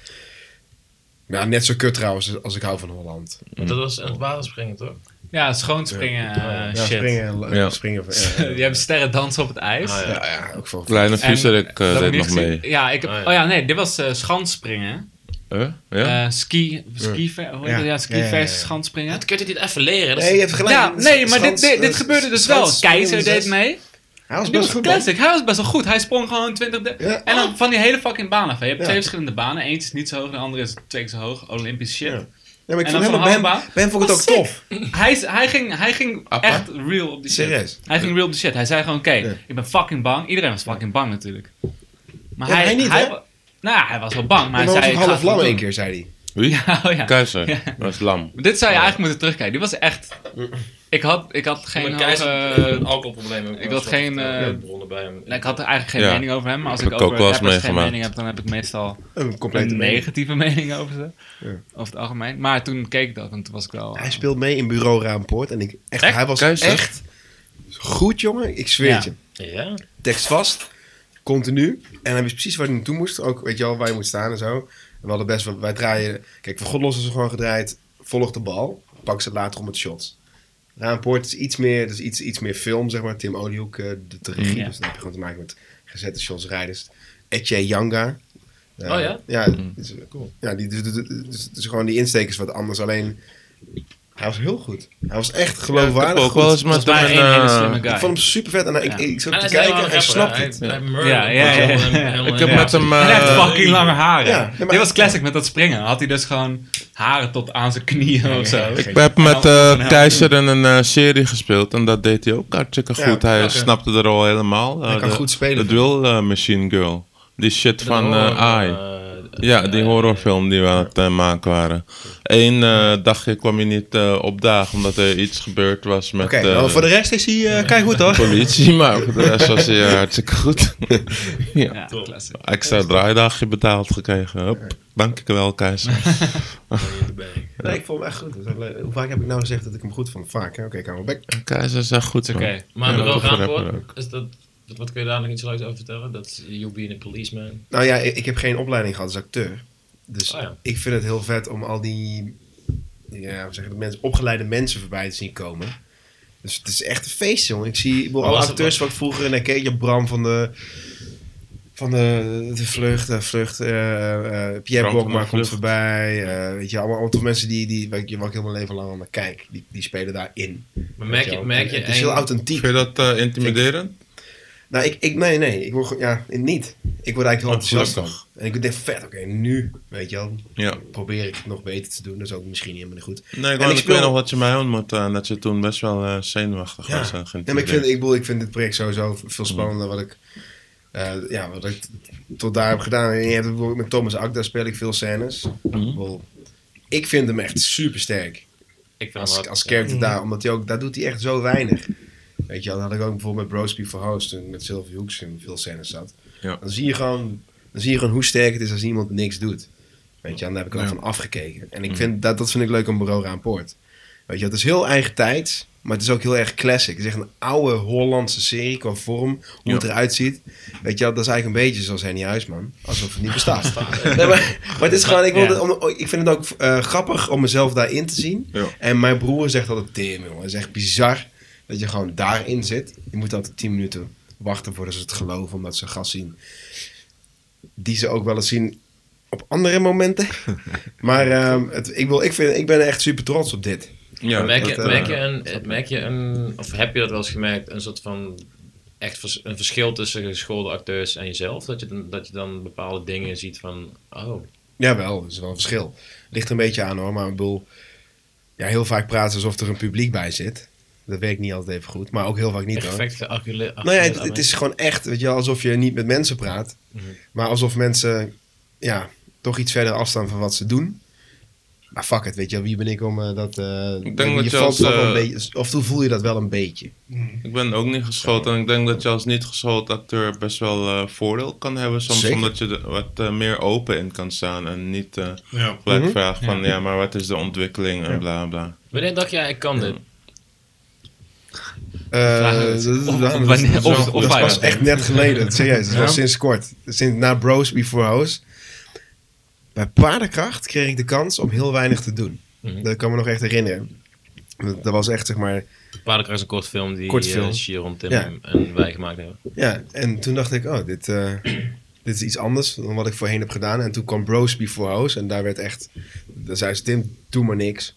Nou, net zo kut trouwens als ik hou van Holland. Dat was in het water springen, toch? Ja, schoonspringen. eh, Oh, ja, shit. springen. Ja. Ja. springen ja, ja. Je hebt sterren dansen op het ijs. Ah, ja. Ja, ja, ook voor. Kleine En- Vieserik dat heb eh ik deed niet nog gezien. mee. Ja, ik heb, Ah, ja. Oh ja, nee, dit was eh schansspringen. Huh? Ja? Eh, ski, ski, hoe heet dat? Ja, ski Ja, ja, ja, ja. versus schansspringen. Dat kun je dit even leren. Dat is- Nee, je hebt gelijk. Ja, nee, maar dit, Schans- dit, dit eh, gebeurde dus wel. schans- Keizer zes. deed mee. Hij was Dit best was goed. classic. Hij was best wel goed. Hij sprong gewoon 20... de- Ja. En dan van die hele fucking baan af. hè. Je hebt Ja. twee verschillende banen. Eentje is niet zo hoog, de andere is twee keer zo hoog. Olympisch shit. Ja. Ja, maar ik En vond dan hem, van ben, Halba? ben vond ik het ook Wat sick. tof. Hij, is- hij ging, hij ging Appa? echt real op die shit. Serieus? Hij ging real op die shit. Hij zei gewoon, oké, Ja. ik ben fucking bang. Iedereen was fucking bang natuurlijk. Maar Ja, hij, hij niet, hè? wa- Nou ja, hij was wel bang, maar Maar hij was zei... ook ik ga half het wel lam één doen. keer, zei hij. Wie? Ja, oh ja. Keizer. Ja. Dat is lam. Dit zou je eigenlijk moeten terugkijken. Die was echt... Ik had, ik had geen Geen hoge- keizer, alcoholprobleem. ik had geen, eh, bronnen bij hem. Ik had er eigenlijk geen Ja. mening over hem, maar als Heb ik ik ook over wel eens rappers geen meegemaakt. mening heb, dan heb ik meestal Een complete een mening. negatieve mening over ze. Ja. Over het algemeen. Maar toen keek ik dat en toen was ik wel... Hij speelt mee in Bureau Raampoort. En ik, echt, Echt? hij was Keuze. echt goed, jongen. Ik zweer het Ja. je. Ja? Tekst vast. Continu. En hij wist precies waar hij naartoe moest. Ook, weet je wel, waar je moet staan en zo. En we hadden best wel... Wij draaien... Kijk, voor Godlos is er gewoon gedraaid. Volg de bal. Pak ze later om het shots. Raampoort is iets meer... Dus iets, iets meer film, zeg maar. Tim Oliehoek, eh, de, de regie. Ja. Dus dan heb je gewoon te maken met gezette shots, rijders. Etje Yanga. Eh, Oh ja? Ja, dus, ja die, dus, dus- dus- dus gewoon die insteek is wat anders. Alleen... Hij was heel goed. Hij was echt Ik heb geloofwaardig ook goed. wel eens Volgens met mij hem één hele een, slimme eh, guy. Ik vond hem super vet. En ik, Ja. ik, ik zat En hij te is kijken helemaal en geen hij snapt rapper, het. Hij, hij Ja, ja, ja, ja. Ik heb met hem... En hij eh, heeft fucking lange haren. Ja, nee, maar- Dit was classic met dat springen. Had hij dus gewoon haren tot aan zijn knieën of zo. Ik heb met eh Keizer in een eh, serie gespeeld en dat deed hij ook hartstikke Ja, goed. Hij snapte de rol helemaal. Eh, Hij kan de, goed spelen. De Drill eh, Machine Girl. Die shit van Oh, eh AI. ja, die horrorfilm die we aan het eh, maken waren. Eén eh, dagje kwam hij niet eh, opdagen omdat er iets gebeurd was met Oké, eh, nou, voor de rest is hij eh, kei goed hoor. politie. Maar voor de rest was hij eh, hartstikke goed. ja. Ja, classic. Extra draaidagje betaald gekregen. Hup. Dankjewel, Keizer. Nee, ik vond hem echt goed. Dat is wel leuk. Hoe vaak heb ik nou gezegd dat ik hem goed vond? Vaak, hè? Oké, ik hou mijn bek. Keizer is echt goed. Is oké. man. Maar Ja, ja, dat bureau is een rapper Raampoort, is dat, wat- wat kun je daar nog iets leuks over vertellen? Dat is You Being a Policeman. Nou ja, ik, ik heb geen opleiding gehad als acteur. Dus Oh ja. ik vind het heel vet om al die ja, hoe zeg je dat, mensen, opgeleide mensen voorbij te zien komen. Dus het is echt een feest, jongen. Ik zie ik bedoel, Maar alle was het- acteurs wat ik vroeger en keek je Bram van de van de, de vlucht, eh, vlucht, eh, eh, Pierre Bram van Bokma de komt Vlucht. voorbij, eh, weet je, allemaal, allemaal toch mensen die, die waar, ik, waar ik heel mijn leven lang aan kijk, die, die spelen daarin. Maar merk je, merk je eh, het is heel eng- authentiek. Vind je dat eh, intimiderend? Nou, ik, ik, nee, nee. Ik word, gewoon- ja, niet. Ik word eigenlijk heel enthousiast gelukkig. van. En ik denk, vet, oké, nu, weet je wel, Ja. probeer ik het nog beter te doen. Dat is ook misschien niet helemaal goed. Nee, ik, En wou- ik ik weet speel- nog dat je mij ontmoette en dat je toen best wel eh, zenuwachtig was. En Ja, maar ik vind, ik, bedoel, ik vind dit project sowieso Mm. veel spannender wat ik, eh, ja, wat ik tot daar heb gedaan. En je hebt bijvoorbeeld met Thomas Akda speel ik veel scènes. Mm. Ik bedoel, Ik vind hem echt super sterk. Ik vind hem als, hard. als character daar. Omdat hij ook, daar doet hij echt zo weinig. Weet je, wel, dan had ik ook bijvoorbeeld met Brosby for Host toen ik met Sylvie Hoeks in veel scènes zat. Ja. Dan, zie je gewoon, dan zie je gewoon hoe sterk het is als iemand niks doet. Weet je, en daar heb ik ook van afgekeken. En ik vind, dat, dat vind ik leuk aan Bureau Raampoort. Weet je, het is heel eigen tijd, maar het is ook heel erg classic. Het is echt een oude Hollandse serie qua vorm, hoe het eruit ziet. Weet je, wel, dat is eigenlijk een beetje zoals Henny Huisman. Alsof het niet bestaat. nee, maar, maar het is gewoon, ik, wil Ja. het om- ik vind het ook eh, grappig om mezelf daarin te zien. Ja. En mijn broer zegt altijd, damn jongen, het is echt bizar dat je gewoon daarin zit. Je moet altijd 10 minuten wachten voordat ze het geloven, omdat ze een gast zien. Die ze ook wel eens zien op andere momenten. maar ehm, het, ik, wil, ik, vind, ik ben echt super trots op dit. Ja, merk, je, dat, eh, merk, je een, merk je een, of heb je dat wel eens gemerkt, een soort van echt vers- een verschil tussen geschoolde acteurs en jezelf? Dat je, dan- dat je dan bepaalde dingen ziet van, oh, Jawel, er is wel een verschil. Ligt er een beetje aan hoor, maar ik bedoel... Ja, heel vaak praten ze alsof er een publiek bij zit. Dat werkt niet altijd even goed, maar ook heel vaak niet hoor. perfect gearculeerd. Nou ja, het, het is gewoon echt, weet je wel, alsof je niet met mensen praat. Mhm. Maar alsof mensen, ja, toch iets verder afstaan van wat ze doen. Maar fuck het, weet je wel, wie ben ik om eh, dat... eh, denk dat je valt als, toch wel eh, een beetje, of toen voel je dat wel een beetje. Ik ben ook niet geschoold en ik denk dat je als niet geschoold acteur best wel eh, voordeel kan hebben soms. Zeker. Omdat je er wat eh, meer open in kan staan en niet eh, Ja. gelijk vraagt van ja. maar wat is de ontwikkeling en bla bla. Wanneer dacht jij, ik kan dit? Eh, dat- dat- Of- dat- of dat- wanneer- dat- of- dat- of dat wij was dat doen. echt net geleden. Serieus, dat was sinds kort. Sinds, na Bros Before House. Bij Paardenkracht kreeg ik de kans om heel weinig te doen. Mhm. Dat kan me nog echt herinneren. Dat dat was echt, zeg maar... Paardenkruis is een kort film die Kort eh, film. Sharon, Tim Ja. en wij gemaakt hebben. Ja, en toen dacht ik, oh, dit, eh, dit is iets anders dan wat ik voorheen heb gedaan. En toen kwam Bros Before House en daar werd echt... Daar zei ze, Tim, doe maar niks.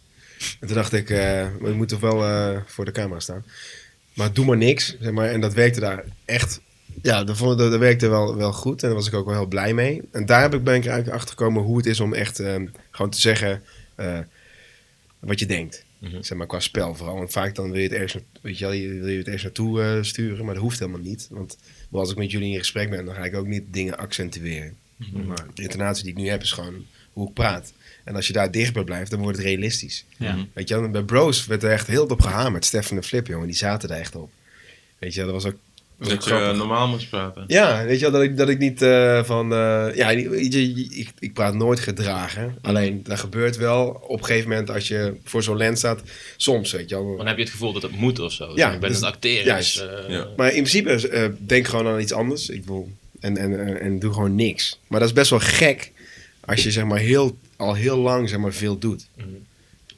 En toen dacht ik, eh ik moet toch wel eh, voor de camera staan. Maar doe maar niks, zeg maar. En dat werkte daar echt... Ja, dat, vond, dat, dat werkte wel, wel goed en daar was ik ook wel heel ehm, blij mee. En daar heb ik, ben ik eigenlijk achtergekomen hoe het is om echt eh, gewoon te zeggen... eh, wat je denkt. Zeg maar qua spel vooral. Want vaak dan wil je het ergens, na- weet je wel, je- wil je het ergens naartoe eh, sturen, maar dat hoeft helemaal niet. Want als ik met jullie in gesprek ben, dan ga ik ook niet dingen accentueren. Maar de intonatie die ik nu heb is gewoon hoe ik praat. En als je daar dicht bij blijft, dan wordt het realistisch. Ja. Weet je, wel, en bij Bros werd er echt heel op gehamerd. Stefan en Flip, jongen, die zaten daar echt op. Weet je, wel, dat was ook Dat ik eh, normaal moest praten. ja, weet je wel, dat ik, dat ik niet eh, van... eh, ja, je, je- ik, ik praat nooit gedragen. Alleen, dat gebeurt wel op een gegeven moment als je voor zo'n lens staat. Soms, weet je wel. Dan heb je het gevoel dat het moet of zo. Ja, ik ben dus- het acteren. juist. dus, eh, Ja. Maar in principe, eh, denk gewoon aan iets anders. Ik wil, en, en, en, en doe gewoon niks. Maar dat is best wel gek als je zeg maar, heel, al heel lang zeg maar, veel doet.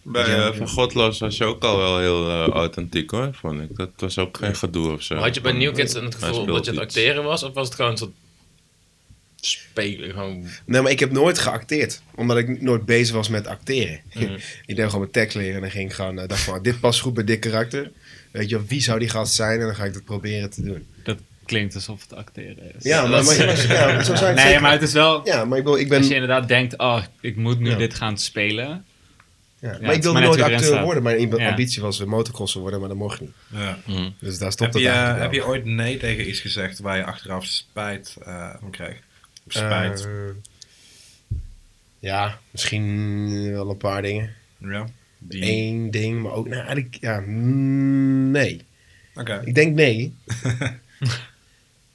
Bij Ja. eh, Van Godloos was je ook al wel heel eh, authentiek hoor, vond ik. Dat was ook geen gedoe of zo. Maar had je bij New Kids dan het Hij gevoel speelt dat je het iets. acteren was? Of was het gewoon een soort spelen? Gewoon... Nee, maar ik heb nooit geacteerd. Omdat ik nooit bezig was met acteren. Mm. ik deed gewoon mijn tekst leren en dan ging ik gewoon... eh, dacht van, dit past goed bij dit karakter. Weet je, wel, wie zou die gast zijn? En dan ga ik dat proberen te doen. Dat klinkt alsof het acteren is. Ja, maar, maar, maar- ja, zo zijn Nee, maar het is wel... Ja, maar ik wil, ik ben, Als je inderdaad denkt, oh, ik moet nu Ja. dit gaan spelen. ja, ja, maar het ik is wilde maar net nooit wie erin acteur staat. worden. Mijn amb- Ja. Mm. ambitie was weer motocrosser worden, maar dat mocht niet. Dus daar stopt Heb het je, eh, eigenlijk heb je wel. ooit nee tegen iets gezegd waar je achteraf spijt eh, van kreeg? Of spijt? Eh, ja, misschien wel een paar dingen. ja. Die... Eén ding, maar ook... Nou, eigenlijk, ja, mm, nee. Oké. Ik denk nee.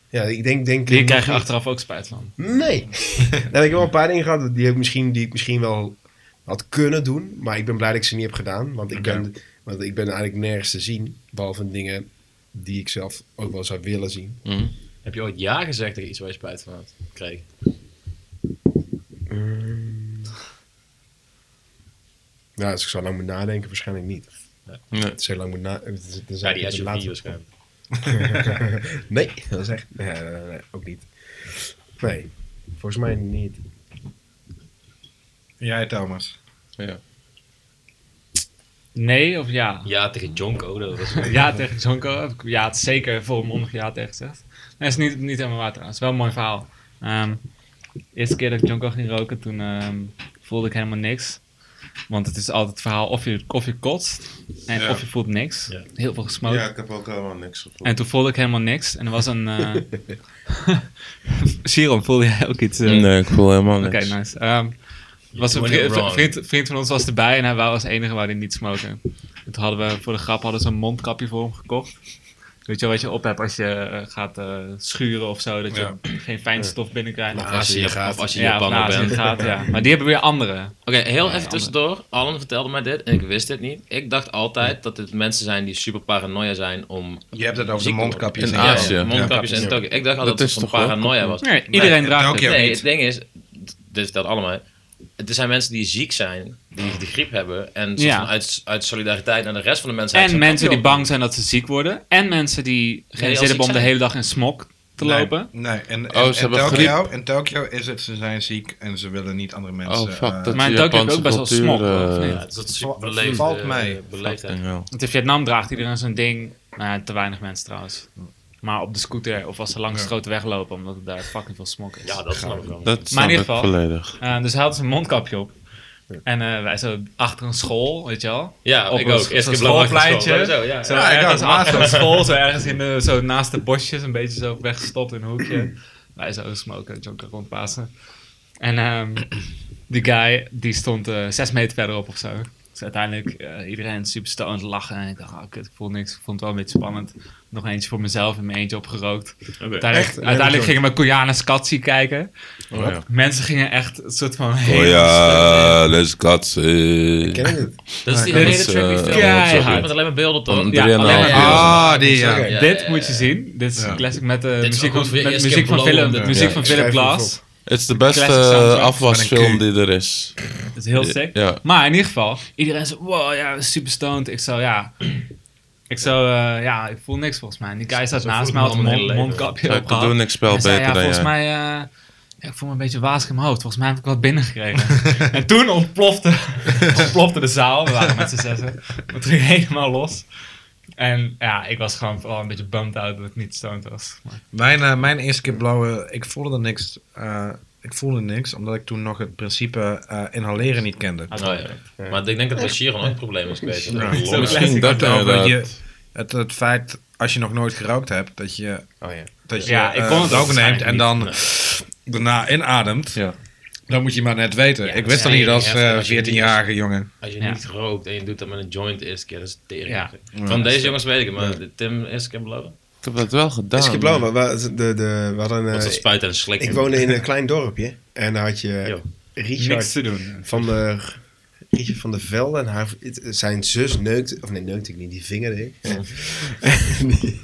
ja, ik denk... denk Hier krijg je achteraf ook spijt van. Nee. nou, ik heb wel een paar dingen gehad die, heb ik misschien, die ik misschien wel had kunnen doen. Maar ik ben blij dat ik ze niet heb gedaan. Want ik, ben, want ik ben eigenlijk nergens te zien. Behalve dingen die ik zelf ook wel zou willen zien. Heb je ooit ja gezegd tegen iets waar je spijt van had? Kreeg. Mm. Nou, als ik zo lang moet nadenken, waarschijnlijk niet. Nee. Het is heel lang moet nadenken. Ja, die SUV waarschijnlijk. Nee, dat is echt... Nee, nee, nee, nee, ook niet. Nee, volgens mij niet. Jij Thomas. Nee of ja? Ja tegen Jonko. Dat was... Ja tegen Zonko. heb ik- Ja, het is zeker volmondig ja tegen gezegd. Nee, is niet, niet helemaal waar trouwens. Wel een mooi verhaal. Ehm, eerste keer dat ik Jonko ging roken, toen ehm, voelde ik helemaal niks. Want het is altijd het verhaal of je, of je kotst en Ja. of je voelt niks. Ja. Heel veel gesmoken. Ja, ik heb ook helemaal niks gevoeld. En toen voelde ik helemaal niks. En er was een... eh Sharon, voelde jij ook iets? eh? Nee, ik voel helemaal niks. Oké, nice. Ehm, was een doing vri- it wrong. vriend, vriend van ons was erbij en hij wou als enige wou die niet smoken. En toen hadden we voor de grap hadden ze een mondkapje voor hem gekocht. Weet je wel wat je op hebt als je eh, gaat eh, schuren of zo, dat je geen fijnstof binnenkrijgt. Nou, Of als je, of als je ja, of Japaner naast in bent. het gaat, ja. Maar die hebben weer andere. Oké, heel even andere. tussendoor. Alan vertelde mij dit en ik wist dit niet. Ik dacht altijd dat dit mensen zijn die super paranoia zijn om... Je hebt het over de Ziek worden. mondkapjes. In en- Ja, Azië. ja, mondkapjes ja. en Tokio. Ik dacht Dat altijd dat is het van toch ook- paranoia was. Nee, iedereen Nee, draagt Tokio het. Nee, niet. het ding is, dit vertelt allemaal. Het zijn mensen die ziek zijn, die de griep hebben. En soort Ja. van uit, uit solidariteit naar de rest van de mensen. En mensen die bang zijn dat ze ziek worden. En mensen die geen als zin hebben ik om de zei- hele dag in smok te Nee, lopen. Nee, en, Oh, en- ze en hebben Tokio, in Tokio is het, ze zijn ziek en ze willen niet andere mensen... Oh fuck, eh, dat maar in die Tokio heb Japanse je ook best wel cultuur, smog, eh, of niet? Ja, dat is super Valt- beleefd. valt eh, mee. beleefdheid. fucking wel. Want in Vietnam draagt iedereen zo'n ding. Nou, ja, te weinig mensen trouwens. Maar op de scooter of als ze langs de grote weg lopen, omdat het daar fucking veel smok is. Ja, dat snap ik wel. Dat snap ik geval- volledig. Eh, dus hij had zijn mondkapje op. En eh, wij zo achter een school, weet je wel. Ja, Op ik een- ook. op Eerst zo'n heb ik lang schoolpleintje. wachtgeschoven. Zo, ja. Zo Ja, ik ergens ook. achter een school, zo ergens in de, zo naast de bosjes, een beetje zo weggestopt in een hoekje. Wij zo smoken, John kan rondpassen. En ehm, die guy, die stond eh, zes meter verderop of zo. Dus uiteindelijk eh, iedereen super stoned lachen. En ik dacht, oh, kut, ik voel niks. Ik vond het wel een beetje spannend. Nog eentje voor mezelf in mijn eentje opgerookt. Uiteindelijk, uiteindelijk gingen we Koyanas Katsi kijken. ja. Mensen gingen echt een soort van... Oh ja, let's cut. eh. Ken je het? Dat is die dat hele is, trippy eh, film. keihard. Ja, Met alleen maar beelden toch? Van Ja, alleen maar- 3,5 Ah. uur. Oh, die ja. Oké. Ja, dit moet je zien. Dit is een classic met de Dit is muziek, ook van, weer met eerst muziek keer van Philip, beloond, de muziek ja. van Ik Philip schrijf hem Glass. op. Het is de beste Classic soundtrack. eh, afwasfilm die er is. Dat is heel Ja. sick. Ja. Maar in ieder geval, iedereen zo, wow, ja, super stoned. Ik zo, ja... Ik zo, eh, ja, ik voel niks volgens mij. En die guy staat Zo naast voel mij, ik had me een al mijn mond- hele leven. mondkapje Ja, op ik bedoel niks spel Hij zei, beter ja, dan volgens jij. mij... eh, ja, ik voel me een beetje wazig in mijn hoofd. Volgens mij heb ik wat binnengekregen. en toen ontplofte, ontplofte de zaal. We waren met z'n zessen. Het ging helemaal los. En ja, ik was gewoon vooral een beetje bummed out dat ik niet stoned was. Maar- Mijn, eh, mijn eerste keer blauwe, ik voelde er niks. eh, ik voelde niks, omdat ik toen nog het principe eh, inhaleren niet kende. Ah, Oh, ja. Maar ik denk dat bij Sharon ook een probleem is geweest. Dat de longen- Misschien dat Nou, dat inderdaad. je, het, het feit, als je nog nooit gerookt hebt, dat je, Oh ja. dat je Ja, ik eh, kon het rook ook neemt waarschijnlijk en dan daarna inademt, Ja. dan moet je maar net weten. Ja, ik dat wist dat is niet als heftig eh als je niet- 14-jarige jongen. Als je Ja. niet rookt en je doet dat met een joint de eerste keer, dat is tering. Ja. Van deze jongens weet ik het, maar Tim is ik heb beloven. Ik heb dat wel gedaan. Is je blauw, maar we, de, de, we hadden Want een, dat spuit en slik. Ik woonde in een klein dorpje. En daar had je Jo. Niks Richard te doen. van de, Richard van de Velde. En haar, het- zijn zus neukte... Of nee, neukte ik niet. Die vingerde ik. en die-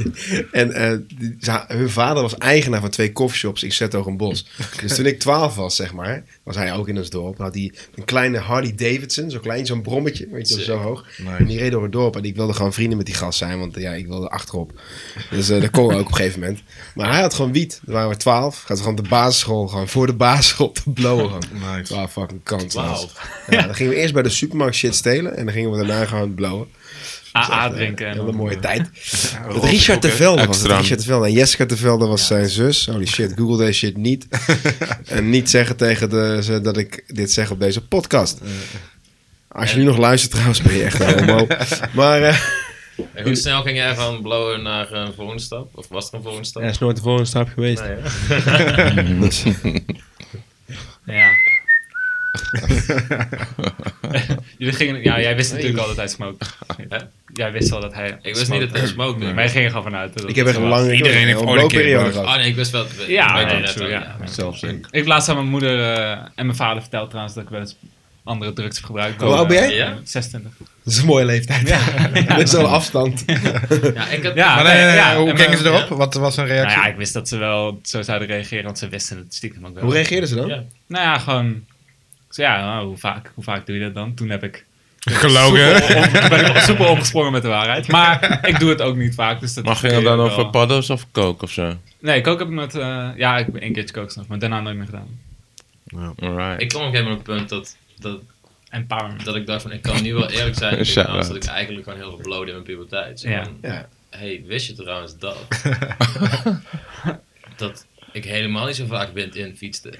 en eh, die- ze- hun vader was eigenaar van twee coffeeshops in Zetogenbos. Dus toen ik twaalf was, zeg maar... Was hij ook in ons dorp. Dan had hij een kleine Harley Davidson. Zo klein, zo'n brommetje. Weet je, wel, zo hoog. En die reed door het dorp. En ik wilde gewoon vrienden met die gast zijn. Want eh, ja, ik wilde achterop. Dus eh dat kon ook op een gegeven moment. Maar hij had gewoon wiet. Toen waren we twaalf. Gaat gewoon op de basisschool. Gewoon voor de basisschool te blowen. Gewoon. Nice. Twaalf fucking kans. Wauw. Ja, dan gingen we eerst bij de supermarkt shit stelen. En dan gingen we daarna gewoon blowen. AA Eh, drinken. en Een hele dan- mooie tijd. Met Richard de Velde was het. Extra. Richard de Velde. En Jessica de Velde was zijn zus. Holy shit, google deze shit niet. en niet zeggen tegen de, ze dat ik dit zeg op deze podcast. Als je nu nog luistert trouwens, ben je echt een homo. Maar eh, En hoe snel ging jij van blowen naar eh, een volgende stap? Of was er een volgende stap? is nooit de volgende stap geweest. Nee, hè? Ja. Jullie gingen, ja, jij wist natuurlijk al dat hij smoke. Hè? Jij wist al dat hij. Ik wist niet dat hij smokte. Wij gingen gewoon vanuit. dat ik heb echt het een was. lange Iedereen heeft een ooit een keer looperiode gebruikt. gehad. Oh nee, ik wist wel. ik Ja, weet nee, het true, net, ja. Zelfs ik. Ik heb laatst aan mijn moeder eh, en mijn vader verteld trouwens dat ik wel eens andere drugs heb gebruikt. Eh, Hoe oud ben Oh, jij? Ja? 26. Dat is een mooie leeftijd. dat is wel een afstand. Ja, ik had, Ja, Maar nee, nee, ja, nee, nee, en hoe mijn- gingen ze erop? Wat was hun Nou reactie? ja, ik wist dat ze wel zo zouden reageren, want ze wisten het stiekem ook wel. Hoe reageerden ze dan? Ja. Nou ja, gewoon. ik zei, Ja, nou, hoe, vaak, hoe vaak doe je dat dan? Toen heb ik. Gelogen. Soepel, om, toen ben ik soepel omgesprongen met de waarheid. Maar ik doe het ook niet vaak. Dus dat Maar ging het dan wel. over paddo's of kook of zo? Nee, ik ook heb ik met. eh, ja, ik heb één keertje kooks nog, maar daarna nooit meer gedaan. Alright. ik kwam op een gegeven moment op het punt dat, dat, Empowerment. dat ik dacht van ik kan nu wel eerlijk zijn tegen Shout trouwens out. dat ik eigenlijk gewoon heel veel blode in mijn puberteit. Zo Ja. van, Ja. hey, wist je trouwens dat? dat ik helemaal niet zo vaak wind in fietste.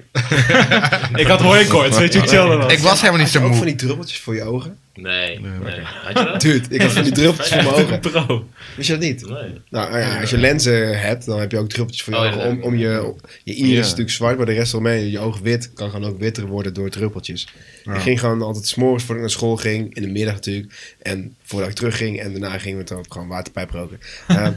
Ik had hooikoorts, weet je hoe chill dat was? Ik was helemaal Had niet je zo ook van moe. die druppeltjes voor je ogen? Nee, nee. Had je dat? Dude, ik had van die druppeltjes voor mijn ogen. Pro. Wist je dat niet? Nee. Nou nou ja, als je lenzen hebt, dan heb je ook druppeltjes voor je Oh, ja, ogen. dat Om, heb ik. om je, je iris Ja. is natuurlijk zwart, maar de rest eromheen, je oog wit, kan gewoon ook witter worden door druppeltjes. Ik ging gewoon altijd s'morgens voordat ik naar school ging, in de middag natuurlijk, en voordat ik terug ging, en daarna gingen we dan gewoon waterpijp roken. Eh,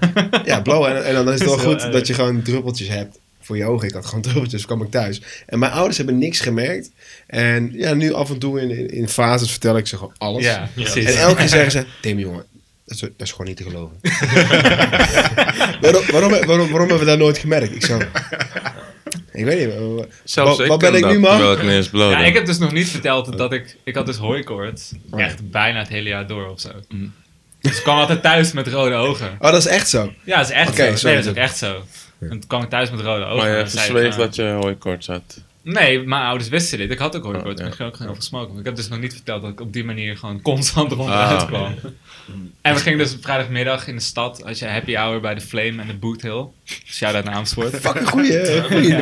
ja, blow. En, en dan is het wel eh, Zo goed erg. dat je gewoon druppeltjes hebt voor je ogen. Ik had gewoon druppeltjes, kwam ik thuis. En mijn ouders hebben niks gemerkt. En ja, nu af en toe in, in, in fases vertel ik ze gewoon alles. Ja, precies. En elke keer zeggen ze: Tim, jongen, dat is, dat is gewoon niet te geloven. waarom, waarom, waarom, waarom hebben we dat nooit gemerkt? Ik zou. Ik weet niet. wa- wa- Zelfs wa- ik wat ben kan ik dat, nu, terwijl man? ik niet eens bloot Ja, heb. ik heb dus nog niet verteld dat ik... Ik had dus hooikoorts. Echt bijna het hele jaar door of zo. Mm. Dus ik kwam altijd thuis met rode ogen. Oh, dat is echt zo. Ja, dat is echt Oké, zo. nee, sorry. dat is ook echt zo. En toen kwam ik thuis met rode ogen. Maar en je dan zei ik, verzweeg eh, dat je hooikoorts had. Nee, mijn ouders wisten dit. Ik had ook hooikoorts. Oh, ja. maar Ik ging ook gewoon heel veel smoken. Maar ik heb dus nog niet verteld dat ik op die manier gewoon constant onderuit Ah. kwam. En we gingen dus op vrijdagmiddag in de stad. Als je happy hour bij de Flame en de Boot Hill. Shout-out naar Amersfoort. Fucking goeie. eh, goeie.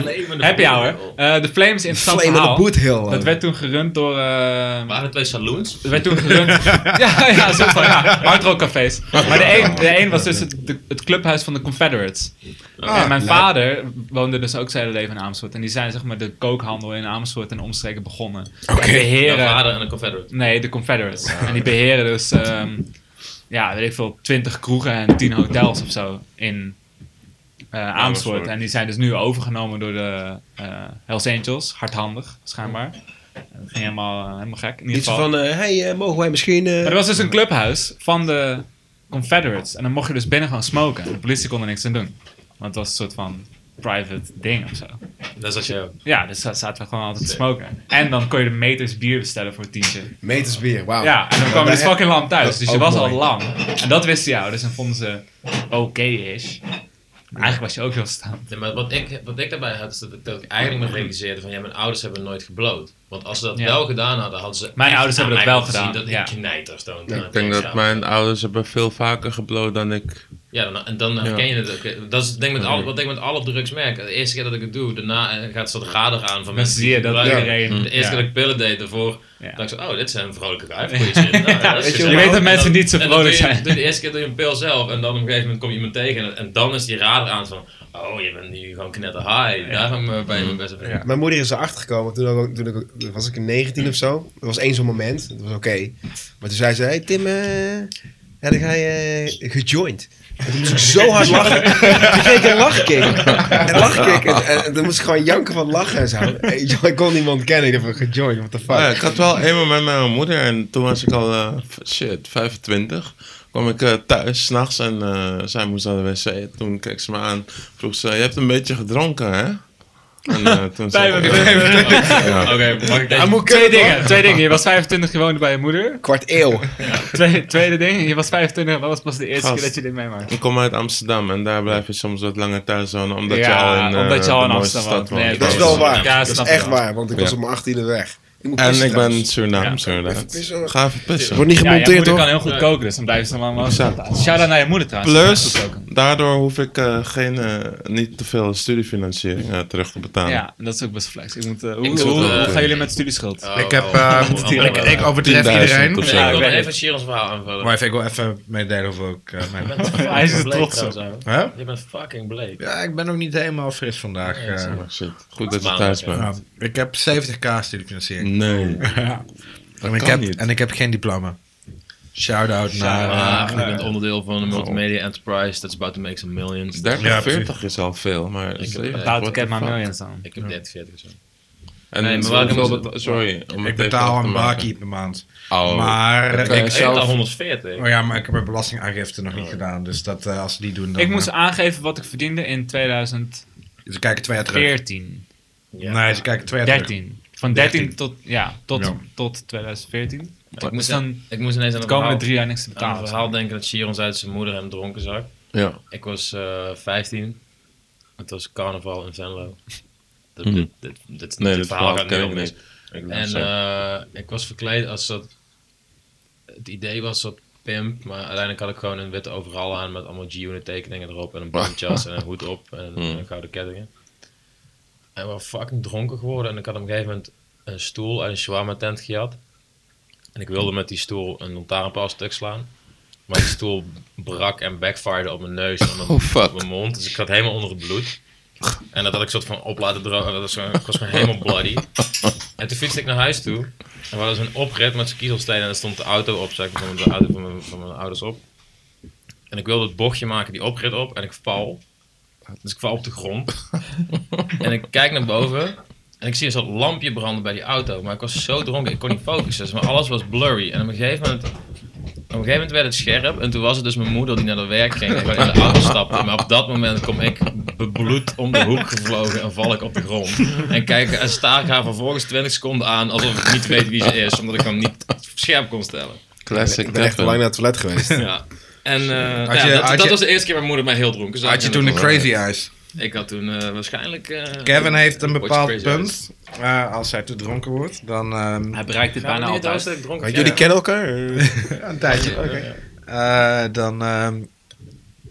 happy hour. Eh, de Flame is een interessant Flame in de verhaal. boot heel. Dat werd toen gerund door... eh, Waren het twee saloons? Er werd toen gerund. ja, ja, zo van, ja. Hardrockcafés. Maar de een, de een was dus het, de- het clubhuis van de Confederates. en mijn vader woonde dus ook zijn hele leven in Amersfoort. En die zijn zeg maar de kookhandel in Amersfoort en omstreken begonnen. Oké. Jouw Beheren. vader en een confederate. Nee, de Confederates. En die beheren dus, ehm, ja, weet ik veel, 20 kroegen en 10 hotels of zo in eh, Amersfoort. Amersfoort. En die zijn dus nu overgenomen door de eh, Hells Angels. Hardhandig, schijnbaar. Dat ging helemaal, eh, helemaal gek. In ieder Iets geval. van: hé, hey, eh, mogen wij misschien. eh, Maar er was dus een clubhuis van de Confederates. En dan mocht je dus binnen gaan smoken. En de politie kon er niks aan doen. Want het was een soort van private ding of zo. Dat is als je... Ja, dus daar zaten we gewoon altijd te smoken. En dan kon je de meters bier bestellen voor tientje. Meters bier, wauw. Ja, en dan kwam je dus fucking lam thuis. Dus je ook was mooi. al lam. En dat wisten je ouders en vonden ze oké-ish. Maar eigenlijk was je ook heel staan. Nee, maar wat ik, wat ik daarbij had, is dat ik, dat ik eigenlijk me realiseerde van... Ja, mijn ouders hebben nooit gebloot. Want als ze dat Ja. wel gedaan hadden, hadden ze... Mijn ouders hebben dat mij wel laten zien gedaan, dat ja. ik knijters toonde. Ik denk dat mijn ouders hebben veel vaker gebloot dan ik Ja, dan, en dan herken je het ook. Dat is denk ik met alle, wat denk ik met alle drugs merk. De eerste keer dat ik het doe, daarna eh, gaat zo'n radar aan van mensen zie je die dat gebruiken. iedereen- De eerste ja. keer dat ik pillen deed, daarvoor Ja. dacht ik zo, oh, dit zijn vrolijke ruifkoeien. Nou, ja, weet dat is je, gezellig. je weet dat En mensen niet zo en dan doe vrolijk je- zijn. doe De eerste keer doe je een pil zelf en dan op een gegeven moment kom je iemand tegen en, en dan is die radar aan van, oh, je bent nu gewoon knetter high. Daarom eh, ben je Mm. me best wel vriend. Mijn moeder is erachter gekomen. Toen, ook- toen ik, toen was ik 19 of zo. Er was één zo'n moment. Dat was oké. Maar toen zei ze: Hey Tim, eh, ja, dan ga je eh, gejoined. En toen moest ik zo hard lachen. Toen kreeg ik een lachkick. Een lachkick. En, en, en toen moest ik gewoon janken van lachen en zo. En joh, Ik kon niemand kennen. Ik dacht: gejoined, what the fuck. Oh Ja, ik had wel eenmaal met mijn moeder en toen was ik al, eh, f- shit, 25. Kwam ik eh, thuis s'nachts en eh, zij moest naar de wc. Toen keek ze me aan, vroeg ze, je hebt een beetje gedronken, hè? En eh, toen zei ik, Oké, mag Hij ik deze- moet twee dingen, twee dingen. Je was 25, je woonde bij je moeder. Kwart eeuw. Twee, tweede ding, je was 25, dat was pas de eerste Gast. keer dat je dit meemaakt. ik kom uit Amsterdam en daar blijf je soms wat langer thuis wonen, omdat je Ja, al in, eh, omdat je al de in mooiste Amsterdam woont. stad woont. Nee, Dat is wel waar. Ja, dat is snap echt ik. waar, want ik was Ja. om mijn 18e weg. Ik moet En pissen ik ben trouwens. Surinaam, Even pissen. inderdaad. Ga even pissen. Wordt niet Ja, je gemonteerd moeder kan hoor. heel goed koken, dus dan blijven ze maar maar Exact. staan. Shout-out naar je moeder trouwens. Plus, Goed koken. daardoor hoef ik eh, geen, eh, niet te veel studiefinanciering eh, terug te betalen. Ja, dat is ook best flex. Ik moet, eh, hoe moet hoe- ook, hoe eh, gaan jullie met studieschuld? Oh, Ik heb, Ehm, oh, eh, oh, oh, ik, oh, ik oh. overtref 10.000 iedereen. of zo. Nee, ik wil Ja, ik even Sheeran's verhaal aanvullen. Maar even, ik wil even meedelen of ook eh, mijn... Je bent fucking Hij is er bleek trots op. trouwens, ouwe. Hè? Je bent fucking bleek. Ja, ik ben ook niet helemaal fris vandaag. Nee, dat is eh. Oh, shit. Goed dat je Maandag, thuis ja. bent. Nou, ik heb 70k studiefinanciering. Nee. En ik, kan heb, niet. en ik heb geen diploma. Shout-out naar... Ah, nou, Maar eh, je bent Ah, onderdeel van Oh. een multimedia enterprise that's about to make some millions. 30, Ja, 40 is al veel, maar... Ik heb, zeven, eh, what Betaalt ik the heb maar fuck? millions aan. Ik heb 30, 40 of zo. Eh, En Nee, maar hoeveel waarom- beta- Sorry. om ik het betaal even af een te maken. barkeep per maand. Oh, maar eh, oké. ik, Ik heb zelf- al 140. oh ja, maar ik heb mijn belastingaangifte nog Oh, niet gedaan. Dus dat, eh, als ze die doen, dan... Ik moest eh, aangeven wat ik verdiende in 2014. ze kijken twee jaar terug. Ja. Nee, ze kijken twee jaar terug. 13. Van 13, 13. tot, ja, tot, Ja. tot 2014. Ik Ik moest, moest aan- dan ik moest ineens aan de het komende verhaal, drie jaar niks te aan het verhaal betalen. denken dat Sheeran uit zijn moeder hem dronken zag. Ja. Ik was eh 15. Het was carnaval in Venlo. Dat, Mhm. dit, dit, dit, dit Nee, dat verhaal verhaal gaat ken nu ik om niet. Ik En en, eh, ik was verkleed als dat. Het idee was dat pimp, maar uiteindelijk had ik gewoon een witte overal aan met allemaal G-unit tekeningen erop en een bandjas en een hoed op en Hmm. een gouden kettingen. En we waren fucking dronken geworden en ik had op een gegeven moment een stoel uit een shawarma tent gejat. En ik wilde met die stoel een lantaarnpaal stuk slaan. Maar die stoel brak en backfired op mijn neus en op, Oh, fuck. op mijn mond. Dus ik zat helemaal onder het bloed. En dat had ik soort van op laten drogen. Dat was gewoon, ik was gewoon helemaal bloody. En toen fietste ik naar huis toe. En we hadden zo'n oprit met z'n kiezelstenen. En daar stond de auto op, zeg maar, van de auto van mijn, van mijn ouders op. En ik wilde het bochtje maken, die oprit op. En ik val. Dus ik val op de grond. en ik kijk naar boven. En ik zie een soort lampje branden bij die auto. Maar ik was zo dronken, ik kon niet focussen. Dus maar alles was blurry. En op een gegeven moment... Op een gegeven moment werd het scherp en toen was het dus mijn moeder die naar de werk ging en gewoon in de auto stapte. Maar op dat moment kom ik bebloed om de hoek gevlogen en val ik op de grond. En kijk, en sta ik haar vervolgens 20 seconden aan alsof ik niet weet wie ze is, omdat ik hem niet scherp kon stellen. Classic Ik ben echt te Devin. lang naar het toilet geweest. Ja. En eh, nou Had ja, je- dat, had dat je- was de eerste keer mijn moeder mij heel dronken zag. Had je En toen de dat- crazy eyes? Ik had toen eh, waarschijnlijk... eh, Kevin heeft een Potje bepaald crazy eyes. punt. eh, als hij te dronken wordt, dan ehm, Hij bereikt dit Gaan we bijna niet altijd. trouwens dat ik dronken Maar jullie Ja. kennen elkaar? Oh, eh? een tijdje. Eh, dan, ehm,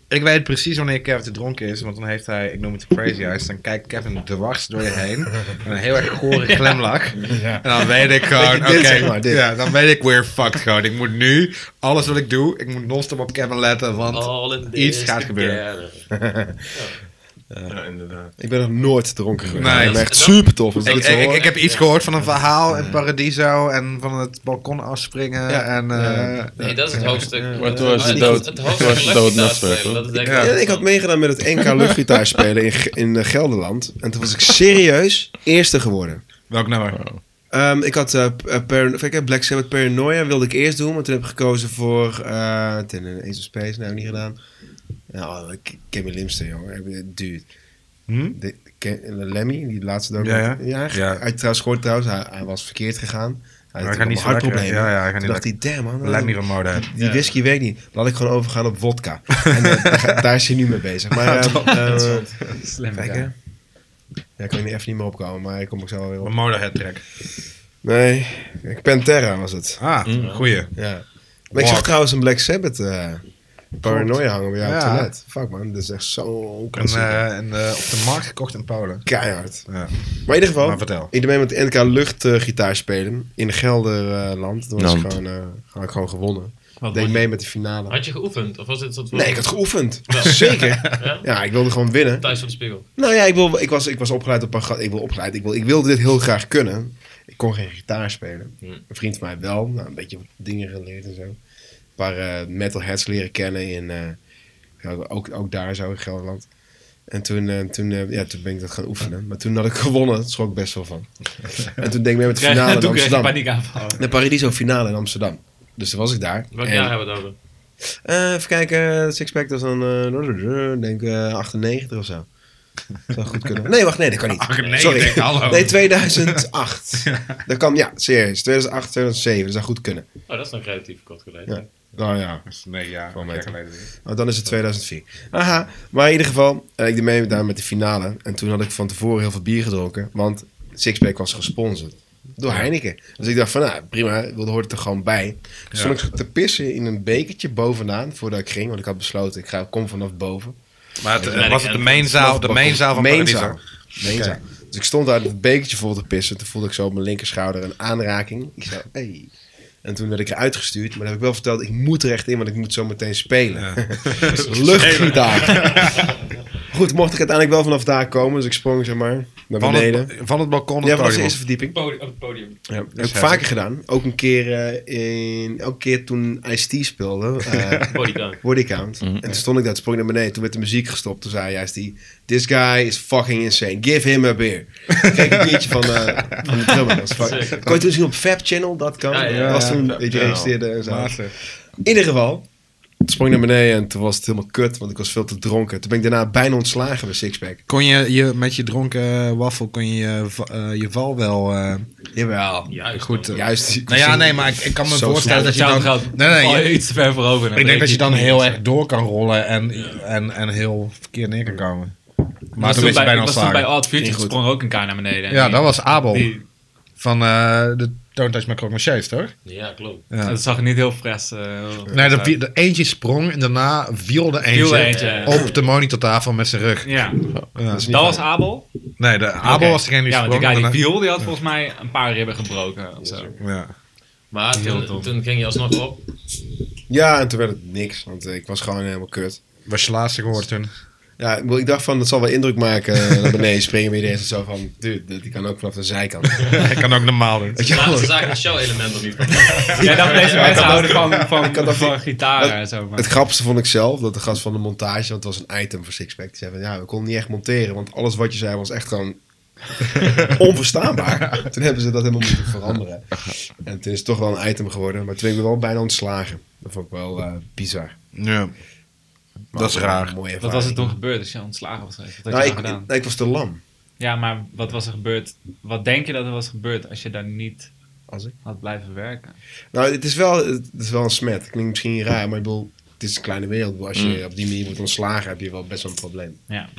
ik weet precies wanneer Kevin te dronken is, want dan heeft hij, ik noem het de crazy eyes, dan kijkt Kevin dwars door je heen met een heel erg gore glimlach. En dan weet ik gewoon, Beetje oké, dit, zeg maar, dit. ja, dan weet ik weer fucked gewoon. Ik moet nu, alles wat ik doe, ik moet non-stop op Kevin letten, want All in Iets this gaat gebeuren. together. Ja, inderdaad. Ik ben nog nooit dronken geweest. Nee. ik ben echt super tof. om dit ik, te ik, ik, horen. ik heb iets gehoord van een verhaal in Paradiso en van het balkon afspringen en... eh, Nee, dat is het hoofdstuk. Maar toen was je Het- dood. Het Toen was hoofdstuk je lucht dood gitaar net spelen, terug, dat is denk ik Ja, wel ik had interessant. meegedaan met het NK luchtgitaar spelen in, G- in eh, Gelderland. En toen was ik serieus eerste geworden. Welk nummer? Ehm, ik had eh, p- eh, Paran- of ik heb Black Sabbath Paranoia wilde ik eerst doen. Maar toen heb ik gekozen voor eh Ten in Ace of Space. Nou, heb ik niet gedaan. Nou, ik ken mijn limste, jongen. Ik ben- Dude. Hm? De, Ken- eh, Lemmy, die laatste docu. Ja, ja. Ja. Hij trouwens gehoord trouwens. Hij, hij was verkeerd gegaan. Hij Hij had gaat niet een zo lekker. hartprobleem. Ja, ja, hij gaat Toen niet dacht lekker. hij, damn man. Lijkt me van Motorhead. Die whisky weet ik niet. Laat ik gewoon overgaan op vodka. En, eh, daar, daar is hij nu mee bezig. Maar eh, eh, Slim, kijk, ja. hè. Ja, ik kan er even niet meer opkomen, maar ik kom ook zo wel weer op. Een Motorhead track. Nee, Pantera was het. Ah, goeie. Ja. Maar ik zag Walk. trouwens een Black Sabbath eh, Paranoia hangen bij jou op Ja. het toilet. Fuck man, dat is echt zo En, klassiek. eh, en eh, op de markt gekocht in Polen. Keihard. Ja. Maar in ieder geval, Maar vertel. ik ben met de NK luchtgitaar spelen in Gelderland. Dat was Land. gewoon, eh, had ik gewoon gewonnen. Wat deed had, mee je, met de finale. had je geoefend? Of was dit soort Nee, ik had geoefend. Zeker. Ja? Ja, ik wilde gewoon winnen. Thuis van de spiegel. Nou ja, ik, wil, ik, was, ik was opgeleid op een... ga- Ik, wil opgeleid, ik, wil, ik wilde dit heel graag kunnen. Ik kon geen gitaar spelen. Hm. Een vriend van mij wel. Nou, een beetje wat dingen geleerd en zo. Een paar eh, metalheads leren kennen in... eh, ja, ook, ook daar zo in Gelderland. En toen, eh, toen, eh, ja, toen ben ik dat gaan oefenen. Maar toen had ik gewonnen. Daar schrok ik best wel van. En toen denk ik mee met de Krijg- finale in toen kreeg je Amsterdam. paniek aanvallen. De Paradiso finale in Amsterdam. Dus toen was ik daar. Welk En- jaar hebben we het over? eh, even kijken, Sixpack dat is dan, eh, denk eh 98 of zo. Zou goed kunnen. Nee, wacht, nee, dat kan niet. 98, Sorry. hallo. Nee, 2008. Dat kan, ja, serieus. 2008, 2007, dat zou goed kunnen. Oh, dat is nog relatief kort geleden. Ja. Nou ja, Nee, ja. Gewoon weten. Oh, dan is het 2004. Aha. Maar in ieder geval, eh, ik deed mee daar met de finale. En toen had ik van tevoren heel veel bier gedronken. Want Sixpack was gesponsord. Door Heineken. Dus ik dacht van, nou prima, dat hoort er gewoon bij. Dus stond ik te pissen in een bekertje bovenaan voordat ik ging. Want ik had besloten, ik ga, kom vanaf boven. Maar het, eh, ben was ik het de en- mainzaal, de mainzaal van Paradiso? Meenzaal. Meenzaal. Dus ik stond uit het bekertje vol te pissen. Toen voelde ik zo op mijn linkerschouder een aanraking. Ik zei, Hey. En toen werd ik eruit gestuurd. Maar dan heb ik wel verteld, ik moet er echt in, want ik moet zo meteen spelen. Dus Luchtgitaar. Goed, mocht ik uiteindelijk wel vanaf daar komen. Dus ik sprong, zeg maar, naar Van beneden. het, van het balkon op Ja, het dat was de podium. eerste verdieping. Podi- op het podium. Ja, dat heb ik vaker gedaan. Ook een keer, eh, in, ook een keer toen Ice-T speelde. eh, Bodycount. Bodycount. En toen stond ik daar, toen sprong ik naar beneden. Toen werd de muziek gestopt. Toen zei hij juist die... This guy is fucking insane. Give him a beer. Kijk een biertje van, eh, van de drummer. Dat is fucking- Zeker. Kon je toen zien op Fabchannel, dat kan. Ja, ja, dat was ja, toen, Fab weet je, Channel. registreerde en zo. In ieder geval... Toen sprong ik naar beneden en toen was het helemaal kut, want ik was veel te dronken. Toen ben ik daarna bijna ontslagen bij Sixpack. Kon je, je met je dronken waffel kon je je, va- eh, je val wel eh, Jawel. Juist, goed... eh, Juist. ik nou was ja, in- nee, maar ik, ik kan me Zo voorstellen dat je jou dan... gaat Nee, nee, je- iets te ver voorover. ik denk dat je dan heel erg door kan rollen en, en, en heel verkeerd neer kan komen. Maar toen was ben je bij, bijna ik was toen bij ontslagen. Odd Future Ging goed. sprong ook een kaart naar beneden. En Ja, die- dat was Abel die- van eh, de Don't Touch My Croque Monsieur's, toch? Ja, klopt. Ja. Dat zag er niet heel fris. eh Nee, de, vi- de eentje sprong en daarna viel de eentje, Viel er eentje. op de monitortafel met zijn rug. ja, Ja. dat was Abel. Nee, de Abel Oké. was degene die Ja, want sprong. die guy die en viel, die had volgens mij een paar ribben gebroken. Of zo. daarna- ja. Maar Heel toen, dom. toen ging je alsnog op. Ja, en toen werd het niks, want eh, ik was gewoon helemaal kut. Was je laatste gehoord toen? Ja, ik bedoel, ik dacht van, dat zal wel indruk maken. eh, naar beneden springen weer ineens en zo van, dude, die kan ook vanaf de zijkant. Hij kan ook normaal doen. Het laatste zaak een show-element er niet van. Jij dacht, deze mensen dat- houden van, van, kan van, dat niet- dat- gitaren en zo. Maar. Het grappigste vond ik zelf, dat de gast van de montage, want het was een item voor Sixpack, die zei van, ja, we konden niet echt monteren, want alles wat je zei was echt gewoon onverstaanbaar. Toen hebben ze dat helemaal moeten veranderen. En toen is het toch wel een item geworden, maar toen ben ik wel bijna ontslagen. Dat vond ik wel eh, bizar. Ja. Maar Dat is wel een raar. Mooie Wat was er ervaring. toen gebeurd als je ontslagen was? geweest? Wat had Nou, je ik, dan gedaan? ik, ik was te lam. Ja, maar wat was er gebeurd? Wat denk je dat er was gebeurd als je daar niet Als ik? had blijven werken? Nou, het is wel, het is wel een smet. Het klinkt misschien raar, maar ik bedoel, het is een kleine wereld. Ik bedoel, Als je op die manier wordt ontslagen, heb je wel best wel een probleem. Ja.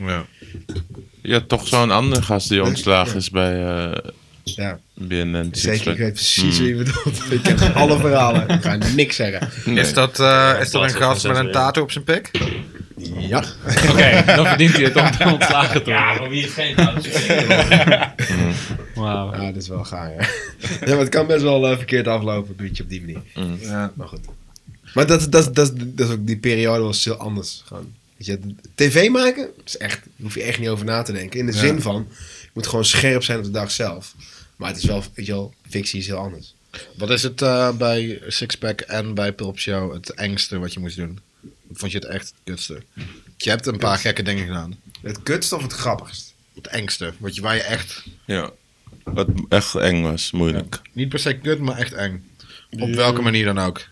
Je had toch zo'n andere gast die ontslagen is bij eh Ja, BNN zeker. Ik Sixpack. weet precies wie je bedoelt. Ik heb alle verhalen. Ik ga niks zeggen. Nee. Is dat, eh, is dat een gast met een tato op zijn pik? Ja. Oké, dan verdient hij het om ontslagen te worden. Ja, maar wie heeft geen pauze? Wauw. Ah, dat is wel gaar, hè? Ja, maar het kan best wel eh, verkeerd aflopen, een beetje op die manier. Ja. Maar goed. Maar dat, dat, dat, dat is ook, die periode was heel anders. Gewoon. Weet je, tv maken, dat is echt, daar hoef je echt niet over na te denken. In de zin van, je moet gewoon scherp zijn op de dag zelf. Maar het is wel, weet je wel, fictie is heel anders. Wat is het eh, bij Sixpack en bij Pulp Show het engste wat je moest doen? Vond je het echt het kutste? Je hebt een paar gekke dingen gedaan. Het kutste of het grappigst? Het engste, wat je, waar je echt, Ja. Wat echt eng was, moeilijk. niet per se kut, maar echt eng. Op welke manier dan ook.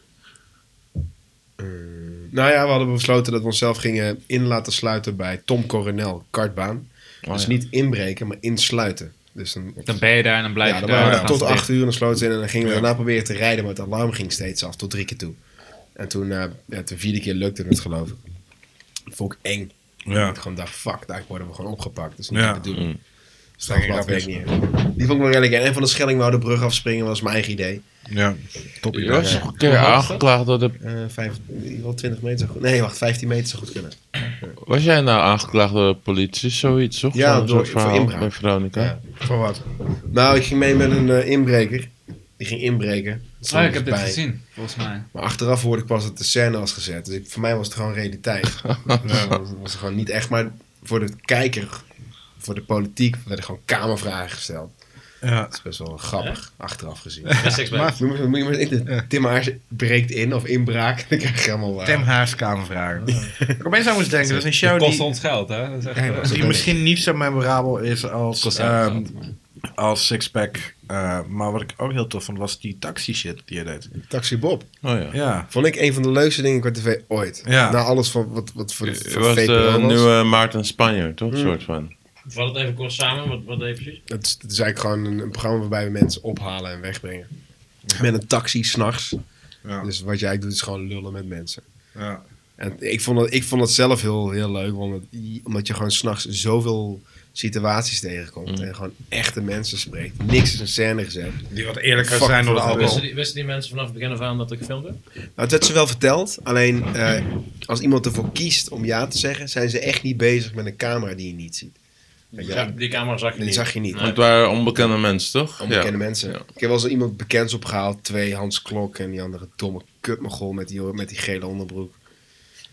Nou ja, we hadden besloten dat we onszelf gingen in laten sluiten bij Tom Coronel, kartbaan. dus ja. niet inbreken, maar insluiten. Dus dan, Dan ben je daar en dan blijf ja, je dan daar. waren we Dan gaan tot ze dicht. acht uur en dan sloten ze in. En dan gingen we daarna proberen te rijden, maar het alarm ging steeds af, tot drie keer toe. En toen, eh, ja, de vierde keer lukte het, geloof ik. Dat vond ik eng. Ja. Ik gewoon dacht, fuck, daar worden we gewoon opgepakt. Dat is niet Ja. de bedoeling. Strafblad, weet ik niet. Die vond ik wel redelijk. En van de Schelling wou de brug afspringen, was mijn eigen idee. Ja, top Je was toch een keer aangeklaagd door de... Eh vijf, wel 20 meter zou goed. Nee, wacht, 15 meter zou goed kunnen. Was jij nou aangeklaagd door de politie? Zoiets, toch? Ja, Van een door- soort voor verhaal inbraak. Bij Veronica. Ja. Voor wat? Nou, ik ging mee met een eh, inbreker. Die ging inbreken. Dat stond Oh, ik dus heb dit bij. gezien, volgens mij. Maar achteraf hoorde ik pas dat de scène was gezet. Dus ik- voor mij was het gewoon realiteit. ja. Dat was gewoon niet echt. Maar voor de kijker, voor de politiek, werden gewoon kamervragen gesteld. Ja. Dat is best wel grappig, achteraf gezien. Er is niks bij. Moet je- moet je maar- in- Tim Haars breekt in of inbraak. Dan krijg je helemaal... eh, Tim Haars kamervragen. Ik opeens aan moest denken, dat is een show kost die, ons geld, hè? Dat is echt, Ja, eh, dat die misschien niet zo memorabel is kost als, heel veel ehm, geld, maar- als Sixpack. eh, maar wat ik ook heel tof vond, was die taxi shit die je deed. Taxi Bob. Oh ja. Ja. Vond ik een van de leukste dingen qua tv ooit. Ja. Na alles van wat, wat voor de Het voor Eh, was de VPRO was. nieuwe Maarten Spanjer, toch? Hmm. soort van. Vat het even kort samen, wat, wat deed je precies? Het is, het is eigenlijk gewoon een, een programma waarbij we mensen ophalen en wegbrengen. Met een taxi s'nachts. Ja. Dus wat jij doet is gewoon lullen met mensen. Ja. En ik vond dat, ik vond dat zelf heel, heel leuk, want het- omdat je gewoon s'nachts zoveel situaties tegenkomt. En gewoon echte mensen spreekt. Niks is een scène gezet. Mm. Die wat eerlijker Fuck, zijn door de wat een alcohol. Wisten die, wisten die mensen vanaf het begin af aan dat ik gefilmd heb? Nou, het werd ze wel verteld. Alleen eh, als iemand ervoor kiest om ja te zeggen, zijn ze echt niet bezig met een camera die je niet ziet. Weet je, Ja, die camera zag je Die niet. zag je niet. Want het waren onbekende mensen, toch? Onbekende ja. mensen. Ja. Ik heb wel eens iemand bekends opgehaald. Twee, Hans Klok en die andere domme kutmogol met die, met die gele onderbroek.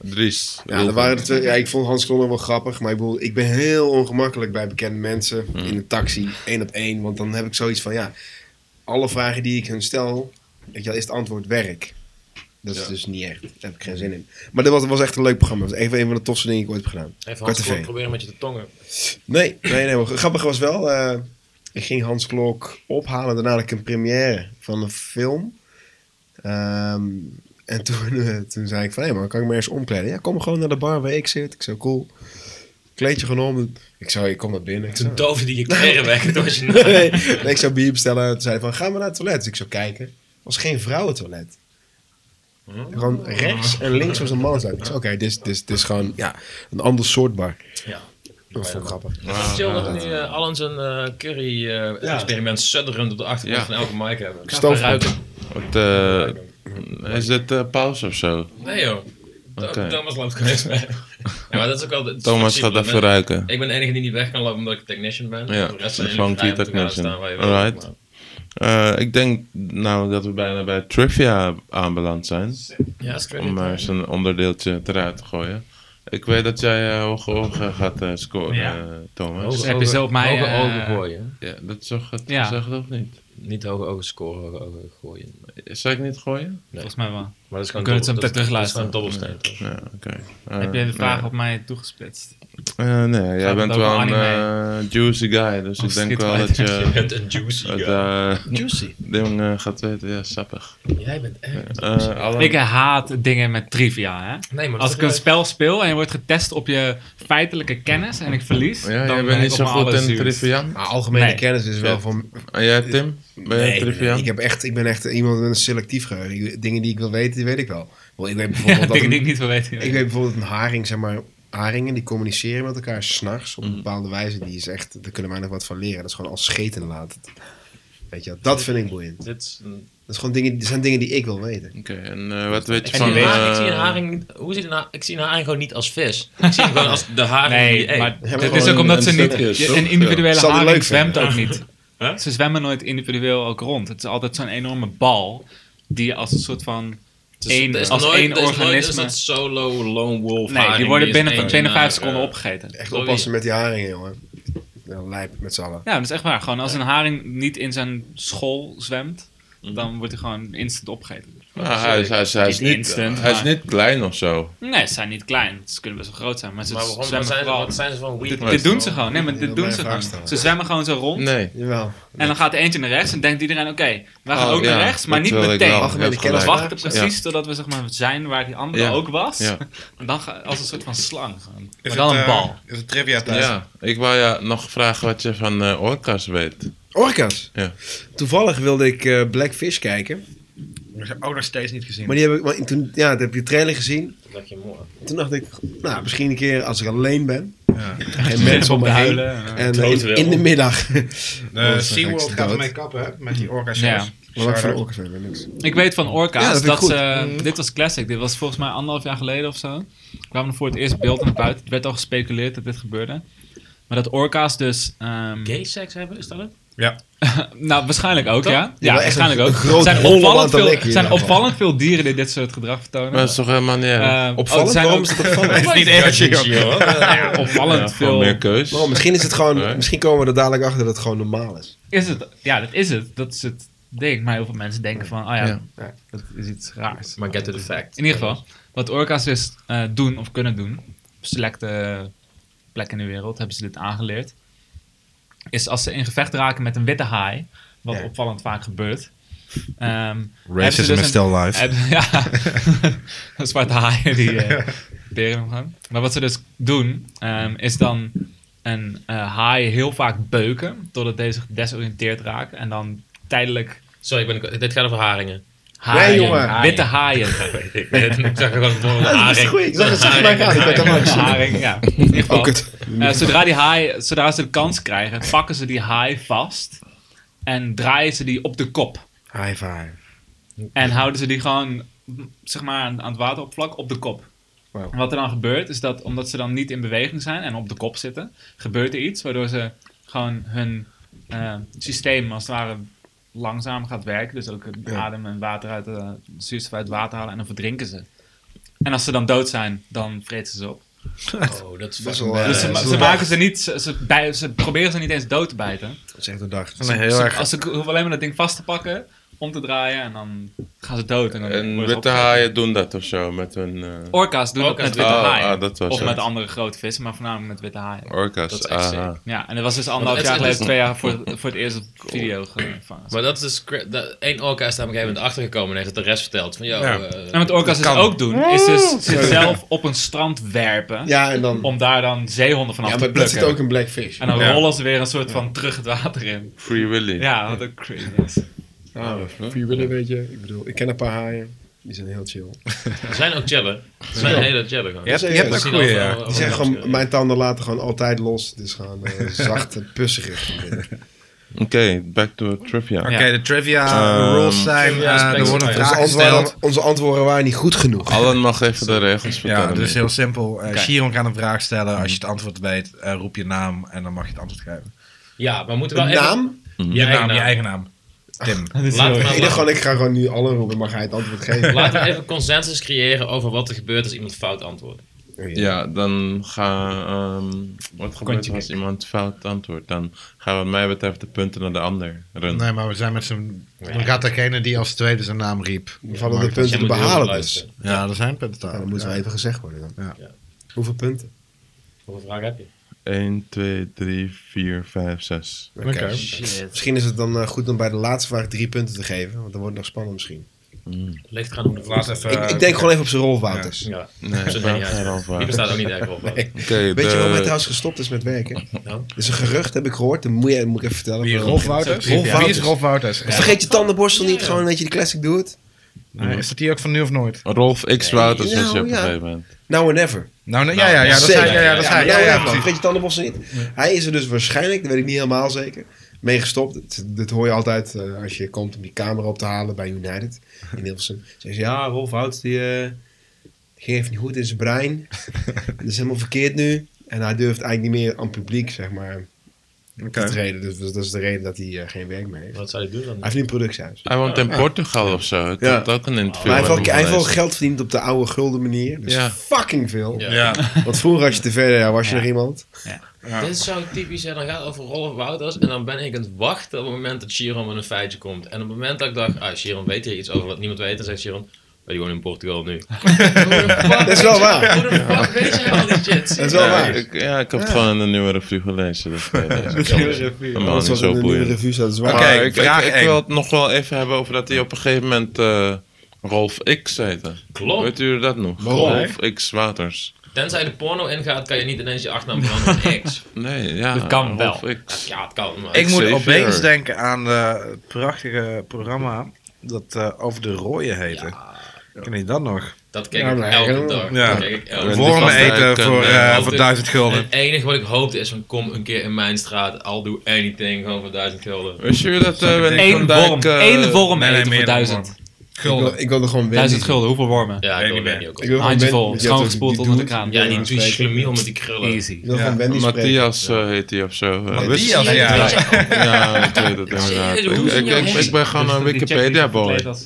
Dries. Ja, er waren er twee, ja, ik vond Hans Klok nog wel grappig. Maar ik bedoel, ik ben heel ongemakkelijk bij bekende mensen in een taxi. één op één. Want dan heb ik zoiets van, ja, alle vragen die ik hun stel, weet je wel, is het antwoord werk. Dat is dus niet echt. Daar heb ik geen zin in. Maar dat was, was echt een leuk programma. Dat was een van- een van de tofste dingen die ik ooit heb gedaan. Even Qua Hans tv. Klok proberen met je te tongen. Nee, nee, nee. maar Grappig was wel. eh, ik ging Hans Klok ophalen. Daarna had ik een première van een film. Ehm, en toen, eh, toen zei ik van, hé hey man, kan ik me eens omkleden? Ja, kom gewoon naar de bar waar ik zit. Ik zo, cool. Kleedje genomen. Ik zo, ik kom naar binnen. Ik zo, Toen doofde die je kleren weg. Toen was je nee, nee. Nee, ik zou bier bestellen. Toen zei hij van, ga maar naar het toilet. Dus ik zou kijken. Er was geen vrouwentoilet. Gewoon rechts en links was een manstoilet. Ik zei, oké, dit, is- dit, is- dit is gewoon ja, een ander soort bar. Ja. Dat vond ik grappig. Het is chill dat we nu eh, Alan zijn eh, curry eh, experiment Sutherland op de achtergrond van Ja. elke mic hebben. Ik ga Stoofpot. even ruiken. Wat, eh, is dit eh, pauze of zo? Nee joh. Th- Oké. Thomas loopt gewoon eens mee. ja, maar dat is ook wel... het is Thomas flexibel, gaat hè? even ruiken. Ik ben de enige die niet weg kan lopen omdat ik technician ben. Ja, de rest zijn dat is jullie gewoon vrij om key te gaan technician. staan waar je wil. Alright. Maar- Eh, ik denk nou dat we bijna bij trivia aanbeland zijn. Ja, dat is Om credit. maar eh, eens een onderdeeltje eruit te gooien. Ik weet dat jij eh hoge ogen gaat eh, scoren, eh, Thomas. Dus heb je zo op mij... Hoge eh, ogen gooien. Ja, dat is toch het Ja. gezegd of niet? Niet hoge ogen scoren, hoge ogen gooien. Zou ik niet gooien? Volgens mij wel. Maar dat is gewoon We kunnen het zo dobbel- meteen dat is- Dat is gewoon dobbelsteen. Ja, oké. Eh, heb jij de vraag nee. op mij toegesplitst? Eh, nee, jij het bent over wel een anime? eh, juicy guy, dus Oh, ik denk shit, wel right. dat je Je bent een juicy het guy. eh, Juicy. ding eh, gaat weten. Ja, sappig. Jij bent echt... Eh, Alan- Ik haat dingen met trivia, hè? Nee, maar dat Als is ik een leuk. spel speel en je wordt getest op je feitelijke kennis en ik verlies, ja, dan jij ben bent niet ik zo op mijn goed in allerzuurst. trivia. Maar algemene Nee. kennis is wel Ja. van En jij, Tim? Ben je Nee, trivia? nee, ik, heb echt, ik ben echt iemand met een selectief geheugen. Ik- Dingen die ik wil weten, die weet ik wel. Want ik weet Ja, bijvoorbeeld, dingen dat die een, ik niet wil weten. ik weet bijvoorbeeld een haring, zeg maar, haringen die communiceren met elkaar s'nachts op een bepaalde wijze. Die is echt, daar kunnen wij nog wat van leren. Dat is gewoon als scheten laten. Weet je, wel, dat vind ik boeiend. Dit is een Dat, is gewoon dingen, dat zijn dingen die ik wil weten. Oké, en eh, wat weet je Ik van... zie, een haring, ik zie een eh, haring niet- Hoe ziet een ha- ik zie een haring gewoon niet als vis. Ik zie hem gewoon als de haring die Nee, je maar E. maar dat gewoon is ook omdat een ze niet... stukje is, je- toch? Een Ja. individuele Zal die leuk haring vinden? zwemt ook niet. Huh? Ze zwemmen nooit individueel ook rond. Het is altijd zo'n enorme bal die als een soort van... één, er is als nooit, één er is nooit- is organisme... dat solo lone wolf Nee, die haring worden is binnen van één 52 naar, seconden eh, opgegeten. Echt Sorry. oppassen met die haringen, jongen. Ja, lijp met z'n allen. Ja, dat is echt waar. Gewoon als een haring niet in zijn school zwemt, Mhm. dan wordt hij gewoon instant opgegeten. nou, hij, is- hij is- hij is Niet niet, instant, hij is maar- niet klein of zo. Nee, ze zijn niet klein. Ze kunnen best wel groot zijn, maar ze Maar waarom zwemmen wat eh, zijn, ze, vooral- wat zijn ze van weed? Dit, dit doen ze gewoon. Nee, maar Ja, dit dat doen blijf ze ik gewoon. aanstaan. Ze zwemmen gewoon zo rond. Nee. Jawel. En dan gaat er eentje naar rechts en denkt iedereen, oké, wij gaan Oh, ook naar ja, rechts, maar dat niet wilde ik meteen. wel. Je hebt Algemene kennis. We gelijk. wachten precies totdat we zeg maar, zijn waar die andere Ja. ook was. Ja. En dan ga, als een soort van slang. Gewoon. Is Maar dan het, een eh, bal. Is het trivia thuis? Ja, ik wou je nog vragen wat je van eh orka's weet. Orka's. Ja. Toevallig wilde ik eh, Blackfish kijken. Ik heb ook nog steeds niet gezien. Maar die heb ik, maar toen, ja, dat heb je trailer gezien. Dat je mooi. Toen dacht ik, nou, misschien een keer als ik alleen ben. Geen mensen om me heen. En eh, in, in de middag. De Oh, Eh, SeaWorld sorry, gaat dood. ermee kappen, hè? Met die orka's. Ja. Maar wat voor orka's zijn er niks? Ik weet van Orka's Ja, dat dat, vind ik ze... eh, goed. Dit was classic. Dit was volgens mij anderhalf jaar geleden of zo. kwamen er voor het eerst beeld naar buiten. Het werd al gespeculeerd dat dit gebeurde. Maar dat orka's dus... ehm, Gay seks hebben, is dat het? nou, waarschijnlijk ook, ja. Ja, maar echt waarschijnlijk een- ook. een groot Er zijn hol om aan opvallend te veel, likken in er zijn ieder geval. opvallend veel dieren die dit soort gedrag vertonen. Maar dat is toch helemaal niet erg? Eh, Opvallend? er zijn Waarom ook- is het opvallend? Ik weet het niet echt, joh. Ja, opvallend Gewoon veel. meer keus. Oh, misschien is het gewoon, Nee. misschien komen we er dadelijk achter dat het gewoon normaal is. Is het, ja, dat is het. Dat is het ding. Maar heel veel mensen denken van, oh ja, Ja. ja, dat is iets raars. Maar get to the fact. In ieder geval, wat orka's dus eh, doen of kunnen doen, op selecte plekken in de wereld hebben ze dit aangeleerd, is als ze in gevecht raken met een witte haai, wat opvallend vaak gebeurt. ehm, hebben ze Racism dus is still live. hebben- ja, een zwarte haai die eh, beren omgaan. Maar wat ze dus doen, ehm, is dan een eh, haai heel vaak beuken, totdat deze gedesoriënteerd raakt en dan tijdelijk Sorry, ik ben, dit gaat over haringen. haaien, jongen. witte haaien. ik zag gewoon het woord haring. Ik zag het zeg maar gaan. Ik ben dan langs. Haring, ja. In ieder geval, Ook het. eh, zodra, die haai, zodra ze de kans krijgen, pakken ze die haai vast en draaien ze die op de kop. High five. En houden ze die gewoon, zeg maar, aan, aan het wateroppervlak op de kop. Wauw. En Wat er dan gebeurt, is dat omdat ze dan niet in beweging zijn en op de kop zitten, gebeurt er iets waardoor ze gewoon hun eh, systeem als het ware langzaam gaat werken. Dus ook het adem en water uit, eh, zuurstof uit het water halen en dan verdrinken ze. En als ze dan dood zijn, dan vreten ze ze op. Oh, dat is Dat is fucking wel, eh, Dus ze, dat is ma- wel ze dag. maken ze niet, ze, ze bij- ze proberen ze niet eens dood te bijten. Dat is echt een dag. Dat is een heel Ze- erg... Als ze k- hoeven alleen maar dat ding vast te pakken, om te draaien en dan gaan ze dood. En dan En worden ze witte opgegeten. haaien doen dat of zo met hun eh, Orka's doen Orka's dat doen met witte dat. haaien. Oh, oh, dat was of het. met andere grote vissen, maar voornamelijk met witte haaien. orka's. Dat is echt Aha. Ja, en dat was dus anderhalf het- jaar het geleden, is- twee jaar voor, voor het eerst op video gevangen. Maar dat is dus... cra- dat- één orka is daar op een gegeven moment achtergekomen en heeft het de rest verteld. Van, yo, Ja. eh, en wat orka's dus ook doen, is dus zichzelf op een strand werpen. Ja, en dan... Om daar dan zeehonden vanaf Ja, te maar dat zit plukken. ook in Blackfish. En dan Ja. rollen ze weer een soort van terug het water in. Free Willy. Ja, wat ook crazy is. Ah, vier willen weet je. Ik bedoel, ik ken een paar haaien. Die zijn heel chill. er zijn ook chillen. Er zijn hele chillen gewoon. Dus Je hebt, je hebt ook- goeie, Oh, die zijn gewoon, mijn tanden laten gewoon altijd los. Het is gewoon eh, zacht en pussig. Oké, back to trivia. Oké, de trivia Ehm, rules zijn, trivia eh, er aspects. worden Ja, Onze vragen gesteld. antwoorden, onze antwoorden waren niet goed genoeg. Allen mag even de regels Ja, vertellen. dus nu. heel simpel. Eh Chiron gaat een vraag stellen. Als je Mhm. het antwoord weet, eh, roep je naam en dan mag je het antwoord geven. Ja, maar moeten we Een wel even- naam? Mhm. Je eigen je naam. eigen naam. Tim. Laten we- Ik dacht gewoon, ik ga gewoon nu alle roepen, maar ga je het antwoord geven? Laten we even consensus creëren over wat er gebeurt als iemand fout antwoordt. Ja, dan ga... ehm, wat gebeurt er als iemand fout antwoordt? Dan gaan wat mij betreft de punten naar de ander. Run. Nou. Nee, maar we zijn met z'n... Dan gaat degene die als tweede zijn naam riep. We vallen de punten te moet heel behalen goed dus. luisteren. Ja, dat zijn punten. Ja, dat moet wel even gezegd worden dan. Ja. Ja. Hoeveel punten? Hoeveel vragen heb je? 1, 2, 3, 4, 5, 6. Oké. Misschien is het dan eh, goed om bij de laatste vraag drie punten te geven. Want dan wordt het nog spannend misschien. Ligt eraan hoe de Laat vraag... even... ik, ik denk gewoon even op zijn rol, Wouters. Ja, Nee, zo ik ben ben je geen uit. rolvaart. Die bestaat ook niet echt op. Nee. Oké, Weet je waarom hij de- trouwens gestopt is met werken? Nou? Dat is een gerucht, heb ik gehoord. Dat moet, je, moet ik even vertellen. Wie, Rolf Wouters? Rolf Wie Wouters. is Rolf Wouters? Ja. Vergeet je tandenborstel niet, gewoon dat je de classic doet. Nee, is dat die ook van nu of nooit? Rolf X. Wouters was je Nou, op een ja. gegeven moment. Now and never. Nou, nee, ja, ja, ja, dat Zeker. zei, ja, ja, dat Ja, zei nou ja, en ja, never. Vergeet je tandenborstel niet. Hij is er dus waarschijnlijk, dat weet ik niet helemaal zeker, mee gestopt. Dit, dit hoor je altijd eh, als je komt om die camera op te halen bij United in Hilversum. Zeggen ze, ja, Rolf Hout, die eh, ging even niet goed in zijn brein. Dat is helemaal verkeerd nu. En hij durft eigenlijk niet meer aan het publiek, zeg maar, Oké. te treden. Dus dat is de reden dat hij eh, geen werk meer heeft. Hij Wat zou je doen dan? heeft nu een productiehuis. Hij woont in Portugal of zo. Ik Ja. had ook een interview Maar hij heeft, met ook, hem hij heeft wel gelezen. geld verdiend op de oude gulden manier. Dus Ja. fucking veel. Ja. Ja. Want vroeger als je te ver ja, was je Ja. nog iemand. Dit is zo typisch, hè. dan gaat het over Rolf Wouters en dan ben ik aan het wachten op het moment dat Chiron met een feitje komt. En op het moment dat ik dacht, ah, Chiron weet hier iets over wat niemand weet, dan zegt Chiron, "Maar die woont in Portugal nu. Dat is wel waar. Hoe de fuck weet jij al die shit? Dat is wel Ja, waar. ik, ja, ik heb het gewoon in de nieuwe review gelezen. Dus, eh, dat is helemaal Anders niet was zo het in de nieuwe boeiend. revue staat, dat is waar. Maar Oké, ik, ik- vraag ik één. wil het nog wel even hebben over dat hij op een gegeven moment eh, Rolf X heette. Oh. Klopt. Weet u dat nog? Rolf X Waters. Tenzij de porno ingaat, kan je niet ineens je achternaam veranderen in X. Nee, ja. Dat kan Rolf wel. X. Ja, het kan, maar... Ik moet Xavier. opeens denken aan eh, het prachtige programma dat eh, Over de Rooien heette. Ken je dat nog? Dat keek Ja, ik maar- elke dag. Ja. Dat keek ik elke dag. Wormen Die eten vastduiken, voor, eh, eh voor altijd- 1000 gulden. Het enige wat ik hoopte is van kom een keer in mijn straat, I'll do anything, gewoon voor duizend gulden. Wist je dat eh Wendy Eén van Dijk... worm. eh, Eén worm nee, nee, eten meer voor dan duizend. Ik wil- Ik wilde gewoon Wendy. Duizend gulden, hoeveel wormen? Ja, ik Nee, wil die Wendy ook Ik al. wil gewoon Handjevol, Wendy- schoongespoeld die onder de dude- kraan. Ja, die Ja, douche zeker. schlemiel met die krullen. Easy. Ik wil gewoon Wendy spreken. Matthias eh, heet hij of zo. eh. Matthias, ja. Ja, ik weet het inderdaad. Serieus, Ik, hoe ik, zien ik, jullie- ik ben Dus gewoon een Wikipedia-boy ook.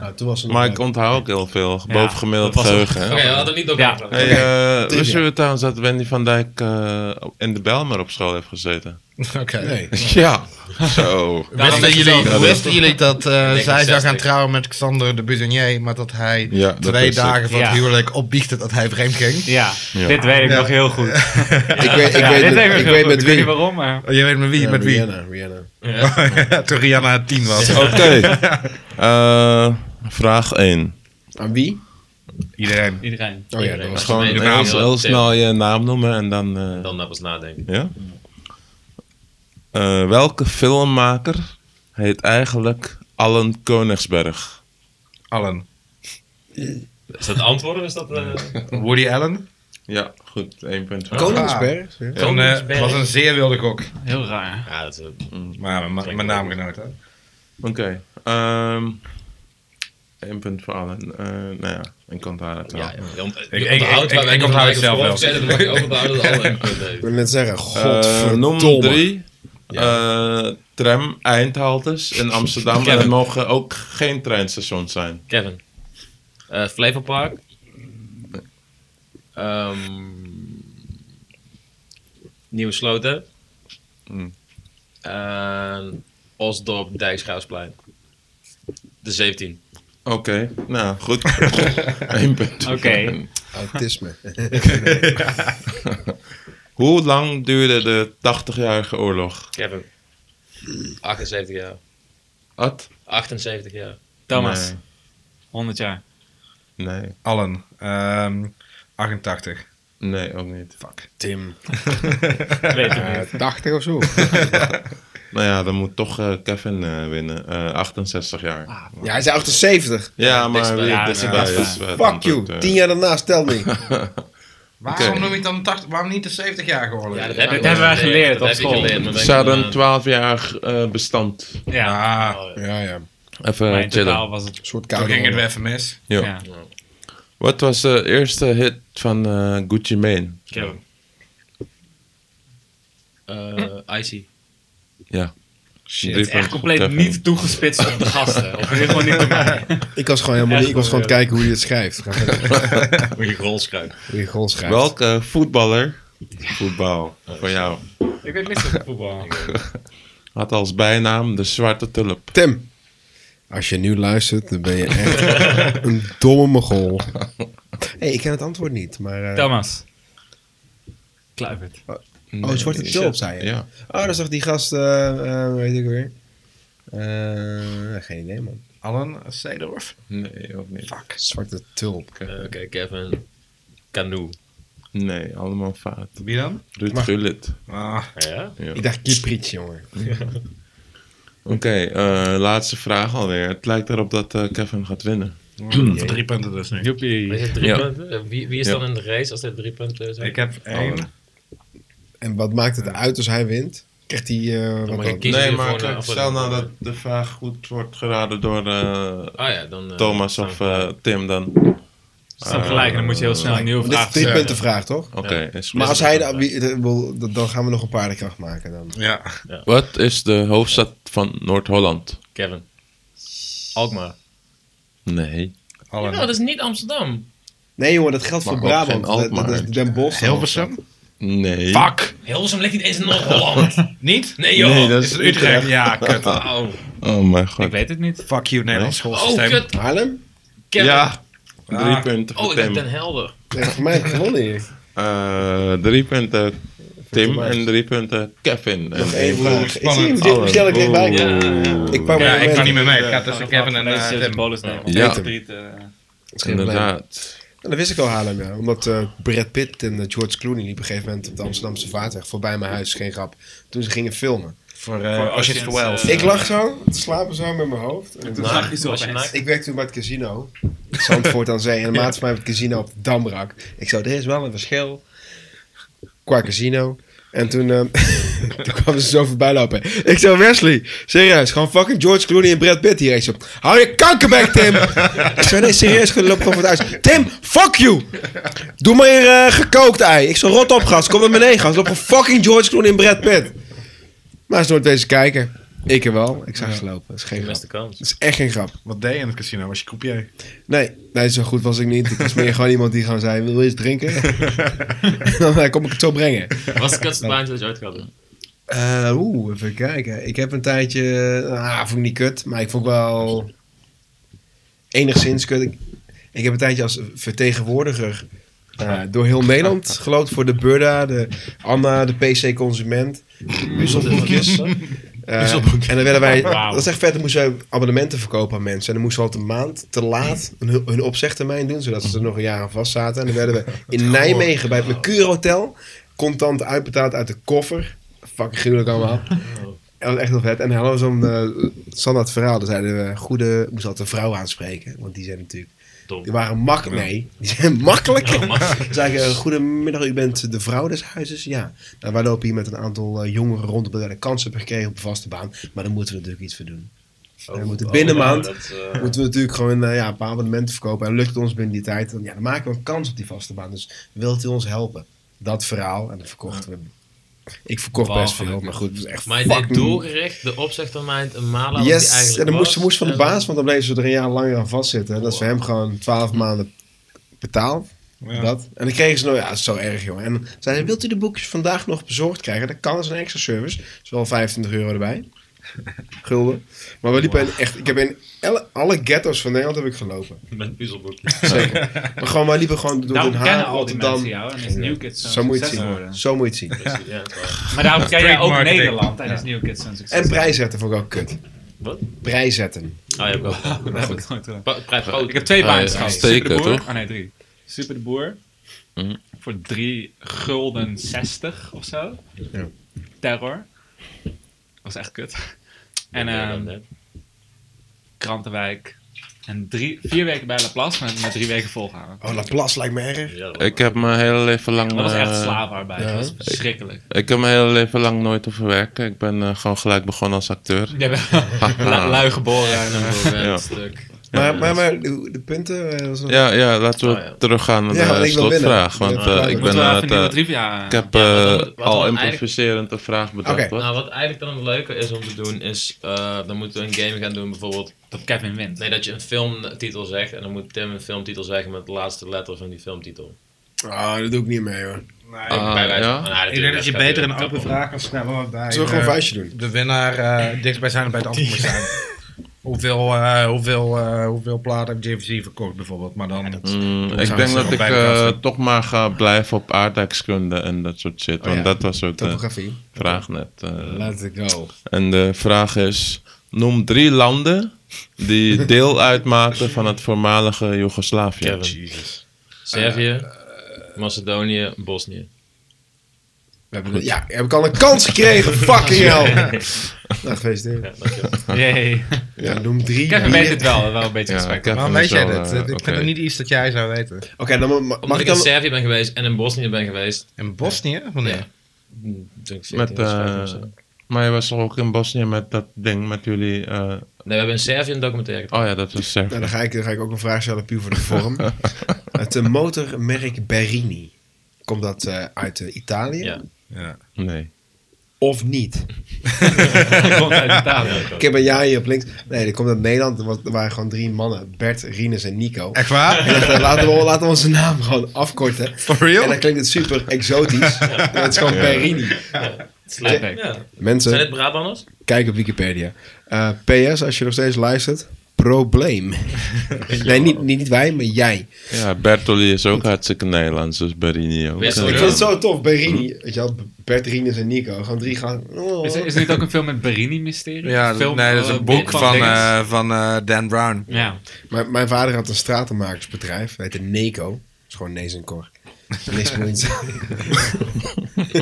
Nou, toen was er nog Maar een- ik onthoud ook heel veel. eh, Ja, Bovengemiddeld dat was geheugen. hè. Oké, we hadden niet op Ja. elkaar. Hey, eh, wist Trivia. je trouwens dat Wendy van Dijk eh, op- in de Belmer op school heeft gezeten? Nee. Ja. Zo. Daarom Wisten dat je jullie, zelf- wisten jullie dat eh, zij zou 69. gaan trouwen met Xander de Buzonier, maar dat hij Ja, dat twee wist ik. dagen van het Ja. huwelijk opbiechtte dat hij vreemd ging? Ja, Ja. dit weet ik nog heel goed. Ik weet, ik Ja, weet, dit met- weet ik nog weet heel goed. Ik met weet wie. niet waarom, maar... Oh, je weet met wie? Ja, met wie? eh, Rihanna, Rihanna. Toen Rihanna tien was. Oké. Eh, vraag 1. Aan wie? Iedereen. Iedereen. Oh ja, dat was Gewoon Nee, de heel, naam. heel snel je naam noemen en dan... eh, Dan daar pas nadenken. Ja? Eh, welke filmmaker heet eigenlijk Allen Koningsberg? Allen. Is dat antwoord of is dat... eh, Woody Allen. Ja, goed. 1 punt. voor- Oh, Ah, Koningsberg. ja. Een, eh, was een zeer wilde gok. Heel raar. Ja, dat is... eh, Maar mijn, mijn naamgenoot, hè? Oké. ehm 1 punt voor Allen. Eh nou ja, ik onthoud het wel. Ja, ja. Je ont- je ik- ik- onthoudt ik- waar wij ik niet gelijk onthoud het zelf op wel. vooraf zetten, Dan mag je ook onthouden dat alle een punt Ik heeft. wil net zeggen, Eh, godverdomme. noem drie eh, tram eindhaltes in Amsterdam. en het mogen ook geen treinstations zijn. Kevin. Eh Flevopark. Ehm Nieuwe Sloten. Hmm. Mm. En Osdorp, Dijksgraafsplein. De 17. Oké, nou goed. Eén punt. Oké. Autisme. Hoe lang duurde de 80-jarige oorlog? Kevin. 78 jaar. Ad? 78 jaar. Thomas, 100 jaar. Nee. nee. Allen. Ehm 88. Nee, ook niet. Fuck. Tim. Weet ik niet. Eh, 80 of zo. Nou ja, dan moet toch eh, Kevin eh, winnen. Eh, 68 jaar. Ja, hij is 78. ja, maar dichtsbij. wie Ah, Ja, het dichtsbij ja. is, eh, het Fuck antwoord, you. eh. 10 jaar daarna, stel me. Waarom Oké. noem je het dan 80? Waarom niet de 70 jaar geworden? Ja, dat heb hebben wij geleerd op dat heb je school. geleerd, Ze maar denk ik, hadden eh, een 12-jarig eh, bestand. Ja, Ah, Ja, ja. Een Even maar in chillen. totaal was het... soort toen koude. ging het oorlog. weer even mis. Ja. Ja. Wat was de eerste hit van eh, Gucci Mane? Kevin. Eh Icy. Ja. Shit. Het is echt compleet niet toegespitst op de gasten. Of in ieder geval niet op mij. Ik was gewoon helemaal Echt niet. Ik was gewoon aan het kijken hoe je het schrijft. Ga verder. Moet je rol schuiven. Hoe je gewoon schrijft. Welke voetballer, voetbal, voor jou, Ik weet niks van voetbal. had als bijnaam de zwarte tulp? Tim. Als je nu luistert, dan ben je echt een domme mogol. hey, ik ken het antwoord niet, maar... eh Thomas. Kluivert. oh, zwarte tulp, zei je? Ja. Oh, dat zag die gast, eh, eh, weet ik weer. Eh, geen idee, man. Allen Seedorf. Nee, ook niet. Zwarte tulp. Eh, Oké, Kevin. Canoe. Nee, allemaal fout. Wie dan? Ruud Maar- Gullit. Ah, Ja? Ik dacht Kieprits, jongen. Oké, eh, laatste vraag alweer. Het lijkt erop dat eh, Kevin gaat winnen. drie punten dus nu. Is Joepie. het drie Ja. punten? Eh, Wie, wie is Ja. dan in de race als dit drie punten zijn? Ik heb één. En wat maakt het uit als hij wint? Krijgt hij... eh, wat mag je dan? kiezen. nee, jullie maar voor een kijk, stel aflevering? nou dat de vraag goed wordt geraden door eh, Ah ja, dan... eh, Thomas dan- of eh, Tim dan. Snap gelijk, en dan moet je heel snel een nieuwe Want dit is vraag een drie stellen. punten vraag, toch? Oké, Oh, is goed. Maar als hij... de- wie- de- wil- Dan dan gaan we nog een paardenkracht maken dan. Ja. Wat is de hoofdstad van Noord-Holland? Kevin. Alkmaar. Nee. Oh, Ja, Allen. dat is niet Amsterdam. Nee, jongen, dat geldt Mag voor ook geen Brabant. Dat, Alkmaar. dat is Den Bosch. Hilversum? Nee. Fuck! Hilversum ligt niet eens in Noord-Holland. Niet? Nee joh. Nee, dat Is het Utrecht? Ja, kut. Oh, Oh mijn god. Ik weet het niet. Fuck you, Nederlands oh schoolsysteem. kut. Haarlem? Kevin. Ja. Drie Ah. punten voor Oh, ik Tim. heb Den Helder. Nee, voor mij heb ik gewonnen hier. Eh, drie punten Tim Tobias. en drie punten Kevin. En Eén vraag. Ik zie hoe Spannend. dit hoe snel ik dichtbij Oh, kom. Ik pak Ja, mijn ik kan moment. niet meer mee. Het gaat tussen Kevin en eh, Deze Tim. bolus nemen. Ja. Friet, eh, Dat is geen probleem. Inderdaad. En dat wist ik al Haarlem, ja. Omdat eh, Brad Pitt en eh, George Clooney liepen op een gegeven moment op de Amsterdamse vaartweg voorbij mijn huis, geen grap, toen ze gingen filmen. Voor, eh, Voor Ocean's Ocean's, Twelve. eh, Ik lag zo, te slapen zo met mijn hoofd. En toen Naakt zag ik zo was je opeens- naakt? Ik werkte toen bij het casino. Zandvoort aan Zee. En de maat van mij op het casino op Damrak. Ik zou, er is wel een verschil. Qua casino. En toen, ehm, toen kwamen ze zo voorbij lopen. Ik zei, Wesley, serieus, gewoon fucking George Clooney en Brad Pitt hier. Ik zei, hou je kankerbek, Tim! ik zei, nee, serieus, gewoon loop gewoon voor het huis. Tim, fuck you! Doe maar hier eh, gekookt ei. Ik zei, rot op, gast. Kom met beneden, gast. Loop gewoon fucking George Clooney en Brad Pitt. Maar ze nooit deze kijken. Ik er wel. Ik zag ze lopen. Dat is geen Je grap. mist de kans. Dat is echt geen grap. Wat deed je in het casino? Was je croupier? Nee, nee, zo goed was ik niet. Ik was meer gewoon iemand die gewoon zei, wil je eens drinken? dan eh, kom ik het zo brengen. Was het kutste baantje dat je ooit gehad hebt? Eh, Oeh, even kijken. Ik heb een tijdje... Ah, vond ik niet kut, maar ik vond wel... Enigszins kut. Ik, ik heb een tijdje als vertegenwoordiger eh, door heel Nederland gelood voor de Burda, de Anna, de PC Consument, puzzelboekjes. Eh, en dan werden wij... Wauw. Dat is echt vet. Dan moesten wij abonnementen verkopen aan mensen. En dan moesten we altijd een maand te laat hun, hun opzegtermijn doen, zodat ze er nog een jaar aan vast zaten. En dan werden we in Nijmegen bij het Mercure Hotel contant uitbetaald uit de koffer. Fucking gruwelijk allemaal. Dat was echt heel vet. En dan hadden we zo'n eh, standaard verhaal. Dan zeiden we, goede, ik moest altijd een vrouw aanspreken. Want die zijn natuurlijk... Dom. Die waren makkelijk. Nee, die zijn makkelijk. Oh, man. Dan zei ik, eh, goedemiddag, u bent de vrouw des huizes? Ja. Nou, wij lopen hier met een aantal eh, jongeren rond... omdat wij de kans hebben gekregen op een vaste baan. Maar daar moeten we natuurlijk iets voor doen. we moeten binnen Oh, ja, maand- dat, eh, Moeten we natuurlijk gewoon eh, ja, een paar abonnementen verkopen. En lukt het ons binnen die tijd, dan, ja, dan maken we een kans op die vaste baan. Dus wilt u ons helpen? Dat verhaal. En dat verkochten we. Ik verkocht Behalve best veel, het- maar goed, het was echt Maar je deed fucking- doelgericht de opzegtermijn een maal aan wat die Yes, eigenlijk en dan moest, was. Eh, moest van de En- baas, want dan bleven ze er een jaar langer aan vastzitten. En dat is voor hem gewoon 12 maanden betaald. Dat. En dan kregen ze nou, ja, dat is zo erg, jongen. En dan zeiden ze, wilt u de boekjes vandaag nog bezorgd krijgen? Dan kan, dat is een extra service. Dat is wel 25 euro erbij. Gulden. Maar we liepen in echt, ik heb in alle, alle ghetto's van Nederland heb ik gelopen. Met Nou, puzzelboek. Zeker. maar gewoon, wij liepen gewoon door Daarom Den Haag, kennen al die mensen Rotterdam. jou en is New Kids zo'n Zo moet je het succes zien. geworden. Zo moet je het zien. Ja, het was- Maar daarom ken jij Trade ook marketing. Nederland en is New Kids zo'n succes. En prijzetten vond ik ook kut. Wat? Prijzetten. Oh, je hebt ook. Daar heb ik nooit gedaan. Pa- Prij- Ik heb twee Ah, baantjes ja, gehad. steken, Super de Boer. toch? Ah nee, drie. Super de Boer. Mhm. Voor 3 gulden 60 of zo. Ja. Terror. Was echt kut. En ehm, Krantenwijk. En drie, vier weken bij Laplace, maar met drie weken volgehouden. Oh, Laplace lijkt me erg. Ja, dat- Ik heb mijn hele leven lang... Oh, Dat was echt eh, slaaparbeid. ja. Dat was verschrikkelijk. Ik heb mijn hele leven lang nooit te verwerken. Ik ben eh, gewoon gelijk begonnen als acteur. Jij bent lu- lui geboren. en, eh, Ja. Ja. Stuk. Maar, maar, maar de de punten... eh, was een- Ja, ja laten we Oh, ja. teruggaan naar Ja, want de ik wil winnen. slotvraag. Want eh, Ja, ja. ik ben Moeten we even aan het, een nieuwe eh, trivia... ik heb Ja, wat- eh, wat- wat- al wat- improviserend een vraag bedacht. Oké. hoor. Nou, wat eigenlijk dan het leuke is om te doen, is eh, dan moeten we een game gaan doen bijvoorbeeld. Dat Kevin wint. Nee, dat je een filmtitel zegt en dan moet Tim een filmtitel zeggen met de laatste letter van die filmtitel. Ah, dat doe ik niet mee hoor. Ah, Bij wijze- ja? Maar, nou, Ik denk dat je gaat beter weer een open kappen. vraag kan stellen waarbij Zullen we gewoon eh, een vuistje doen? de winnaar eh dichtstbij zijn en bij het antwoord moet zijn. Hoeveel, eh, hoeveel, eh, hoeveel platen heeft JVC verkocht bijvoorbeeld, maar dan... Mm, ik zou denk ze dat wel ik bij de eh, kast zijn. toch maar ga blijven op aardrijkskunde en dat soort shit. Oh, ja. Want dat was ook de Topografie. vraag net. eh. Let's go. en de vraag is, noem drie landen die deel uitmaakten van het voormalige Joegoslavië. Kevin. Servië, Eh, Macedonië, Bosnië. We hebben de- ja, heb ik al een kans gekregen. Fucking hell. Nou, gefeliciteerd. Ja, dankjewel. Yay. Ja, noem drie. Kevin bieren. weet het wel. Wel een beetje Ja, respect. Kevin Maar is weet jij wel, dit? eh, ik oké. vind het niet iets dat jij zou weten. Oké, dan ma- ma- Omdat mag ik ik in dan... Servië ben geweest en in Bosnië ben geweest. In Bosnië? Wanneer? Ja. toen ik 14 Met, was, 15 eh, of zo. Nee, Maar je was toch ook in Bosnië met dat ding met jullie... eh, we hebben in Servië een documentaire gedaan. oh ja, dat was Servië. Nou, dan, ga ik, dan ga ik ook een vraag stellen puur voor de vorm. het eh, motormerk Berini. Komt dat eh, uit eh, Italië? Ja. Nee. Of niet? Komt uit Italië. Ik heb een ja hier op links. Nee, dat komt uit Nederland. Er was- er waren gewoon drie mannen. Bert, Rinus en Nico. Echt waar? En ik dacht, laten, we, laten we onze naam gewoon afkorten. For En real? dan klinkt het super exotisch. En het is gewoon Berini. Slijpbeek. Ja. Zijn Mensen, dit Brabanders? kijk op Wikipedia. Eh, PS, als je nog steeds luistert, probleem. nee, niet, niet, niet wij, maar jij. Ja, Bertoli is ook hartstikke Nederlands, dus Berini ook. Bertoli. Ik Ja. vind het zo tof, Berini. Weet je wel, Bert, Rinus en Nico. Gewoon drie gaan. Oh. Is, er- is er niet ook een film met Berini-mysterie? Ja, film, nee, dat is eh, een boek van, Dinges. eh, van eh, Dan Brown. Ja. Mijn, mijn vader had een stratenmakersbedrijf. Dat heette Neko. Dat is gewoon Nees en Cor. Niks boeiends. Dat